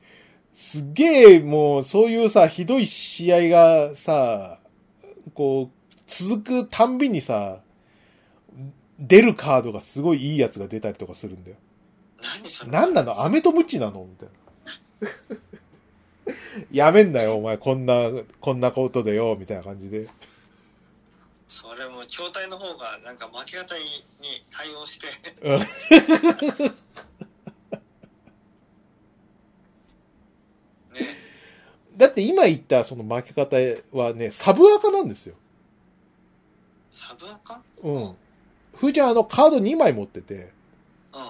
[SPEAKER 2] すっげえもうそういうさ、ひどい試合がさ、こう、続くたんびにさ、出るカードがすごいいいやつが出たりとかするんだよ。
[SPEAKER 1] ん。何それ
[SPEAKER 2] なんなのアメとムチなのみたいな。やめんなよ、お前。こんな、こんなことでよ、みたいな感じで。
[SPEAKER 1] それも、筐体の方が、なんか負け方に対応して、 ね。
[SPEAKER 2] だって今言ったその負け方はね、サブアカなんですよ。
[SPEAKER 1] サブアカ
[SPEAKER 2] うん。ふーちゃんあのカード2枚持ってて、
[SPEAKER 1] うん。うん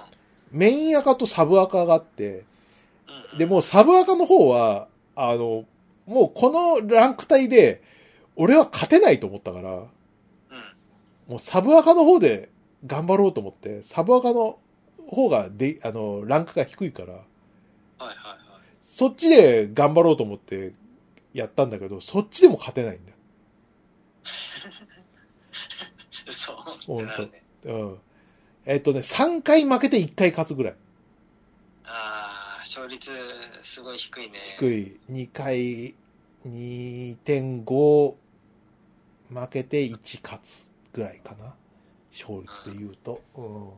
[SPEAKER 2] メインアカとサブアカがあって、
[SPEAKER 1] うん。
[SPEAKER 2] で、もうサブアカの方は、あの、もうこのランク帯で、俺は勝てないと思ったから、
[SPEAKER 1] うん。
[SPEAKER 2] もうサブアカの方で頑張ろうと思って、サブアカの方がで、あの、ランクが低いから、
[SPEAKER 1] はいはいはい。
[SPEAKER 2] そっちで頑張ろうと思ってやったんだけど、そっちでも勝てないんだよ
[SPEAKER 1] 嘘ってなるね。
[SPEAKER 2] うん。えっとね、3回負けて1回勝つぐらい。
[SPEAKER 1] ああ、勝率、すごい低いね。
[SPEAKER 2] 低い。2回、2.5負けて1勝つぐらいかな。勝率で言うと。うん。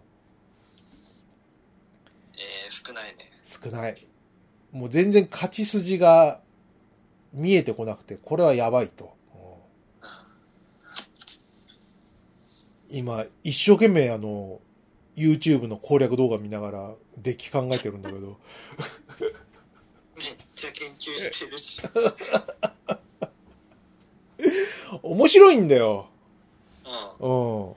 [SPEAKER 1] えー、少ないね。
[SPEAKER 2] 少ない。もう全然勝ち筋が見えてこなくて、これはやばいと。う
[SPEAKER 1] うん。
[SPEAKER 2] ん今、一生懸命あの、YouTube の攻略動画見ながら、デッキ考えてるんだけど、
[SPEAKER 1] めっちゃ研究してるし。うん。
[SPEAKER 2] 面白いんだよ。うん。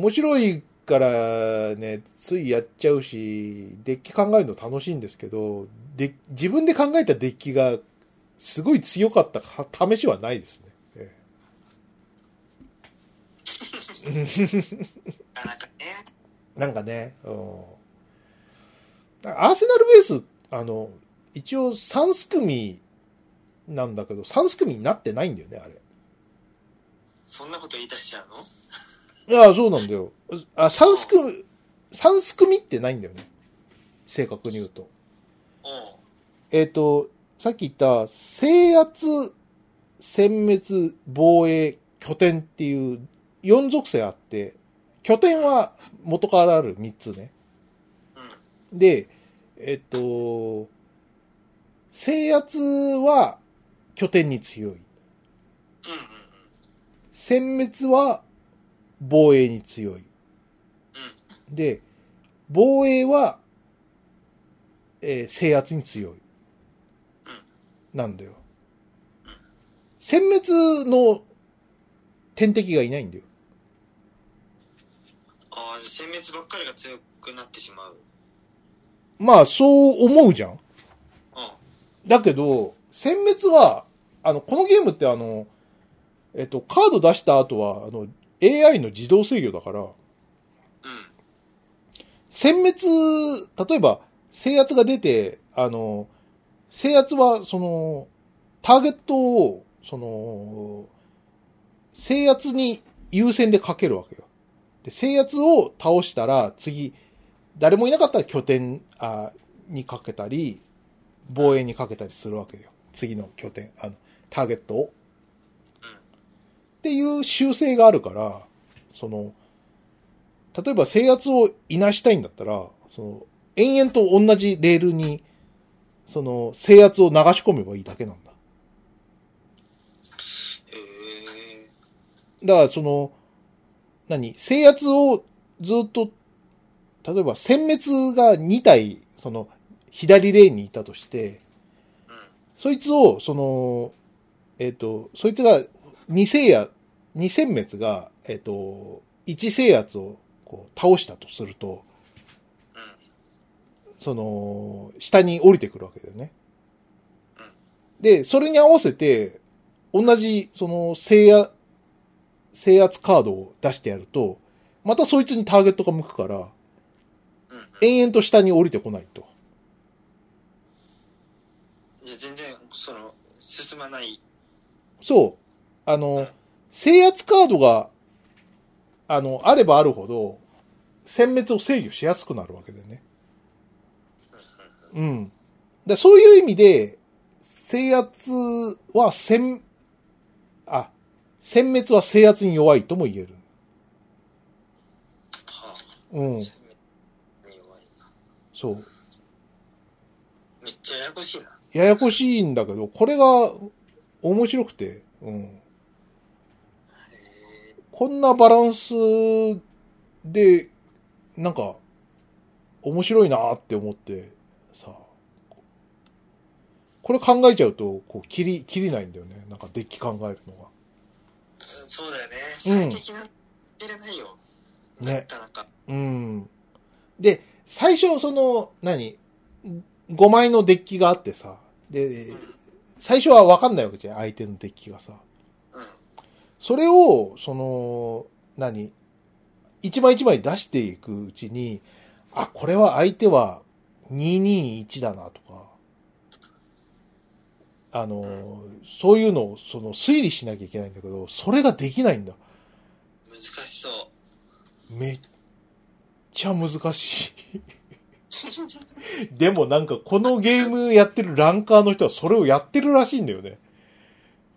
[SPEAKER 2] 面白いからね、ついやっちゃうし、デッキ考えるの楽しいんですけど、で、自分で考えたデッキが、すごい強かったか試しはないですね。え
[SPEAKER 1] なかなかね。
[SPEAKER 2] えなんかね、うん。アーセナルベース、あの、一応3組なんだけど、3組になってないんだよね、あれ。
[SPEAKER 1] そんなこと言い出しちゃうの
[SPEAKER 2] いや、そうなんだよ。あ、三すく、三すくみってないんだよね。正確に言うと。
[SPEAKER 1] おう。
[SPEAKER 2] えっ、と、さっき言った、制圧、殲滅、防衛、拠点っていう4属性あって、拠点は元からある3つね。
[SPEAKER 1] うん。
[SPEAKER 2] で、えっ、と、制圧は拠点に強い。
[SPEAKER 1] うんうん
[SPEAKER 2] 殲滅は防衛に強い。で、防衛は、えー制圧に強い。なんだよ。殲滅の天敵がいないんだよ。
[SPEAKER 1] ああ、殲滅ばっかりが強くなってしまう。
[SPEAKER 2] まあ、そう思うじゃん。
[SPEAKER 1] うん。
[SPEAKER 2] だけど、殲滅は、あの、このゲームってあの、えっと、カード出した後は、あの、AI の自動制御だから、
[SPEAKER 1] うん。
[SPEAKER 2] 殲滅、例えば、制圧が出て、あの、制圧は、その、ターゲットを、その、制圧に優先でかけるわけよ。で、制圧を倒したら、次、誰もいなかったら拠点あにかけたり、防衛にかけたりするわけよ。次の拠点、あの、ターゲットを。
[SPEAKER 1] うん
[SPEAKER 2] っていう修正があるから、その、例えば制圧をいなしたいんだったら、その、延々と同じレールに、その、制圧を流し込めばいいだけなんだ。
[SPEAKER 1] ええ
[SPEAKER 2] だから、その、何制圧をずっと、例えば、殲滅が2体、その、左レーンにいたとして、
[SPEAKER 1] うん。
[SPEAKER 2] そいつを、その、えっ、と、そいつが、二世や、二殲滅が、えっ、と、一制圧をこう倒したとすると、
[SPEAKER 1] うん
[SPEAKER 2] その、下に降りてくるわけだよね
[SPEAKER 1] うん。
[SPEAKER 2] で、それに合わせて、同じ、その、制圧、制圧カードを出してやると、またそいつにターゲットが向くから、
[SPEAKER 1] うんうん
[SPEAKER 2] 延々と下に降りてこないと。
[SPEAKER 1] じゃあ全然その進まない
[SPEAKER 2] そう。あの、制圧カードが、あの、あればあるほど、殲滅を制御しやすくなるわけだよね。うん。だそういう意味で、制圧は殲、あ、殲滅は制圧に弱いとも言える。
[SPEAKER 1] はあ
[SPEAKER 2] うん。
[SPEAKER 1] 弱いな
[SPEAKER 2] そう。
[SPEAKER 1] めっちゃややこしいな
[SPEAKER 2] ややこしいんだけど、これが面白くて、うん。
[SPEAKER 1] へ
[SPEAKER 2] こんなバランスで、なんか、面白いなーって思って、さ、これ考えちゃうと、こう、切り、切りないんだよね。なんかデッキ考えるのが。
[SPEAKER 1] えそうだよね
[SPEAKER 2] う
[SPEAKER 1] 最
[SPEAKER 2] ん
[SPEAKER 1] 適な入れないよ
[SPEAKER 2] ね
[SPEAKER 1] なかなか
[SPEAKER 2] うん。で、最初、その、何 ?5 枚のデッキがあってさ、で、最初はわかんないわけじゃん、相手のデッキがさ。
[SPEAKER 1] うん
[SPEAKER 2] それを、その、何一枚一枚出していくうちに、あ、これは相手は221だなとか、あの、そういうのを、その、推理しなきゃいけないんだけど、それができないんだ。
[SPEAKER 1] 難しそう
[SPEAKER 2] めっちゃ難し い。でもなんかこのゲームやってるランカーの人はそれをやってるらしいんだよね。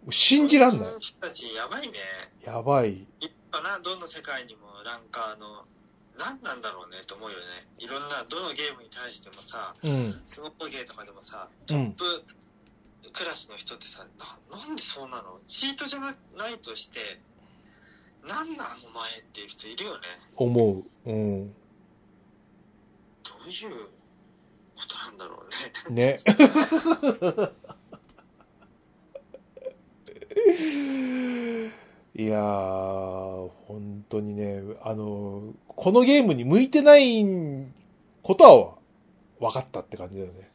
[SPEAKER 2] 信じらんない
[SPEAKER 1] こ。の人たちやばいね
[SPEAKER 2] やばい。
[SPEAKER 1] いっぱなどの世界にもランカーの何なんだろうねと思うよねいろんなどのゲームに対してもさ
[SPEAKER 2] うん。
[SPEAKER 1] スノーゲーとかでもさ
[SPEAKER 2] うん。
[SPEAKER 1] トップクラスの人ってさななんでそうなのチートじゃなないとしてなんなんお前っていう人いるよね
[SPEAKER 2] 思う。うん。
[SPEAKER 1] どういうことなんだろうね
[SPEAKER 2] ね。 いやー、本当にね、あの、このゲームに向いてないことは分かったって感じだよね。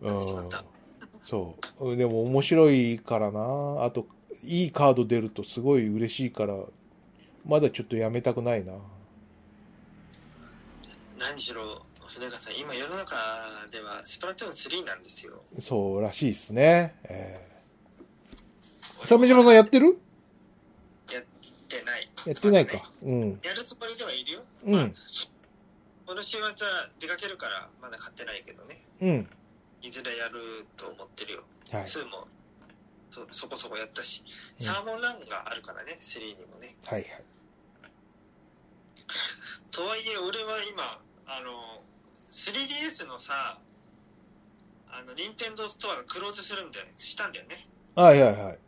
[SPEAKER 2] うんそう。でも面白いからな。あと、いいカード出るとすごい嬉しいから、まだちょっとやめたくないな。
[SPEAKER 1] 何しろ船川さん今世の中ではスプラトゥーン3なんですよ
[SPEAKER 2] そうらしいですね。えー、鮫島さんやってる
[SPEAKER 1] ってない
[SPEAKER 2] やってないか。うん。
[SPEAKER 1] やるつもりではいるよ
[SPEAKER 2] うん。
[SPEAKER 1] この週末は出かけるからまだ買ってないけどね
[SPEAKER 2] うん。
[SPEAKER 1] いずれやると思ってるよ
[SPEAKER 2] はい。
[SPEAKER 1] 2もそそこそこやったし
[SPEAKER 2] うん
[SPEAKER 1] サーモンランがあるからね3にもね
[SPEAKER 2] はいはい。
[SPEAKER 1] とはいえ俺は今あの 3DS のさあの任天堂ストアがクローズするんだよねしたんだよね
[SPEAKER 2] はいはいはい。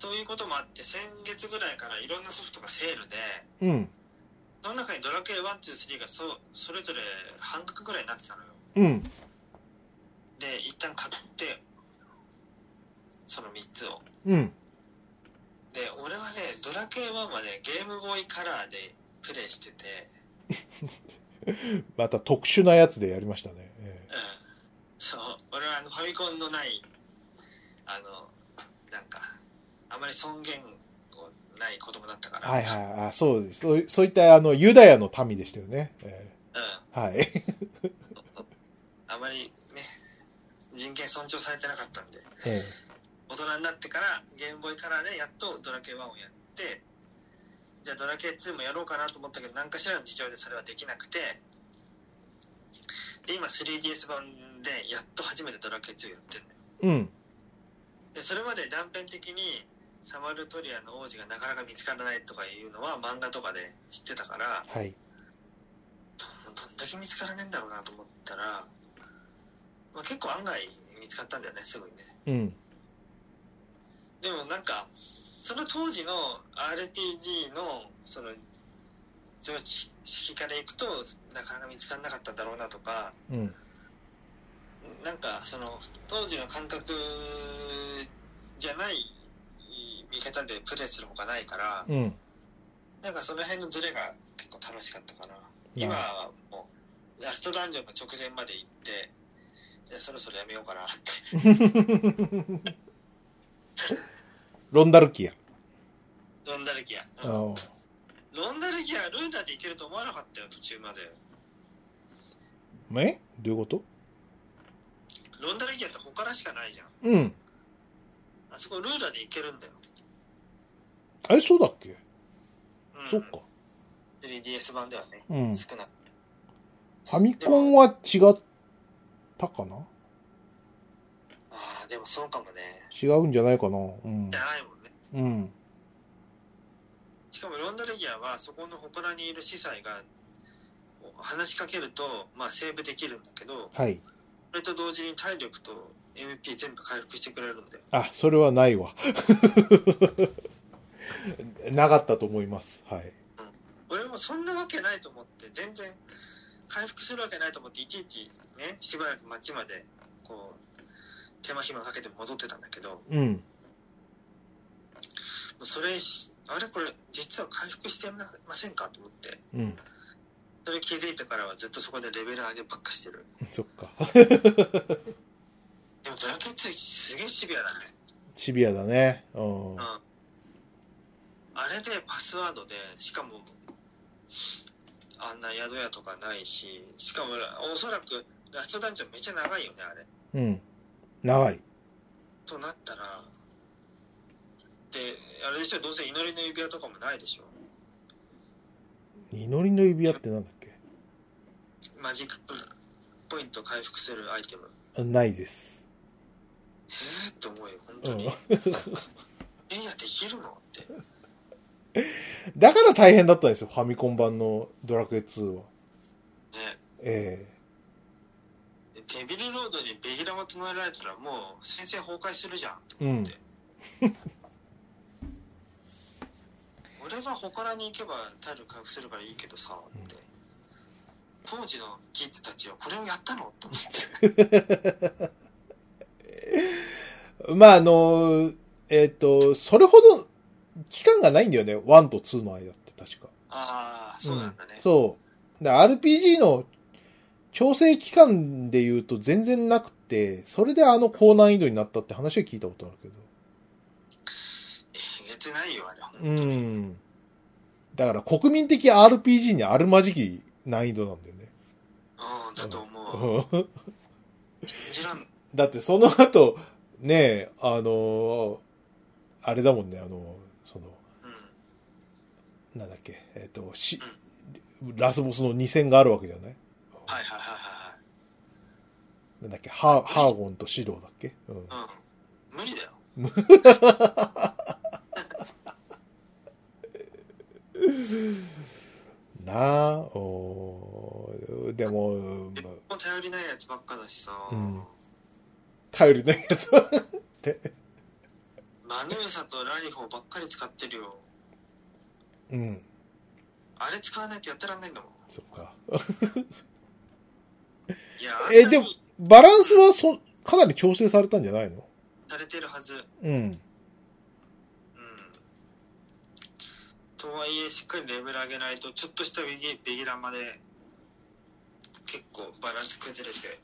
[SPEAKER 1] ということもあって先月ぐらいからいろんなソフトがセールで
[SPEAKER 2] うん。
[SPEAKER 1] その中にドラクエ123がそそれぞれ半額ぐらいになってたのよ
[SPEAKER 2] うん。
[SPEAKER 1] で一旦買ってその3つを
[SPEAKER 2] うん。
[SPEAKER 1] で俺はねドラクエ1はねゲームボーイカラーでプレイしてて
[SPEAKER 2] また特殊なやつでやりましたね。え
[SPEAKER 1] うんそう俺はあのファミコンのないあのなんかあまり尊厳をない子供だったか
[SPEAKER 2] ー
[SPEAKER 1] ら、
[SPEAKER 2] はいはい。あ、そうです。そうそういった、あの、ユダヤの民でしたよね。え
[SPEAKER 1] うん、
[SPEAKER 2] ーはい。
[SPEAKER 1] あまりね人権尊重されてなかったんで
[SPEAKER 2] え
[SPEAKER 1] 大人になってからゲームボーイカラーでやっとドラケイ1をやってじゃあドラケイ2もやろうかなと思ったけど何かしらの事情でそれはできなくてで今 3DS 版でやっと初めてドラケイ2やってんだよ
[SPEAKER 2] ーうん。
[SPEAKER 1] でそれまで断片的にサマルトリアの王子がなかなか見つからないとかいうのは漫画とかで知ってたから
[SPEAKER 2] はい。
[SPEAKER 1] どどんだけ見つからねえんだろうなと思ったら、まあ、結構案外見つかったんだよねすぐにね
[SPEAKER 2] うん。
[SPEAKER 1] でもなんかその当時の RPG のその常識からいくとなかなか見つからなかったんだろうなとか
[SPEAKER 2] うん。
[SPEAKER 1] なんかその当時の感覚じゃない見方でプレーするほかないから、
[SPEAKER 2] うん。
[SPEAKER 1] なんかその辺のズレが結構楽しかったかな。
[SPEAKER 2] いや
[SPEAKER 1] 今はもうラストダンジョンの直前まで行って、いやそろそろやめようかなって。
[SPEAKER 2] ロンダルキア。
[SPEAKER 1] ロンダルギア。う
[SPEAKER 2] あ
[SPEAKER 1] ん
[SPEAKER 2] の
[SPEAKER 1] ロンダルギア、ルーナで行けると思わなかったよ、途中まで。
[SPEAKER 2] えどういうこと
[SPEAKER 1] ロンダルギアって他からしかないじゃん。
[SPEAKER 2] うん。
[SPEAKER 1] あそこルーナで行けるんだよ。
[SPEAKER 2] あれ、そうだっけ、
[SPEAKER 1] うん、
[SPEAKER 2] そっか。
[SPEAKER 1] 3DS 版ではね、
[SPEAKER 2] うん。フ
[SPEAKER 1] 少なく。
[SPEAKER 2] ァミコンは違ったかな
[SPEAKER 1] ああ、でもそうかもね。
[SPEAKER 2] 違うんじゃないかなうん
[SPEAKER 1] じ。ゃないもんね。
[SPEAKER 2] うん。
[SPEAKER 1] しかもロンダルギアはそこの祠にいる司祭が話しかけると、まあ、セーブできるんだけど
[SPEAKER 2] はい。
[SPEAKER 1] それと同時に体力と MP 全部回復してくれるんだよ
[SPEAKER 2] あ、それはないわ。 なかったと思います。はい。
[SPEAKER 1] 俺もそんなわけないと思って全然回復するわけないと思っていちいちねしばらく町までこう手間暇かけて戻ってたんだけども
[SPEAKER 2] うん。
[SPEAKER 1] うそれしあれこれ実は回復してませんかと思って
[SPEAKER 2] うん。
[SPEAKER 1] それ気づいてからはずっとそこでレベル上げばっかしてる
[SPEAKER 2] そっか。
[SPEAKER 1] でもドラケン2すげえシビアだね
[SPEAKER 2] シビアだね。うん。
[SPEAKER 1] うんあれでパスワードでしかもあんな宿屋とかないししかもおそらくラストダンジョンめっちゃ長いよねあれ
[SPEAKER 2] うん。長い。
[SPEAKER 1] となったらであれでしょどうせ祈りの指輪とかもないでしょ
[SPEAKER 2] 祈りの指輪ってなんだっけ
[SPEAKER 1] マジックポイント回復するアイテム
[SPEAKER 2] あないです。
[SPEAKER 1] えー、って思うよ本
[SPEAKER 2] う
[SPEAKER 1] 当
[SPEAKER 2] ん
[SPEAKER 1] に、。クリアできるのって
[SPEAKER 2] だから大変だったんですよ。ファミコン版のドラクエ2は。
[SPEAKER 1] ね
[SPEAKER 2] え
[SPEAKER 1] デビルロードにベギラマ唱えられたらもう先生崩壊するじゃん
[SPEAKER 2] えうん。
[SPEAKER 1] 俺は祠に行けば体力回復するからいいけどさって、当時のキッズたちはこれをやったのと思って
[SPEAKER 2] まあ、あの、えっ、と、それほど期間がないんだよね。1と2の間って確か。
[SPEAKER 1] ああそうなんだね、
[SPEAKER 2] んそう。で、RPG の調整期間で言うと全然なくて、それであの高難易度になったって話は聞いたことあるけど。
[SPEAKER 1] えげつないよあれ本当
[SPEAKER 2] う
[SPEAKER 1] に、
[SPEAKER 2] ん。だから国民的 RPG にあるまじき難易度なんだよね。
[SPEAKER 1] うん、だと思う、
[SPEAKER 2] うん
[SPEAKER 1] 知らん
[SPEAKER 2] だってその後、ねえ、あのーあれだもんね、あのーその、
[SPEAKER 1] うん
[SPEAKER 2] なんだっけ、えっ、と、し、ラスボスの2戦があるわけじゃない
[SPEAKER 1] はいはいは
[SPEAKER 2] なんだっけ、ハー、ハーゴンとシドーだっけうん
[SPEAKER 1] い。はいはいうん無理だよ
[SPEAKER 2] なあ、おーでも、うん
[SPEAKER 1] もう頼りないやつばっかだしさ、
[SPEAKER 2] うん頼りないやつ は。
[SPEAKER 1] マヌーサとラリフォーばっかり使ってるよ
[SPEAKER 2] うん、
[SPEAKER 1] あれ使わないとやってらんないんだもん
[SPEAKER 2] そっか。
[SPEAKER 1] いやあん
[SPEAKER 2] え
[SPEAKER 1] な
[SPEAKER 2] でも
[SPEAKER 1] に
[SPEAKER 2] バランスはそ、かなり調整されたんじゃないの
[SPEAKER 1] されてるはず
[SPEAKER 2] うん。
[SPEAKER 1] うんとはいえしっかりレベル上げないとちょっとしたビギビギラまで結構バランス崩れて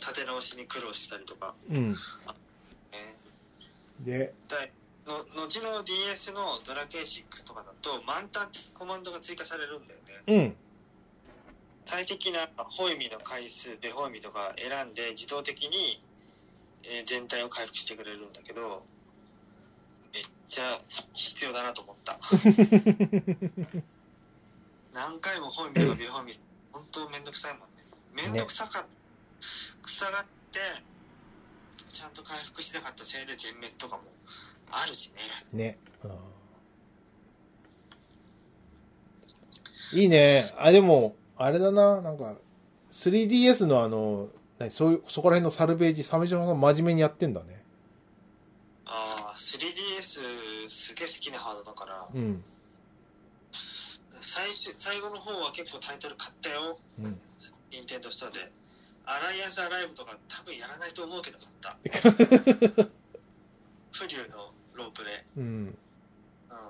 [SPEAKER 1] 立て直しに苦労したりとか、
[SPEAKER 2] うん。
[SPEAKER 1] ね、
[SPEAKER 2] で、
[SPEAKER 1] だいの後の DS のドラケン6とかだと満タンコマンドが追加されるんだよね
[SPEAKER 2] うん。
[SPEAKER 1] 最適なホイミの回数ベホイミとか選んで自動的に、えー全体を回復してくれるんだけどめっちゃ必要だなと思った 何回もホイミとかベホイミ本当めんどくさいもんねめんどくさかっくさがってちゃんと回復しなかったせいで全滅とかもあるしね
[SPEAKER 2] ね。うんいいね。あ、でも、あれだな、なんか、3DS のあの、何、そういう、そこら辺のサルベージ、サメ島さん真面目にやってんだね。
[SPEAKER 1] ああ 3DS すげえ好きなハードだから
[SPEAKER 2] うん。
[SPEAKER 1] 最終最後の方は結構タイトル買ったよ
[SPEAKER 2] うん。
[SPEAKER 1] 任天堂ストアでアライアンスアライブとか多分やらないと思うけど買った。 フリューのロープレ。
[SPEAKER 2] うん。
[SPEAKER 1] うん。うん。
[SPEAKER 2] ま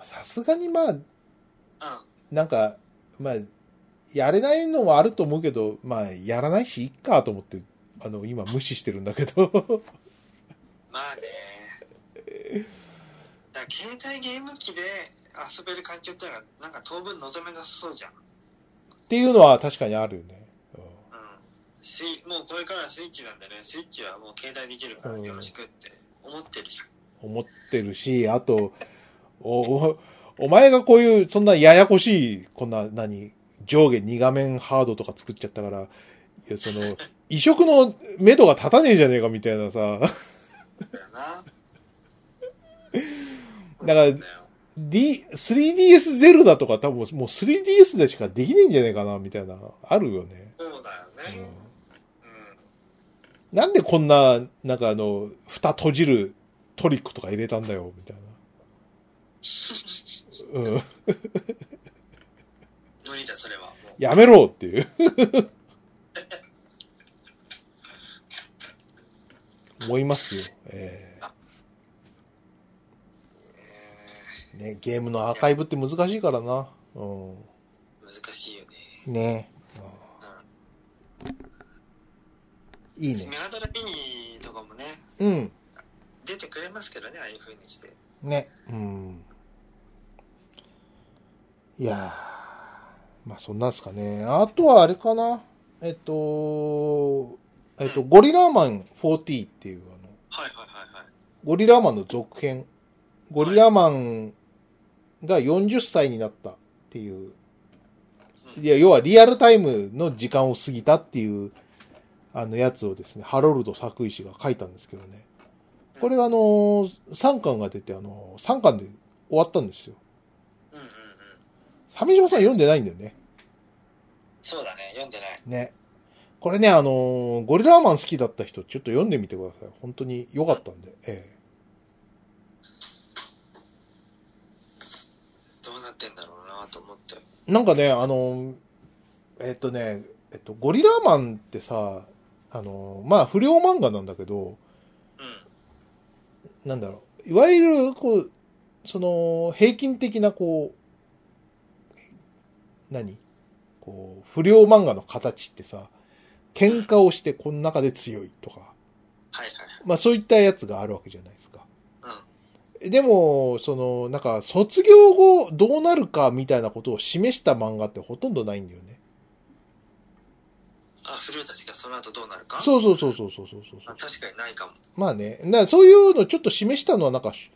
[SPEAKER 2] あさすがにまあ、なんか、まあ、やれないのもあると思うけど、まあ、やらないし、いっかと思って、あの、今無視してるんだけど。
[SPEAKER 1] まあね。だから携帯ゲーム機で遊べる環境ってのがなんか当分望めなさそうじゃん。
[SPEAKER 2] っていうのは確かにあるよね。
[SPEAKER 1] うん。スイもうこれからスイッチなんでね、スイッチはもう携帯できるからよろしくって思ってるじゃん。
[SPEAKER 2] うん思ってるし、あと、お、お、お前がこういう、そんなややこしい、こんな、何、上下2画面ハードとか作っちゃったから、いや、その、移植の目処が立たねえじゃねえかみたいなさ、
[SPEAKER 1] だよな。
[SPEAKER 2] だか
[SPEAKER 1] そうな
[SPEAKER 2] ら
[SPEAKER 1] んだよ
[SPEAKER 2] D、3DS ゼルダとか多分もう 3DS でしかできねえんじゃねえかな、みたいな、あるよね。
[SPEAKER 1] そうだよね。
[SPEAKER 2] なんでこんな、なんかあの、蓋閉じるトリックとか入れたんだよ、みたいな。うん。
[SPEAKER 1] うん。無理だ、それは。もう
[SPEAKER 2] やめろっていう。思いますよ。ええね、ゲームのアーカイブって難しいからな。う
[SPEAKER 1] 難しいよね。
[SPEAKER 2] ん。ねうんいい
[SPEAKER 1] メ
[SPEAKER 2] ね。
[SPEAKER 1] ガドラミニとかもね、
[SPEAKER 2] うん。
[SPEAKER 1] 出てくれますけどね、ああいう風にして。
[SPEAKER 2] ね。うん。いやー、まあそんなんすかね。あとはあれかな。えっと、えっと、ゴリラーマン40っていうあの、
[SPEAKER 1] はいはいはいはい。
[SPEAKER 2] ゴリラーマンの続編。ゴリラーマンが40歳になったってい
[SPEAKER 1] う
[SPEAKER 2] う。
[SPEAKER 1] ん
[SPEAKER 2] いや、要はリアルタイムの時間を過ぎたっていう、あのやつをですね、ハロルド作石が書いたんですけどね。これがあのー、3巻が出て、あのー、3巻で終わったんですよ。
[SPEAKER 1] うんうんうん。
[SPEAKER 2] 鮫島さん読んでないんだよね。
[SPEAKER 1] そうだね、読んでない。
[SPEAKER 2] ね。これね、あのーゴリラーマン好きだった人、ちょっと読んでみてください。本当に良かったんで。ええ
[SPEAKER 1] どうなってんだろうなと思って。
[SPEAKER 2] なんかね、あの、えっとね、えっと、ゴリラーマンってさ、あの、まあ、不良漫画なんだけど、
[SPEAKER 1] うん。
[SPEAKER 2] なんだろう、いわゆる、こう、その、平均的な、こう、何こう、不良漫画の形ってさ、喧嘩をして、この中で強いとか、
[SPEAKER 1] はいはい
[SPEAKER 2] まあ、そういったやつがあるわけじゃないですか。
[SPEAKER 1] はい。
[SPEAKER 2] でも、その、なんか、卒業後どうなるかみたいなことを示した漫画ってほとんどないんだよね。
[SPEAKER 1] うん。あ、フルーたちがその後どうなるかう。
[SPEAKER 2] そうそうそうそうそうそうそう
[SPEAKER 1] あ。確かにないかも。
[SPEAKER 2] まあね、なそういうのちょっと示したのはなんか、し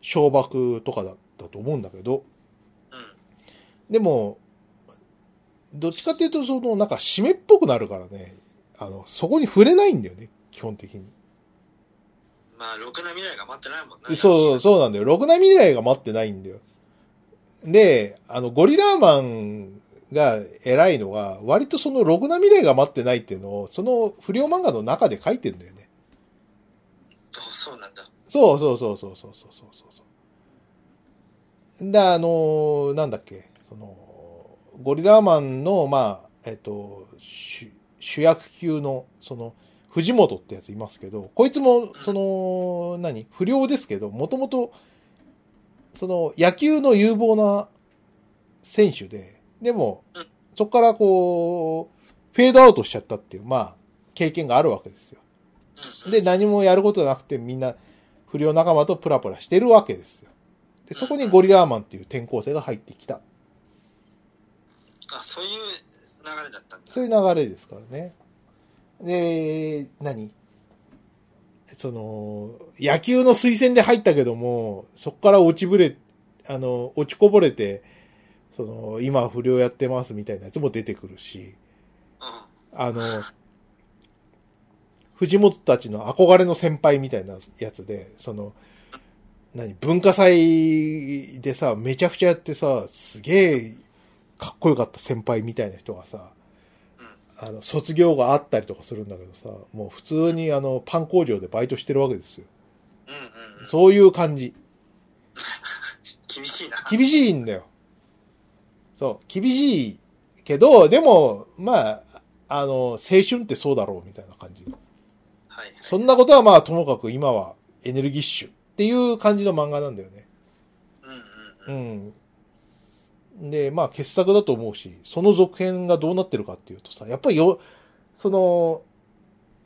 [SPEAKER 2] 小爆とかだったと思うんだけど、
[SPEAKER 1] うん。
[SPEAKER 2] でも、どっちかっていうと、その、なんか、締めっぽくなるからね、あの、そこに触れないんだよね、基本的に。
[SPEAKER 1] まあ、ろくな未来が待ってないもんな。
[SPEAKER 2] そう、そうなんだよ。ろくな未来が待ってないんだよ。で、あの、ゴリラーマンが偉いのが、割とその、ろくな未来が待ってないっていうのを、その不良漫画の中で書いてんだよね。
[SPEAKER 1] そうそうなんだ。
[SPEAKER 2] そうそうそうそうそうそうそうそう。で、あのーなんだっけ、その、ゴリラーマンの、まあ、えっと、主主役級の、その、藤本ってやついますけど、こいつも、その、何、不良ですけど、もともと、その、野球の有望な選手で、でも
[SPEAKER 1] うん、
[SPEAKER 2] そこからこう、フェードアウトしちゃったっていう、まあ、経験があるわけですよ。
[SPEAKER 1] うん、うん。
[SPEAKER 2] で、何もやることなくてみんな不良仲間とプラプラしてるわけですよ。で、そこにゴリラーマンっていう転校生が入ってきた。
[SPEAKER 1] あ、そういう流れだったんだ。
[SPEAKER 2] そういう流れですからね。で、何その、野球の推薦で入ったけども、そこから落ちぶれ、あの、落ちこぼれて、その、今不良やってますみたいなやつも出てくるし、
[SPEAKER 1] うん。
[SPEAKER 2] あの、藤本たちの憧れの先輩みたいなやつで、その、何、文化祭でさ、めちゃくちゃやってさ、すげえかっこよかった先輩みたいな人がさ、
[SPEAKER 1] うん
[SPEAKER 2] あの、卒業があったりとかするんだけどさ、もう普通にあの、パン工場でバイトしてるわけですよ。
[SPEAKER 1] うんうんうん。
[SPEAKER 2] そういう感じ。
[SPEAKER 1] 厳しいな。
[SPEAKER 2] 厳しいんだよ。そう、厳しいけど、でも、まあ、あの、青春ってそうだろうみたいな感じ。
[SPEAKER 1] はいはい。
[SPEAKER 2] そんなことはまあともかく今はエネルギッシュっていう感じの漫画なんだよね。
[SPEAKER 1] うんうん
[SPEAKER 2] う
[SPEAKER 1] うん。
[SPEAKER 2] ん。で、まあ傑作だと思うし、その続編がどうなってるかっていうとさ、やっぱりよ、その、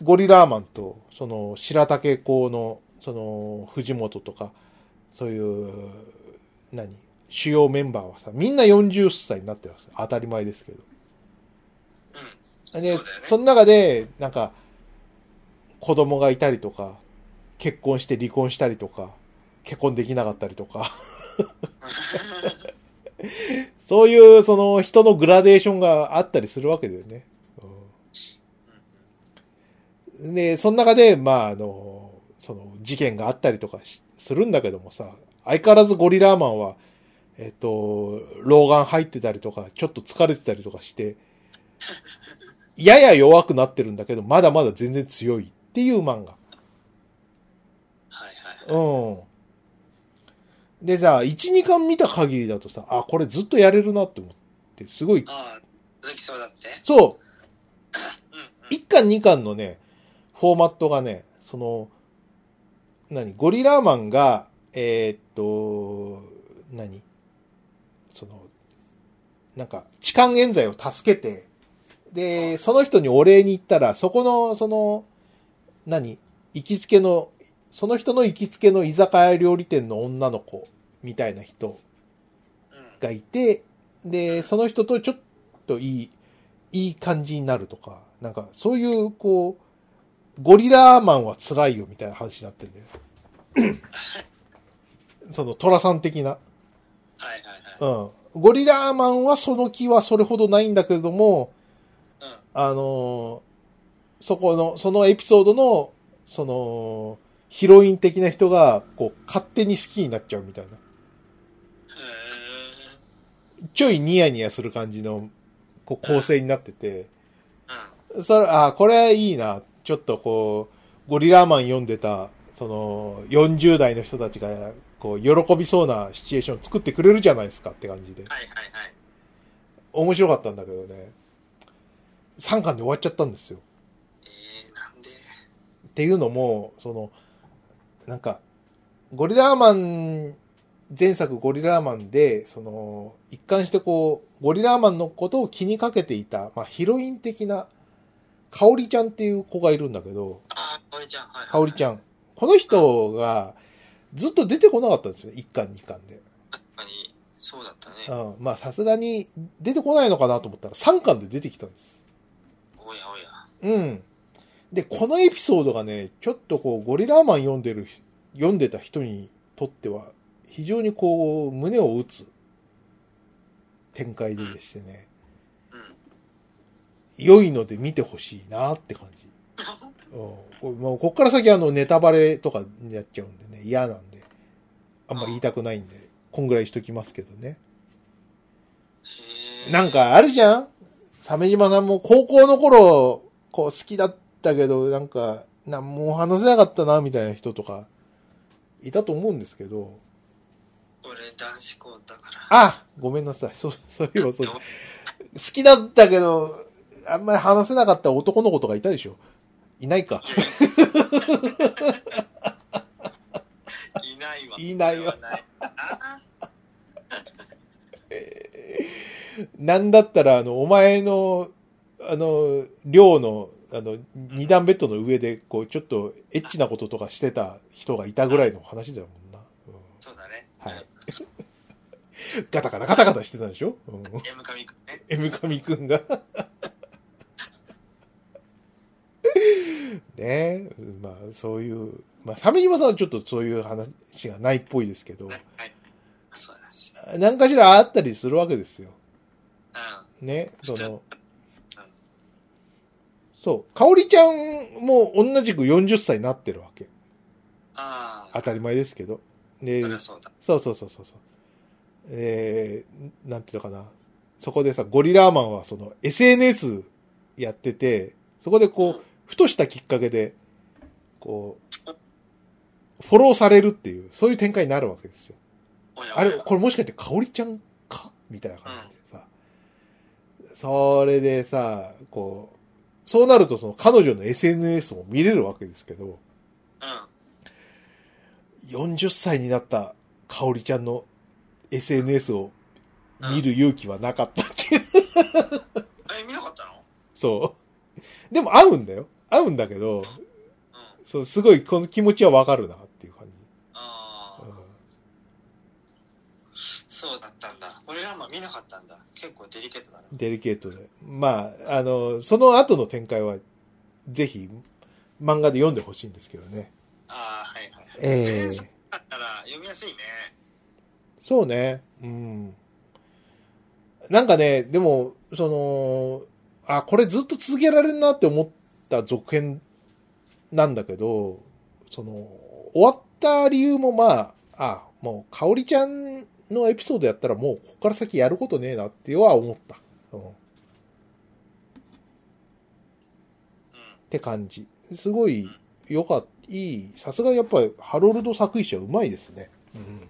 [SPEAKER 2] ゴリラーマンと、その、白竹公の、その、藤本とか、そういう、何主要メンバーはさ、みんな40歳になってます。当たり前ですけど。
[SPEAKER 1] うん。
[SPEAKER 2] で、
[SPEAKER 1] そ
[SPEAKER 2] そう
[SPEAKER 1] だよね
[SPEAKER 2] の中で、なんか、子供がいたりとか、結婚して離婚したりとか、結婚できなかったりとか、そういう、その人のグラデーションがあったりするわけだよね。うん、で、その中で、まあ、あの、その事件があったりとかしするんだけどもさ、相変わらずゴリラーマンは、えっと、老眼入ってたりとか、ちょっと疲れてたりとかして、やや弱くなってるんだけど、まだまだ全然強いっていう漫画。
[SPEAKER 1] はいはいはい。
[SPEAKER 2] うん。でさ、1、2巻見た限りだとさ、あ、これずっとやれるなって思って、すごい。
[SPEAKER 1] ああ、続きそうだって。
[SPEAKER 2] そ
[SPEAKER 1] うんうん。
[SPEAKER 2] う、1巻、2巻のね、フォーマットがね、その、何、ゴリラーマンが、えーっと、何、その、なんか、痴漢冤罪を助けて、で、その人にお礼に行ったら、そこの、その、何行きつけの、その人の行きつけの居酒屋料理店の女の子みたいな人
[SPEAKER 1] うん。
[SPEAKER 2] がいて、で、その人とちょっといい、いい感じになるとか、なんか、そういう、こう、ゴリラーマンは辛いよみたいな話になってんだよ。その、トラさん的な。
[SPEAKER 1] はいはいはい。
[SPEAKER 2] うん。ゴリラーマンはその気はそれほどないんだけれども、
[SPEAKER 1] うん。
[SPEAKER 2] あのーそこの、そのエピソードの、その、ヒロイン的な人が、こう、勝手に好きになっちゃうみたいな。
[SPEAKER 1] へえ。
[SPEAKER 2] ちょいニヤニヤする感じの、こう、構成になってて、
[SPEAKER 1] うん。
[SPEAKER 2] それ、あ、これいいな。ちょっとこう、ゴリラーマン読んでた、その、40代の人たちが、こう、喜びそうなシチュエーション作ってくれるじゃないですかって感じで。
[SPEAKER 1] はいはいはい。
[SPEAKER 2] 面白かったんだけどね。3巻で終わっちゃったんですよ。
[SPEAKER 1] えー、なんで
[SPEAKER 2] っていうのも、その、なんか、ゴリラーマン、前作ゴリラーマンで、その、一貫してこう、ゴリラーマンのことを気にかけていた、まあ、ヒロイン的な、香織ちゃんっていう子がいるんだけど、
[SPEAKER 1] ああ、かおりちゃん。はい、はい。
[SPEAKER 2] 香織ち
[SPEAKER 1] ん。
[SPEAKER 2] ゃん。この人が、ずっと出てこなかったんですよ。一巻、二巻で。
[SPEAKER 1] 確かに、そうだったね。
[SPEAKER 2] うん。まあ、さすがに、出てこないのかなと思ったら、三巻で出てきたんです。
[SPEAKER 1] おやおや。
[SPEAKER 2] うん。で、このエピソードがね、ちょっとこう、ゴリラーマン読んでる、読んでた人にとっては、非常にこう、胸を打つ展開ででしてね、
[SPEAKER 1] うん。うん。
[SPEAKER 2] 良いので見てほしいなって感じ。うん。もうこっから先あの、ネタバレとかになっちゃうんでね、嫌なんで、あんま言いたくないんで、こんぐらいしときますけどね。
[SPEAKER 1] へえ。
[SPEAKER 2] なんかあるじゃん鮫島さんも高校の頃、こう好きだったけど、なんか、なんも話せなかったな、みたいな人とか、いたと思うんですけど、
[SPEAKER 1] 俺、男子校だから。
[SPEAKER 2] あごめんなさい。そう、そういえばそう。好きだったけど、あんまり話せなかった男の子とかいたでしょいないか。
[SPEAKER 1] いないわ。
[SPEAKER 2] いないわ
[SPEAKER 1] それはないあ
[SPEAKER 2] なんだったら、あの、お前の、あの、寮の、あの、二段ベッドの上で、こう、ちょっと、エッチなこととかしてた人がいたぐらいの話だもんな。うん
[SPEAKER 1] そうだね。
[SPEAKER 2] はい。ガタガタガタガタしてたでしょ、うん、
[SPEAKER 1] M 神くんね。
[SPEAKER 2] M 神くんが ねえ、まあそういう、まあ鮫島さんはちょっとそういう話がないっぽいですけど
[SPEAKER 1] は、い。はいそうなんですよ。
[SPEAKER 2] 何かしらあったりするわけですよ。
[SPEAKER 1] う
[SPEAKER 2] ね、そ
[SPEAKER 1] 普通
[SPEAKER 2] の、そう、かおりちゃんも同じく40歳になってるわけ。
[SPEAKER 1] ん。ああ。
[SPEAKER 2] 当たり前ですけど。で
[SPEAKER 1] そりゃそうだ。
[SPEAKER 2] そうそうそうそうそう。えー、なんていうのかな。そこでさ、ゴリラーマンはその SNS やってて、そこでこう、ふとしたきっかけで、こう、フォローされるっていう、そういう展開になるわけですよ。
[SPEAKER 1] おやおや
[SPEAKER 2] あれ、これもしかして香織ちゃんかみたいな感じでさ。それでさ、こう、そうなると、その彼女の SNS も見れるわけですけど、
[SPEAKER 1] うん。
[SPEAKER 2] 40歳になった香織ちゃんの SNS を見る勇気はなかったっていう。
[SPEAKER 1] え、見なかったの
[SPEAKER 2] そう。でも合うんだよ。合うんだけど、
[SPEAKER 1] うん。
[SPEAKER 2] そう、すごいこの気持ちはわかるなっていう感じ。
[SPEAKER 1] ああ、
[SPEAKER 2] うん
[SPEAKER 1] そうだったんだ。俺らも見なかったんだ。結構デリケートだな。
[SPEAKER 2] デリケートで。まあ、あの、その後の展開は、ぜひ、漫画で読んでほしいんですけどね。
[SPEAKER 1] ああ、はいはいはい。
[SPEAKER 2] ええ
[SPEAKER 1] 前作だったら読みやすいね。
[SPEAKER 2] そうね。うん。なんかね、でも、その、あ、これずっと続けられるなって思った続編なんだけど、その、終わった理由もまあ、あ、もう、かおりちゃんのエピソードやったらもう、こっから先やることねえなっては思った。うん。っ
[SPEAKER 1] うん。
[SPEAKER 2] て感じ。すごい、よかった。いい。さすがやっぱり、ハロルド作詞はうまいですね。うん。
[SPEAKER 1] いいね。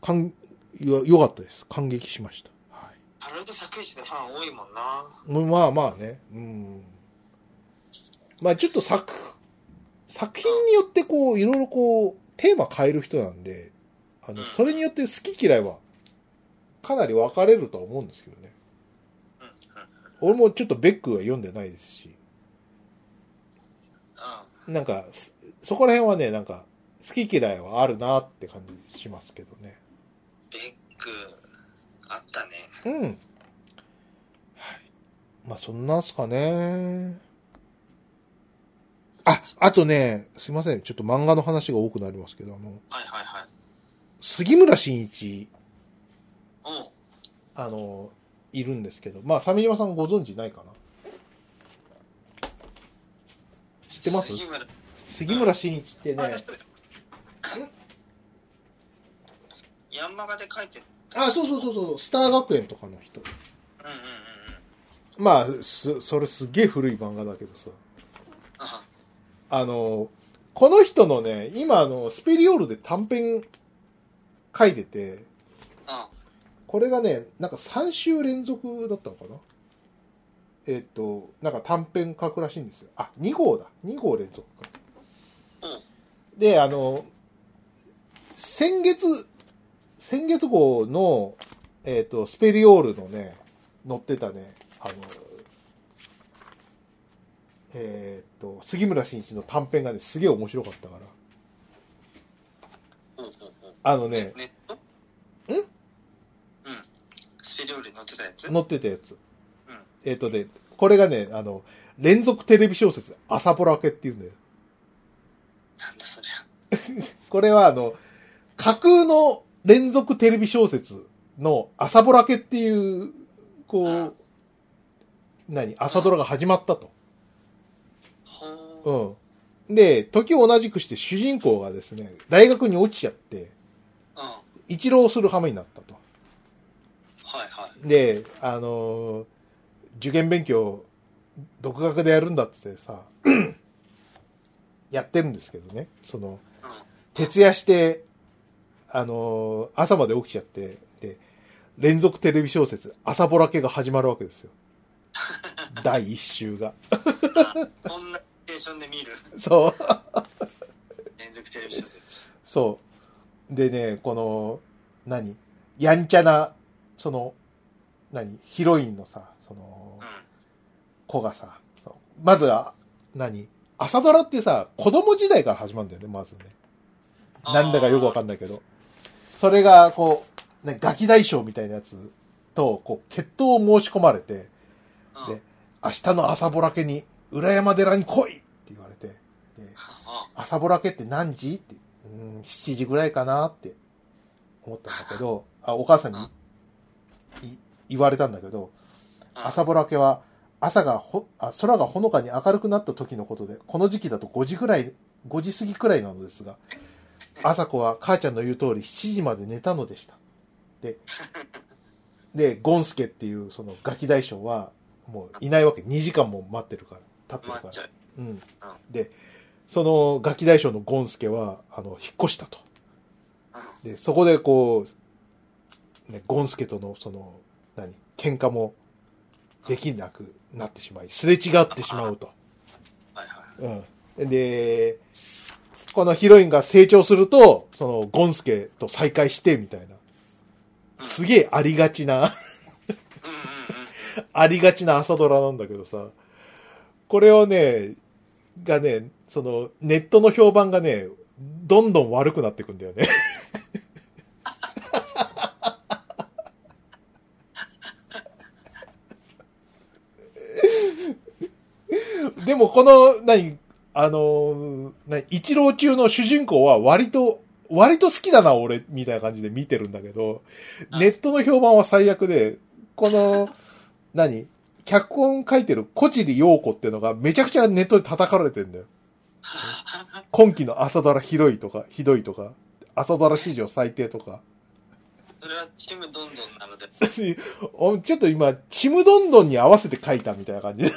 [SPEAKER 2] かん、よ、よかったです。感激しました。はい。
[SPEAKER 1] ハロルド作詞でファン多いもんな。
[SPEAKER 2] もうまあまあね。うん。まあちょっと作、作品によってこう、いろいろこう、テーマ変える人なんで、あ
[SPEAKER 1] う
[SPEAKER 2] の、
[SPEAKER 1] ん
[SPEAKER 2] それによって好き嫌いは、かなり分かれるとは思うんですけどね。
[SPEAKER 1] うん。うん。うん。
[SPEAKER 2] 俺もちょっとベックは読んでないですし、なんか、すそこら辺はね、なんか、好き嫌いはあるなって感じしますけどね。
[SPEAKER 1] ベック、あったね。
[SPEAKER 2] うん。はい。まあ、そんなんすかね。あ、あとね、すいません。ちょっと漫画の話が多くなりますけど、あの、
[SPEAKER 1] はいはいはい。
[SPEAKER 2] 杉村真一、
[SPEAKER 1] おう。
[SPEAKER 2] あの、いるんですけど、まあ、鮫島さんご存知ないかな知ってます
[SPEAKER 1] 杉村
[SPEAKER 2] 杉村真一って
[SPEAKER 1] あの
[SPEAKER 2] ね、
[SPEAKER 1] 人ヤンマガで書いてる。
[SPEAKER 2] あ、そうそうそうそう、スター学園とかの人。
[SPEAKER 1] うんうんうんうん。
[SPEAKER 2] まあ、す、それすげえ古い漫画だけどさ。
[SPEAKER 1] あ
[SPEAKER 2] あの、この人のね、今あの、スペリオールで短編書いてて、
[SPEAKER 1] あ、
[SPEAKER 2] これがね、なんか3週連続だったのかなえっ、と、なんか短編書くらしいんですよ。あ、2号だ。2号連続か。
[SPEAKER 1] おう。
[SPEAKER 2] で、あの、先月、先月号の、えっ、と、スペリオールのね、載ってたね、あの、えっ、と、杉村真一の短編がね、すげえ面白かったから。
[SPEAKER 1] おうおうおう。
[SPEAKER 2] あのね、
[SPEAKER 1] ネット
[SPEAKER 2] ん
[SPEAKER 1] うん。スペリオールに載ってたやつ
[SPEAKER 2] 載ってたやつ。
[SPEAKER 1] うん
[SPEAKER 2] えっ、とね、これがね、あの、連続テレビ小説、朝ポラケっていうんだよ。
[SPEAKER 1] なんだそりゃ。
[SPEAKER 2] これはあの、架空の連続テレビ小説の朝ぼらけっていう、こう、何朝ドラが始まったと。
[SPEAKER 1] ほ
[SPEAKER 2] うん。で、時を同じくして主人公がですね、大学に落ちちゃって、
[SPEAKER 1] う。うん。は
[SPEAKER 2] 一浪する羽目になったと。
[SPEAKER 1] いはい。
[SPEAKER 2] で、あのー受験勉強、独学でやるんだってさ、 やってるんですけどね、その、
[SPEAKER 1] うん。
[SPEAKER 2] 徹夜して、あのー朝まで起きちゃって、で、連続テレビ小説、朝ぼらけが始まるわけ ですよ。第一週が。
[SPEAKER 1] こんなステーションで見る
[SPEAKER 2] そう。
[SPEAKER 1] 連続テレビ小説。
[SPEAKER 2] そう。でね、この、何やんちゃな、その、何ヒロインのさ、その
[SPEAKER 1] うん。、
[SPEAKER 2] 子がさ、そうまずは、何朝ドラってさ、子供時代から始まるんだよね、まずね。なんだかよくわか
[SPEAKER 1] ん
[SPEAKER 2] んないけど。それが、こう、ね、ガキ大将みたいなやつと、こう、決闘を申し込まれて、
[SPEAKER 1] ない
[SPEAKER 2] で明日の朝ぼらけに、裏山寺に来いって言われて、で朝ぼらけって何時って、うーん、7時ぐらいかなって思ったんだけど、あ、お母さんにい言われたんだけど、朝ぼらけは、朝がほあ、空がほのかに明るくなった時のことで、この時期だと5時くらい、5時過ぎくらいなのですが、朝子は母ちゃんの言う通り7時まで寝たのでした。で、で、ゴンスケっていうそのガキ大将は、もういないわけ。2時間も待ってるから、立って
[SPEAKER 1] 待
[SPEAKER 2] るか
[SPEAKER 1] っ
[SPEAKER 2] ら
[SPEAKER 1] ち。ゃう。
[SPEAKER 2] うん。で、そのガキ大将のゴンスケは、あの、引っ越したと。
[SPEAKER 1] う
[SPEAKER 2] で、そこでこう、ね、ゴンスケとの、その、何、喧嘩もできなくなってしまい、すれ違ってしまうと。
[SPEAKER 1] はいはい。
[SPEAKER 2] うん。で、このヒロインが成長すると、その、ゴンスケと再会して、みたいな。すげえありがち
[SPEAKER 1] う
[SPEAKER 2] な、
[SPEAKER 1] んうんうんうん。
[SPEAKER 2] ありがちな朝ドラなんだけどさ、これをね、がね、その、ネットの評判がね、どんどん悪くなっていくんだよね。でもこの、何、あの、何、一郎中の主人公は割と、割と好きだな、俺、みたいな感じで見てるんだけど、ネットの評判は最悪で、この、何脚本書いてる小尻陽子っていうのがめちゃくちゃネットで叩かれてんだよ。今期の朝ドラひどいとか、ひどいとか、朝ドラ史上最低とか。
[SPEAKER 1] それはチームどんどんなの で。
[SPEAKER 2] おちょっと今、ちむどんどんに合わせて書いたみたいな感じで。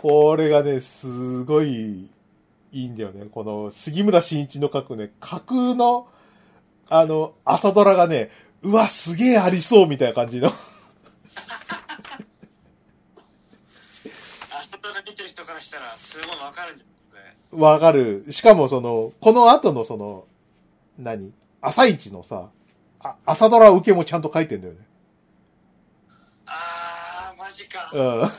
[SPEAKER 2] これがね、すごいいいんだよね。この杉村真一の書くね、架空の、あの、朝ドラがね、うわ、すげえありそうみたいな感じの。
[SPEAKER 1] 朝ドラ見てる人からしたら、すごいわかるんじゃん。ね、
[SPEAKER 2] わかる。しかもその、この後のその、何朝一のさ、あ朝ドラ受けもちゃんと書いてんだよね。
[SPEAKER 1] あー、マジか。
[SPEAKER 2] う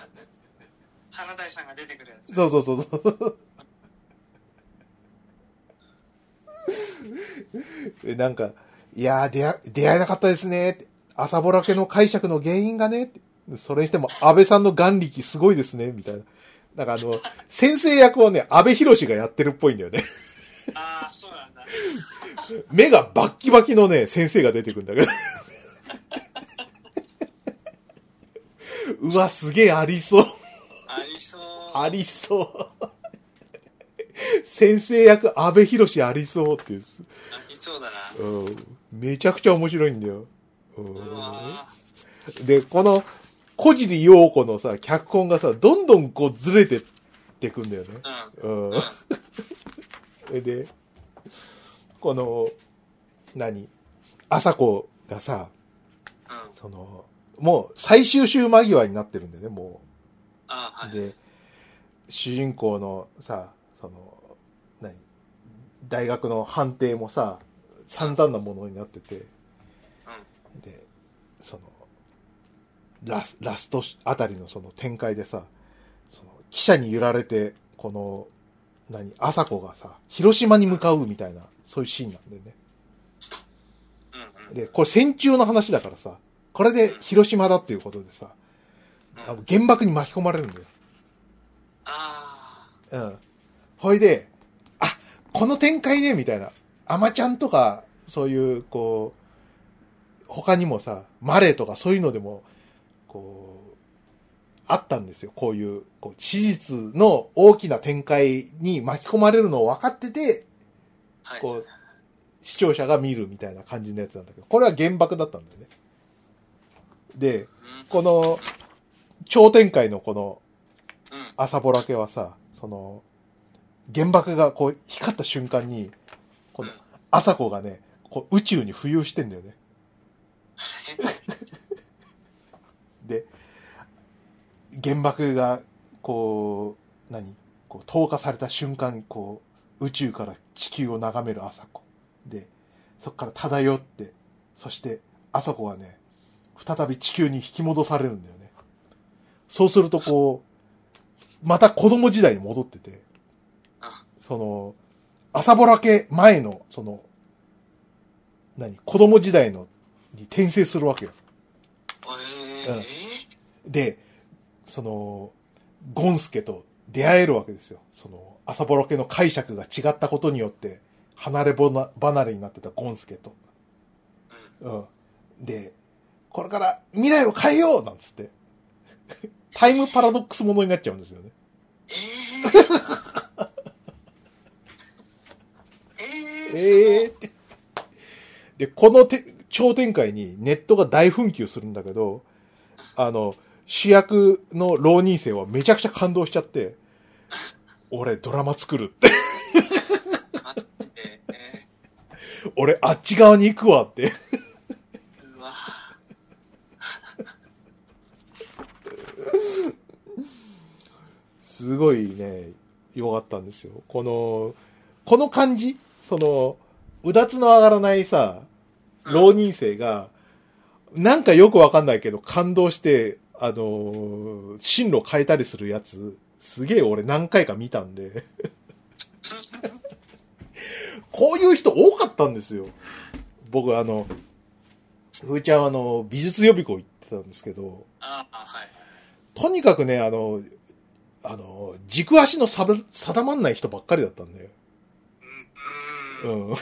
[SPEAKER 1] 花大さんが出てくるやつ。
[SPEAKER 2] ん。そうそうそうそう。えなんか、いやー出会、出会えなかったですねって。朝ぼらけの解釈の原因がねって。それにしても、安倍さんの眼力すごいですね、みたいな。なんかあの、先生役をね、安倍博士がやってるっぽいんだよね。
[SPEAKER 1] あー、そうなんだ。
[SPEAKER 2] 目がバッキバキのね、先生が出てくんだけど。 うわ、すげえありそう。
[SPEAKER 1] ありそう。
[SPEAKER 2] ありそう。先生役、安倍博士ありそうっていう、
[SPEAKER 1] ありそうだな。
[SPEAKER 2] うん。めちゃくちゃ面白いんだよ。うん
[SPEAKER 1] うわ
[SPEAKER 2] で、この、小尻陽子のさ、脚本がさ、どんどんこうずれてってくんだよね。
[SPEAKER 1] ー。うん。
[SPEAKER 2] うん。 で、この、何朝子がさ、
[SPEAKER 1] うん。
[SPEAKER 2] その、もう最終週間際になってるんだよね、も
[SPEAKER 1] あー、は
[SPEAKER 2] う。
[SPEAKER 1] い。
[SPEAKER 2] で、主人公のさ、その、何大学の判定もさ、散々なものになってて、で、その、ラスラストあたりのその展開でさ、その記者に揺られて、この、何、朝子がさ、広島に向かうみたいな、そういうシーンなんだよね。
[SPEAKER 1] うん。うん。
[SPEAKER 2] で、これ戦中の話だからさ、これで広島だっていうことでさ、あの原爆に巻き込まれるんだよ。
[SPEAKER 1] あ
[SPEAKER 2] うん。ほいで、あ、この展開ね、みたいな。アマちゃんとか、そういう、こう、他にもさ、マレーとかそういうのでも、こう、あったんですよ。こういう、こう、史実の大きな展開に巻き込まれるのを分かってて、
[SPEAKER 1] ー、はい。
[SPEAKER 2] こう、視聴者が見るみたいな感じのやつなんだけど、これは原爆だったんだよね。で、
[SPEAKER 1] うん。
[SPEAKER 2] この、超展開のこの、
[SPEAKER 1] うん。
[SPEAKER 2] 朝ぼらけはさ、その、原爆がこう光った瞬間に、この
[SPEAKER 1] うん、
[SPEAKER 2] 朝子がね、こう宇宙に浮遊してんだよね。で、原爆が、こう、何こう、投下された瞬間に、こう、宇宙から地球を眺める朝子。で、そこから漂って、そして、朝子がね、再び地球に引き戻されるんだよね。そうすると、こう、また子供時代に戻ってて
[SPEAKER 1] あ、
[SPEAKER 2] その、朝ぼらけ前の、その、何子供時代の、に転生するわけよ。
[SPEAKER 1] え
[SPEAKER 2] うん
[SPEAKER 1] ー、
[SPEAKER 2] で、その、ゴンスケと出会えるわけですよ。その、朝ぼろ家の解釈が違ったことによって、離れぼな離れになってたゴンスケと。うん。で、これから未来を変えようなんつって。 タイムパラドックスものになっちゃうんですよね。
[SPEAKER 1] えー、えー、
[SPEAKER 2] ええって。で、このて超展開にネットが大紛糾するんだけど、あの、主役の浪人生はめちゃくちゃ感動しちゃって、俺ドラマ作るって
[SPEAKER 1] えー、えー、
[SPEAKER 2] 俺、あっち側に行くわって。
[SPEAKER 1] うわ
[SPEAKER 2] すごいね、良かったんですよ。この、この感じその、うだつの上がらないさ、浪人生が、なんかよくわかんないけど感動して、あのー進路変えたりするやつ、すげえ俺何回か見たんで、 こういう人多かったんですよ。僕あの、ふーちゃんはあの、美術予備校行ってたんですけど、
[SPEAKER 1] ああはい
[SPEAKER 2] とにかくね、あの、あの、軸足の定定まんない人ばっかりだったんだよ。
[SPEAKER 1] う
[SPEAKER 2] うん
[SPEAKER 1] うんうん
[SPEAKER 2] ん。
[SPEAKER 1] で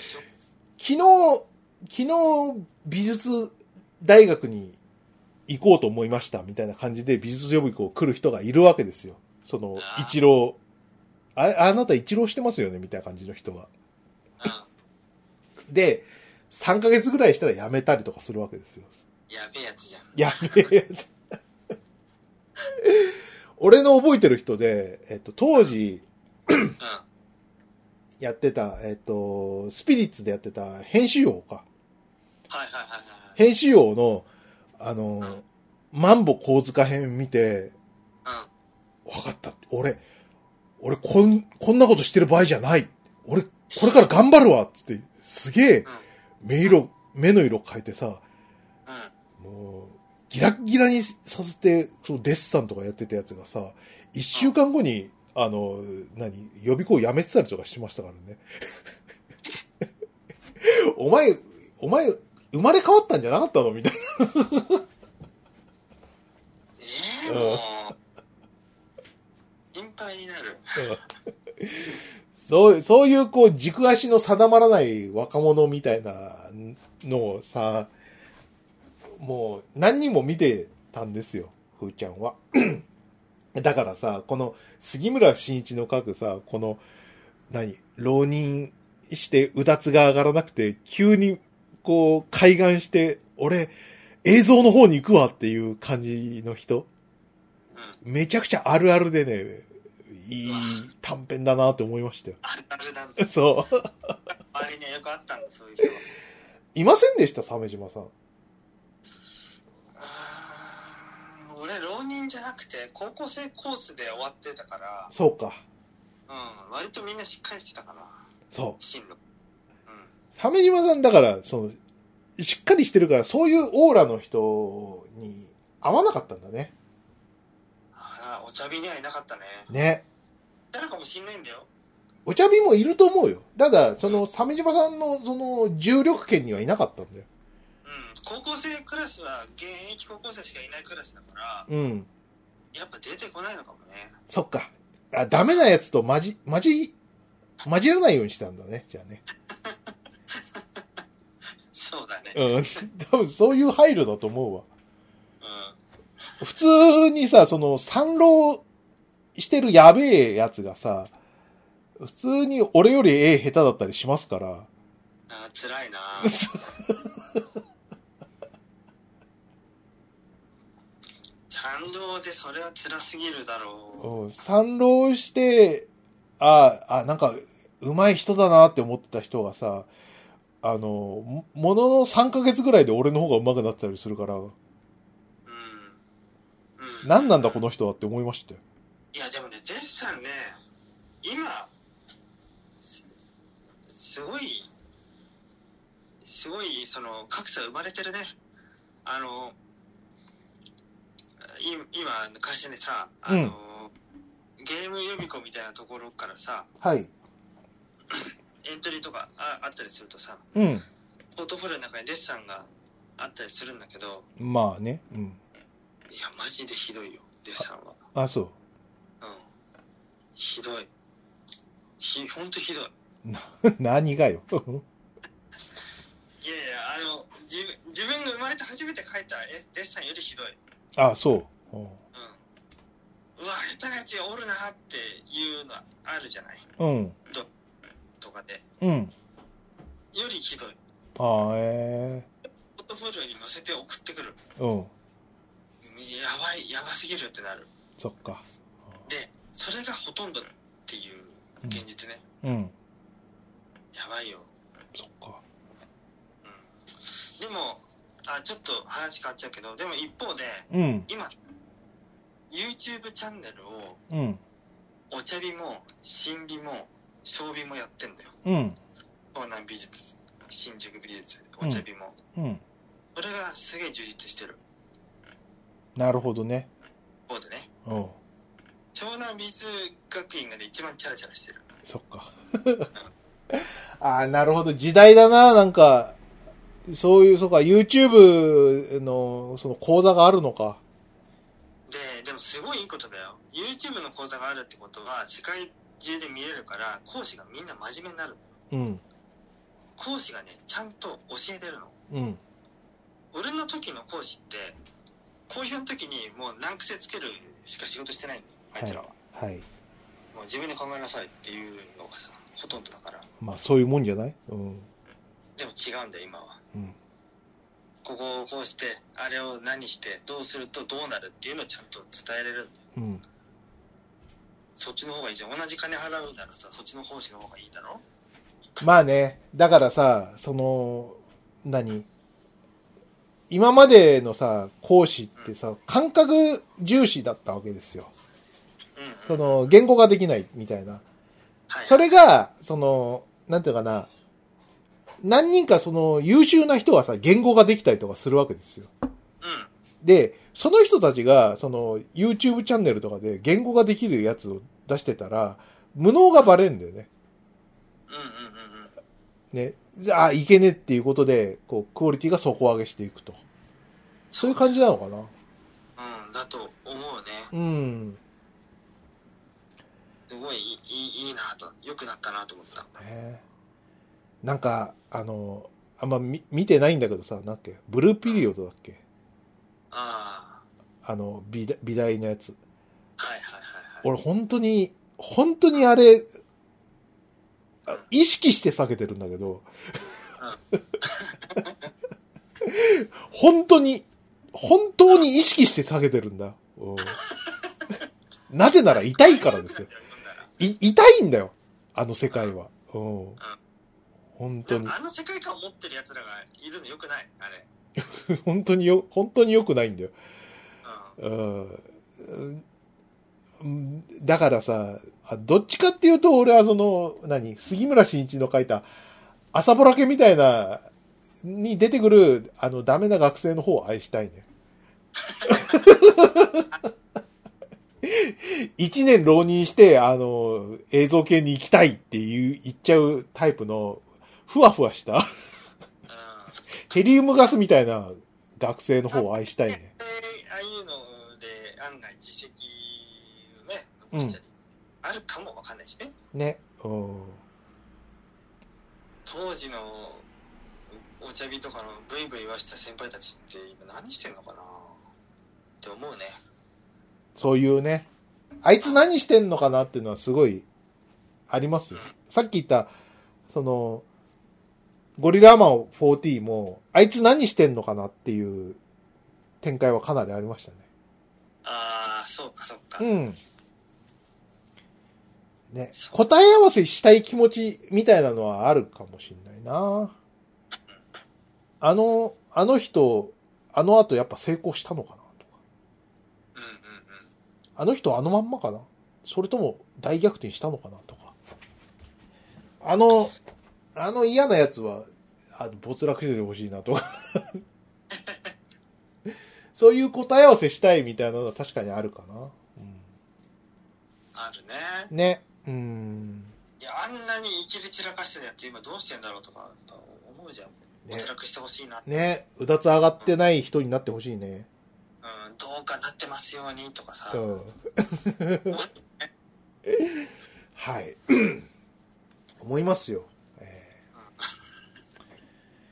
[SPEAKER 1] しょ
[SPEAKER 2] 昨日、昨日美術大学に行こうと思いましたみたいな感じで美術予備校来る人がいるわけですよ。その
[SPEAKER 1] あ、ー
[SPEAKER 2] 一郎。あ、あなた一郎してますよねみたいな感じの人が。
[SPEAKER 1] う
[SPEAKER 2] で、3ヶ月ぐらいしたら辞めたりとかするわけですよ。
[SPEAKER 1] んやべえやつじゃん
[SPEAKER 2] やべえやつ。俺の覚えてる人で、えっと、当時
[SPEAKER 1] うん
[SPEAKER 2] やってた、えっと、スピリッツでやってた編集王か。
[SPEAKER 1] はいはいはい
[SPEAKER 2] 編集王の、あ
[SPEAKER 1] う
[SPEAKER 2] の
[SPEAKER 1] ん、
[SPEAKER 2] マンボ小塚編見て、
[SPEAKER 1] はいうん
[SPEAKER 2] わかった。俺、俺こん、こんなことしてる場合じゃない。俺、これから頑張るわっつって、すげえ、目色、目の色変えてさ、
[SPEAKER 1] うんうん
[SPEAKER 2] もう、ギラッギラにさせて、そのデッサンとかやってたやつがさ、一週間後に、あの、何、予備校辞めてたりとかしてましたからね。 お前、お前、生まれ変わったんじゃなかったのみたいな。
[SPEAKER 1] ええもう心配になる
[SPEAKER 2] そう、そういうこう軸足の定まらない若者みたいなのをさ、もう何人も見てたんですよ、ふーちゃんは。 だからさ、この杉村真一の書くさ、この、何、浪人してうだつが上がらなくて、急にこう、海岸して、俺、映像の方に行くわっていう感じの人。
[SPEAKER 1] うん
[SPEAKER 2] めちゃくちゃあるあるでね、いい短編だなって思いましたよ。
[SPEAKER 1] あるあるなんだ
[SPEAKER 2] そう。
[SPEAKER 1] 周りにはよくあったんだそういう人はい
[SPEAKER 2] ませんでした、鮫島さん。
[SPEAKER 1] あー俺浪人じゃなくて高校生コースで終わってたから、
[SPEAKER 2] そうか。
[SPEAKER 1] うん、割とみんなしっかりしてたかな
[SPEAKER 2] そう。
[SPEAKER 1] 進路うん
[SPEAKER 2] 鮫島さんだから、その、しっかりしてるから、そういうオーラの人に合わなかったんだね。
[SPEAKER 1] あーお茶瓶にはいなかったね
[SPEAKER 2] ね。
[SPEAKER 1] なるかもしんないんだよ
[SPEAKER 2] お茶瓶もいると思うよ。ただ、その、鮫島さんの、その、重力圏にはいなかったんだよ。
[SPEAKER 1] うん高校生クラスは現役高校生しかいないクラスだから
[SPEAKER 2] うん。
[SPEAKER 1] やっぱ出てこないのかもね
[SPEAKER 2] そっか。あダメなやつと混じ、混じ、混じらないようにしたんだね。じゃあね。
[SPEAKER 1] そうだね
[SPEAKER 2] うん。 多分そういう配慮だと思うわ。
[SPEAKER 1] うん
[SPEAKER 2] 普通にさ、その、参浪してるやべえやつがさ、普通に俺より絵下手だったりしますから、
[SPEAKER 1] あー辛い な参道でそれは辛すぎるだろ
[SPEAKER 2] うん参浪して、ああ、なんか、上手い人だなって思ってた人がさ、あの、もものの3ヶ月ぐらいで俺の方が上手くなってたりするから、
[SPEAKER 1] ううん、うん、
[SPEAKER 2] 何なんだこの人はって思いましたよ。
[SPEAKER 1] いやでもねデッサンね今すすごいすごいその格差生まれてるねあのい今会社にさあの、ゲーム予備校みたいなところからさ
[SPEAKER 2] はい。
[SPEAKER 1] エントリーとかああったりするとさ
[SPEAKER 2] うん。
[SPEAKER 1] ポートフォリオの中にデッサンがあったりするんだけど
[SPEAKER 2] まあね。うん。
[SPEAKER 1] いやマジでひどいよデッサンは
[SPEAKER 2] あ、そう。
[SPEAKER 1] うんひどいひほんとひどい
[SPEAKER 2] 何がよ。
[SPEAKER 1] いやいやあの自分自分が生まれて初めて描いた絵デッサンよりひどい、う
[SPEAKER 2] あ、そう。うん
[SPEAKER 1] ん、うわ下手なやつがおるなっていうのあるじゃない
[SPEAKER 2] うん。
[SPEAKER 1] とかで
[SPEAKER 2] うん。
[SPEAKER 1] よりひどい
[SPEAKER 2] ああ、え
[SPEAKER 1] ポートフォリオに載せて送ってくる
[SPEAKER 2] えうん。
[SPEAKER 1] やばいやばすぎるってなる
[SPEAKER 2] そっか。
[SPEAKER 1] でそれがほとんどってっていう現実ね、
[SPEAKER 2] うん。
[SPEAKER 1] やばいよ、
[SPEAKER 2] そっか。
[SPEAKER 1] うん、でもあちょっと話変わっちゃうけどでも一方で
[SPEAKER 2] うん。
[SPEAKER 1] 今 YouTube チャンネルを
[SPEAKER 2] うん。
[SPEAKER 1] お茶日も新美も小美もやってんだよ
[SPEAKER 2] うん。
[SPEAKER 1] 東南美術新宿美術お茶日も、
[SPEAKER 2] うん。
[SPEAKER 1] それがすげえ充実してる
[SPEAKER 2] なるほどね。
[SPEAKER 1] 方でね
[SPEAKER 2] うん。
[SPEAKER 1] 湘南美術学院がね一番チャラチャラしてる
[SPEAKER 2] そっか。 ああ、なるほど。時代だな、なんか。そういう、そうか、YouTube の、その講座があるのか。
[SPEAKER 1] ででもすごいいいことだよ YouTube の講座があるってことは世界中で見れるから講師がみんな真面目になるのよ
[SPEAKER 2] うん。
[SPEAKER 1] 講師がねちゃんと教えてるの
[SPEAKER 2] うん。
[SPEAKER 1] 俺の時の講師って講評の時にもう難癖つけるしか仕事してないんだよあいつらは、
[SPEAKER 2] はい。
[SPEAKER 1] もう自分で考えなさいっていうのがさほとんどだから
[SPEAKER 2] まあ、そういうもんじゃないうん。
[SPEAKER 1] でも違うんだよ今は
[SPEAKER 2] うん。
[SPEAKER 1] ここをこうしてあれを何してどうするとどうなるっていうのをちゃんと伝えれるんだよ
[SPEAKER 2] うん。
[SPEAKER 1] そっちの方がいいじゃん同じ金払うならさそっちの講師の方がいいだろ
[SPEAKER 2] まあね、だからさ、その、何今までのさ、講師ってさ、感覚重視だったわけですよ。
[SPEAKER 1] うん、うん、
[SPEAKER 2] その、言語ができないみたいな。
[SPEAKER 1] はい
[SPEAKER 2] それが、その、なんていうかな、何人かその優秀な人はさ、言語ができたりとかするわけですよ。
[SPEAKER 1] うん
[SPEAKER 2] で、その人たちが、その、YouTube チャンネルとかで言語ができるやつを出してたら、無能がバレるんだよね。
[SPEAKER 1] うんうんうんうん
[SPEAKER 2] ね、じゃあ、いけねえっていうことで、こう、クオリティが底上げしていくと。そういう感じなのかな
[SPEAKER 1] うんだと思うね
[SPEAKER 2] うん。
[SPEAKER 1] すごいいいいいいいなと良くなったなと思った
[SPEAKER 2] ねなんか、あの、あんま見見てないんだけどさ、なんだっけ、ブルーピリオドだっけ
[SPEAKER 1] あ
[SPEAKER 2] あの、美大美大のやつ。
[SPEAKER 1] あはいはいはいはい
[SPEAKER 2] 俺、本当に、本当にあれ、あ意識して避けてるんだけど、本当に、本当に意識して避けてるんだ。うんなぜなら痛いから ですよ。い、痛いんだよ。あの世界は。うん。本当
[SPEAKER 1] で
[SPEAKER 2] に
[SPEAKER 1] も、あの世界観を持ってるやつらがいるのよくないあれ
[SPEAKER 2] 本当によ、本当に良くないんだよ。
[SPEAKER 1] う
[SPEAKER 2] うんうん。だからさ、あどっちかっていうと俺はその、何、杉村真一の書いた、朝ぼらけみたいな、に出てくる、あの、ダメな学生の方を愛したいね。 一年浪人して、あの、映像系に行きたいっていう、言っちゃうタイプの、ふわふわした、
[SPEAKER 1] んうん
[SPEAKER 2] ヘリウムガスみたいな学生の方を愛したいね。
[SPEAKER 1] でああいうので案外実績をね残したり、あるかもわかんないしね
[SPEAKER 2] ね。うん。
[SPEAKER 1] 当時のお茶日とかのブイブイ言わした先輩たちって今何してんのかなって思うね
[SPEAKER 2] そういうね、あいつ何してんのかなっていうのはすごいありますよ。さっき言った、その、ゴリラマン40も、あいつ何してんのかなっていう展開はかなりありましたね。
[SPEAKER 1] ああそうかそうか、
[SPEAKER 2] うん。ね
[SPEAKER 1] そ、う
[SPEAKER 2] 答え合わせしたい気持ちみたいなのはあるかもしんないなあの、あの人、あの後やっぱ成功したのかなとか。
[SPEAKER 1] うんうんうん
[SPEAKER 2] あの人あのまんまかなそれとも大逆転したのかなとか。あの、あの嫌なやつは、あの、没落しててほしいなとか。 そういう答え合わせしたいみたいなのは確かにあるかな。
[SPEAKER 1] あるね
[SPEAKER 2] うん、ね。うん。
[SPEAKER 1] いやあんなにいきり散らかしてるやつ今どうしてんだろうとかやっぱ思うじゃん
[SPEAKER 2] ね
[SPEAKER 1] 没落してほしいな、
[SPEAKER 2] ね。うだつ上がってない人になってほしいね。
[SPEAKER 1] うん、どうかなってますようにとかさ、
[SPEAKER 2] うん。
[SPEAKER 1] 思っ
[SPEAKER 2] はい。 思いますよ。え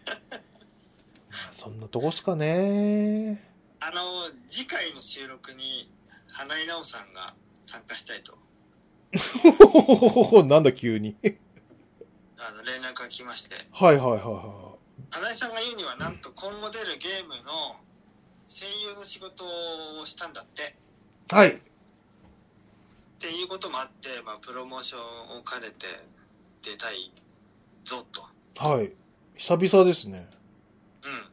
[SPEAKER 2] ーまあそんなとこっすかね。
[SPEAKER 1] あの次回の収録に花井直さんが参加したいと
[SPEAKER 2] ほほほほほなんだ急に。
[SPEAKER 1] あの連絡が来まして
[SPEAKER 2] はいはいはいは
[SPEAKER 1] 花井さんが言うにはなんと今後出るゲームの声優の仕事をしたんだって
[SPEAKER 2] い。はい。
[SPEAKER 1] っていうこともあって、まあ、プロモーションを兼ねて出たいぞと。
[SPEAKER 2] はい。久々ですね。
[SPEAKER 1] うん。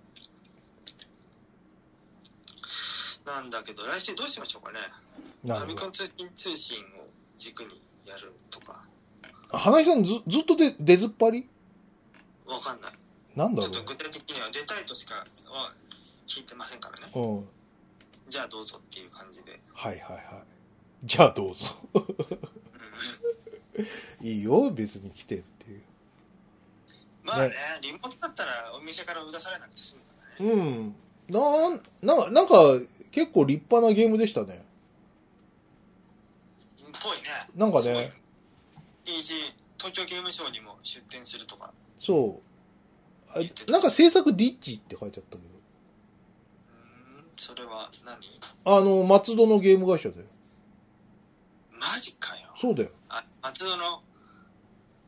[SPEAKER 1] なんだけど、来週どうしましょうかね。フ
[SPEAKER 2] な
[SPEAKER 1] ァ
[SPEAKER 2] るほ
[SPEAKER 1] ミコ
[SPEAKER 2] ど。
[SPEAKER 1] ン通信通信を軸にやるとか、
[SPEAKER 2] 花井さんずずっとで出ずっぱり
[SPEAKER 1] わかんない。
[SPEAKER 2] なんだ
[SPEAKER 1] ちょ
[SPEAKER 2] ろ
[SPEAKER 1] っと具体的には出たいとしかは聞いてませんからね。
[SPEAKER 2] う。うん。
[SPEAKER 1] じゃあどうぞっていう感じで。
[SPEAKER 2] はいはいはい。じゃあどうぞ。
[SPEAKER 1] うん
[SPEAKER 2] いいよ、別に来てっていう。
[SPEAKER 1] まあね、リモートだったらお店から出されなくて済むからね。
[SPEAKER 2] うん。なん、な、なんか、結構立派なゲームでしたね。
[SPEAKER 1] ぽいね。
[SPEAKER 2] なんかね
[SPEAKER 1] すごい。イージー東京ゲームショウにも出店するとか。
[SPEAKER 2] そう。あなんか制作ディッチって書いてあった
[SPEAKER 1] う
[SPEAKER 2] けど。
[SPEAKER 1] ーん、それは何
[SPEAKER 2] あの、松戸のゲーム会社だよ。
[SPEAKER 1] マジかよ。
[SPEAKER 2] そうだよ。
[SPEAKER 1] あ、松戸の、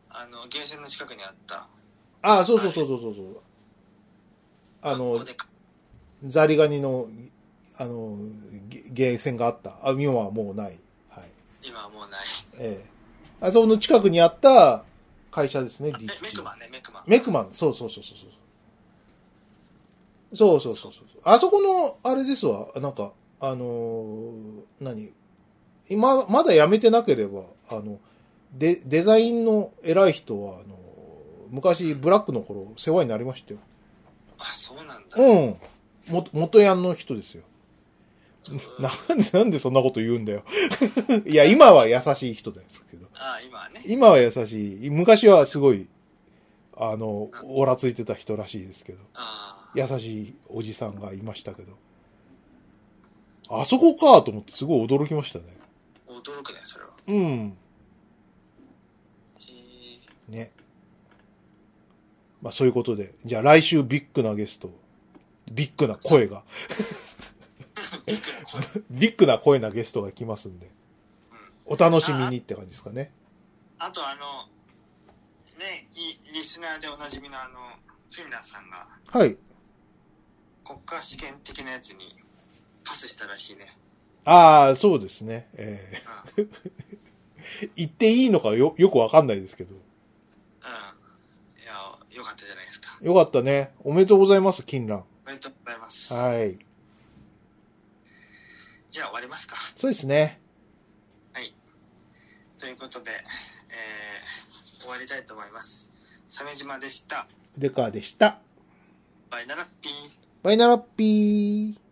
[SPEAKER 1] あの、ゲーセンの近くにあった。
[SPEAKER 2] あ、そうそうそうそうそうそう。あ
[SPEAKER 1] こ
[SPEAKER 2] の
[SPEAKER 1] こ、でか
[SPEAKER 2] ザリガニの、あの、ゲゲーセンがあった。あ、今はもうない。はい。
[SPEAKER 1] 今はもうない。
[SPEAKER 2] ええ。あそこの近くにあった会社ですね、ディ
[SPEAKER 1] メ
[SPEAKER 2] ッ
[SPEAKER 1] メ
[SPEAKER 2] チ
[SPEAKER 1] ク。マンね、メクマン。
[SPEAKER 2] メクマン、そうそうそうそうそう。そうそうそうそう。あそこの、あれですわ、なんか、あのー何今、まだ辞めてなければ、あの、デ、デザインの偉い人は、あの、昔、ブラックの頃、世話になりましたよ。
[SPEAKER 1] あ、そうなんだ。
[SPEAKER 2] うん。も、元ヤンの人です
[SPEAKER 1] う
[SPEAKER 2] よ。
[SPEAKER 1] ん
[SPEAKER 2] なんで、なんでそんなこと言うんだよ。 いや、今は優しい人ですけど。
[SPEAKER 1] あ、今はね。
[SPEAKER 2] 今は優しい。昔はすごい、あの、オラついてた人らしいですけど。
[SPEAKER 1] ああ。
[SPEAKER 2] 優しいおじさんがいましたけど。あそこかと思ってすごい驚きましたね。
[SPEAKER 1] 驚くね、それは。
[SPEAKER 2] うん。
[SPEAKER 1] えー、
[SPEAKER 2] ね。まあそういうことで。じゃあ来週ビッグなゲスト。ビッグな声が。
[SPEAKER 1] ビッグな声。
[SPEAKER 2] ビッグな声なゲストが来ますんで。お楽しみにって感じですかね。
[SPEAKER 1] あと、あの、ね、いリスナーでおなじみのあの、フィンランさんが
[SPEAKER 2] はい。
[SPEAKER 1] 国家試験的なやつにパスしたらしいね。
[SPEAKER 2] ああ、そうですね。え
[SPEAKER 1] うん。うん。
[SPEAKER 2] ー言っていいのかよ、よくわかんないですけど。
[SPEAKER 1] いや、よかったじゃないですか。
[SPEAKER 2] よかったね。おめでとうございます、金蘭。
[SPEAKER 1] おめでとうございます。
[SPEAKER 2] はい。
[SPEAKER 1] じゃあ終わりますか。
[SPEAKER 2] そうですね。
[SPEAKER 1] ということで、えー終わりたいと思います。鮫島でした。
[SPEAKER 2] デカーでした。
[SPEAKER 1] バイナラッピー。
[SPEAKER 2] バイナラッピー。